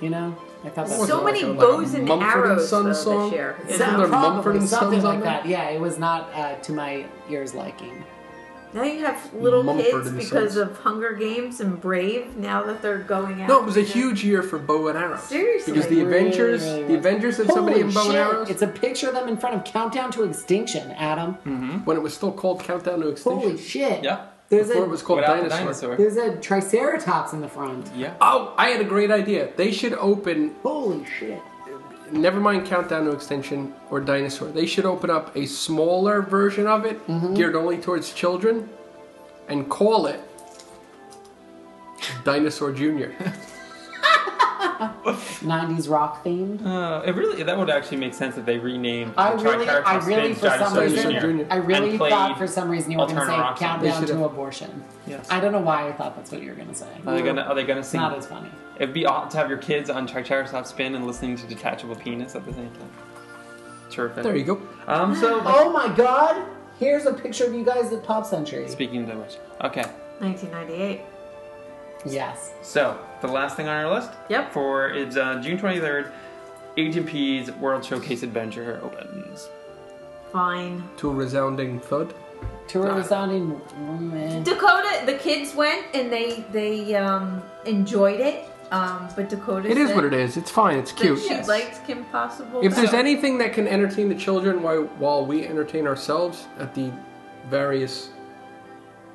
S1: You know, I thought that
S4: What was
S3: so
S4: it,
S3: many
S4: like a- like a
S3: bows and
S4: Mumford and
S3: arrows
S4: Son
S3: though,
S4: song?
S3: this year. you
S4: Is
S1: Some-
S3: know?
S4: Isn't that there Mumford
S1: probably
S4: and
S1: something
S4: Sons on
S1: like
S4: there?
S1: that. Yeah, it was not uh, to my ears liking.
S3: Now you have little
S4: Mumford
S3: kids
S4: and
S3: because
S4: Sons.
S3: of Hunger Games and Brave. Now that they're going out,
S4: No, it was a huge year for bow and arrows.
S3: Seriously.
S4: Because the
S1: It really,
S4: Avengers,
S1: really
S4: the
S1: was.
S4: Avengers had somebody in bow and arrows
S1: It's a picture of them in front of Countdown to Extinction, Adam.
S4: when it was still called Countdown to Hmm. Extinction.
S1: Holy shit.
S2: Yeah.
S1: There's
S4: Before
S1: a,
S4: it was called
S2: Without the dinosaur.
S4: Dinosaur.
S1: there's a Triceratops in the front.
S2: Yeah.
S4: Oh, I had a great idea. They should open,
S1: Holy shit.
S4: never mind Countdown to Extinction or Dinosaur. They should open up a smaller version of it,
S1: Mm-hmm.
S4: geared only towards children, and call it Dinosaur Junior.
S1: 90s rock themed.
S2: Uh, it really that would actually make sense if they renamed
S1: I
S2: the
S1: really, I
S2: Triceratops
S1: really,
S2: as
S1: for some
S2: Dinosaur
S1: reason,
S2: Jr.
S4: Junior.
S1: I really
S2: and played
S1: thought for some reason you were going to
S2: Alternate
S1: say
S2: Rock Song.
S1: Countdown
S4: They
S1: to
S4: should've-
S1: Abortion.
S2: Yes. Uh,
S1: I don't know why I thought that's what you were going to say.
S2: Are they gonna? Are they gonna
S1: It's
S2: sing?
S1: not as funny.
S2: It'd be odd to have your kids on Triceratops spin and listening to Detachable Penis at the same time. Terrific.
S4: There you go.
S2: Um. So
S1: Oh my god! Here's a picture of you guys at Pop Century.
S2: speaking of which, okay.
S3: 1998.
S1: Yes.
S2: So the last thing on our list.
S3: Yep.
S2: For it's uh, June twenty third. Agent P's World Showcase Adventure opens.
S3: Fine.
S4: To a resounding thud.
S1: Tour resounding.
S3: Dakota, the kids went and they they um, enjoyed it. Um, but Dakota,
S4: It is
S3: said
S4: what it is. It's fine. It's
S3: that
S4: cute.
S3: She liked Kim Possible.
S4: If there's
S2: So-
S4: anything that can entertain the children while, while we entertain ourselves at the various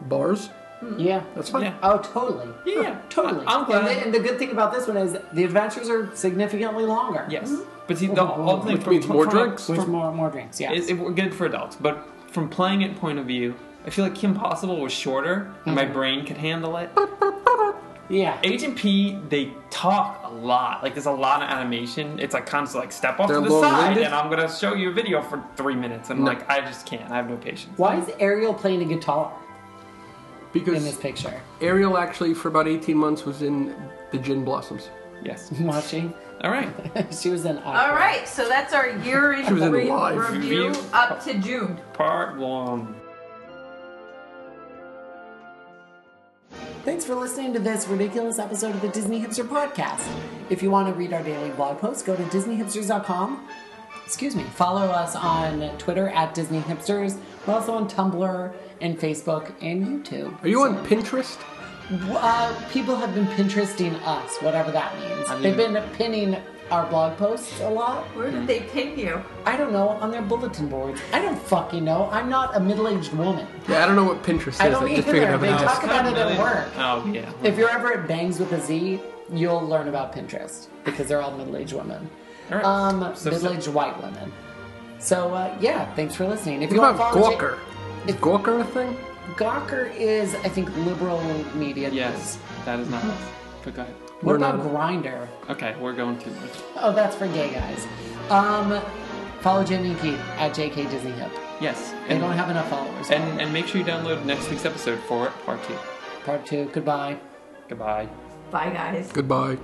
S4: bars,
S1: Yeah.
S4: that's fine.
S2: Yeah.
S1: Oh, totally.
S2: Yeah,
S1: Totally.
S2: I- I'm glad.
S1: And the, and the good thing about this one is the adventures are significantly longer.
S2: Yes. But see, the whole thing
S4: Oh, Which means more drinks.
S1: With more more drinks. Yeah.
S2: It, it, we're good for adults, but from playing it point of view, I feel like Kim Possible was shorter, and
S4: Mm-hmm.
S2: my brain could handle it.
S1: yeah.
S2: Agent P, they talk a lot. Like there's a lot of animation. It's like constant like step off
S4: They're
S2: to the side,
S4: long-winded?
S2: and I'm gonna show you a video for three minutes. And like I just can't. I have no patience.
S1: Why is Ariel playing a guitar in this
S4: Because
S1: picture?
S4: Ariel actually, for about 18 months, was in the Gin Blossoms.
S2: Yes.
S1: Watching.
S2: All right.
S1: she was in. opera.
S3: All right, so that's our year in
S4: She was in
S3: re-
S4: live.
S3: review
S2: Review.
S3: up to June.
S2: Part one.
S1: Thanks for listening to this ridiculous episode of the Disney Hipster Podcast. If you want to read our daily blog posts, go to DisneyHipsters.com. Excuse me. Follow us on Twitter at Disney Hipsters. We're also on Tumblr and Facebook and YouTube.
S4: Are you on Pinterest?
S1: Uh, people have been Pinteresting us, whatever that means. They've been pinning our blog posts a lot.
S3: Where did they pin you?
S1: I don't know, on their bulletin boards. I don't fucking know. I'm not a middle aged woman.
S4: Yeah, I don't know what Pinterest is.
S1: I don't
S4: just
S1: either.
S4: figured I would
S1: They
S4: ask.
S1: talk about it at work.
S2: Oh yeah.
S1: If you're ever at Bangs with a Z, you'll learn about Pinterest because they're all middle aged women.
S2: All right.
S1: Um,
S2: So-
S1: middle aged white women. So, uh, yeah, thanks for listening. If
S4: What
S1: you want to
S4: about
S1: follow.
S4: Gawker? Is
S1: If-
S4: Gawker a thing?
S1: Gawker is, I think, liberal media.
S2: yes, that is not us. But go ahead.
S1: What
S4: We're
S1: about
S4: not-
S1: Grinder?
S2: Okay, we're going too much.
S1: Oh, that's for gay guys. Um, follow Jenny and Keith at JK Disney Hip.
S2: Yes.
S1: They
S2: And,
S1: don't have enough followers.
S2: and and make sure you download next week's episode for part two.
S1: part two, goodbye.
S2: Goodbye.
S3: Bye, guys.
S4: Goodbye.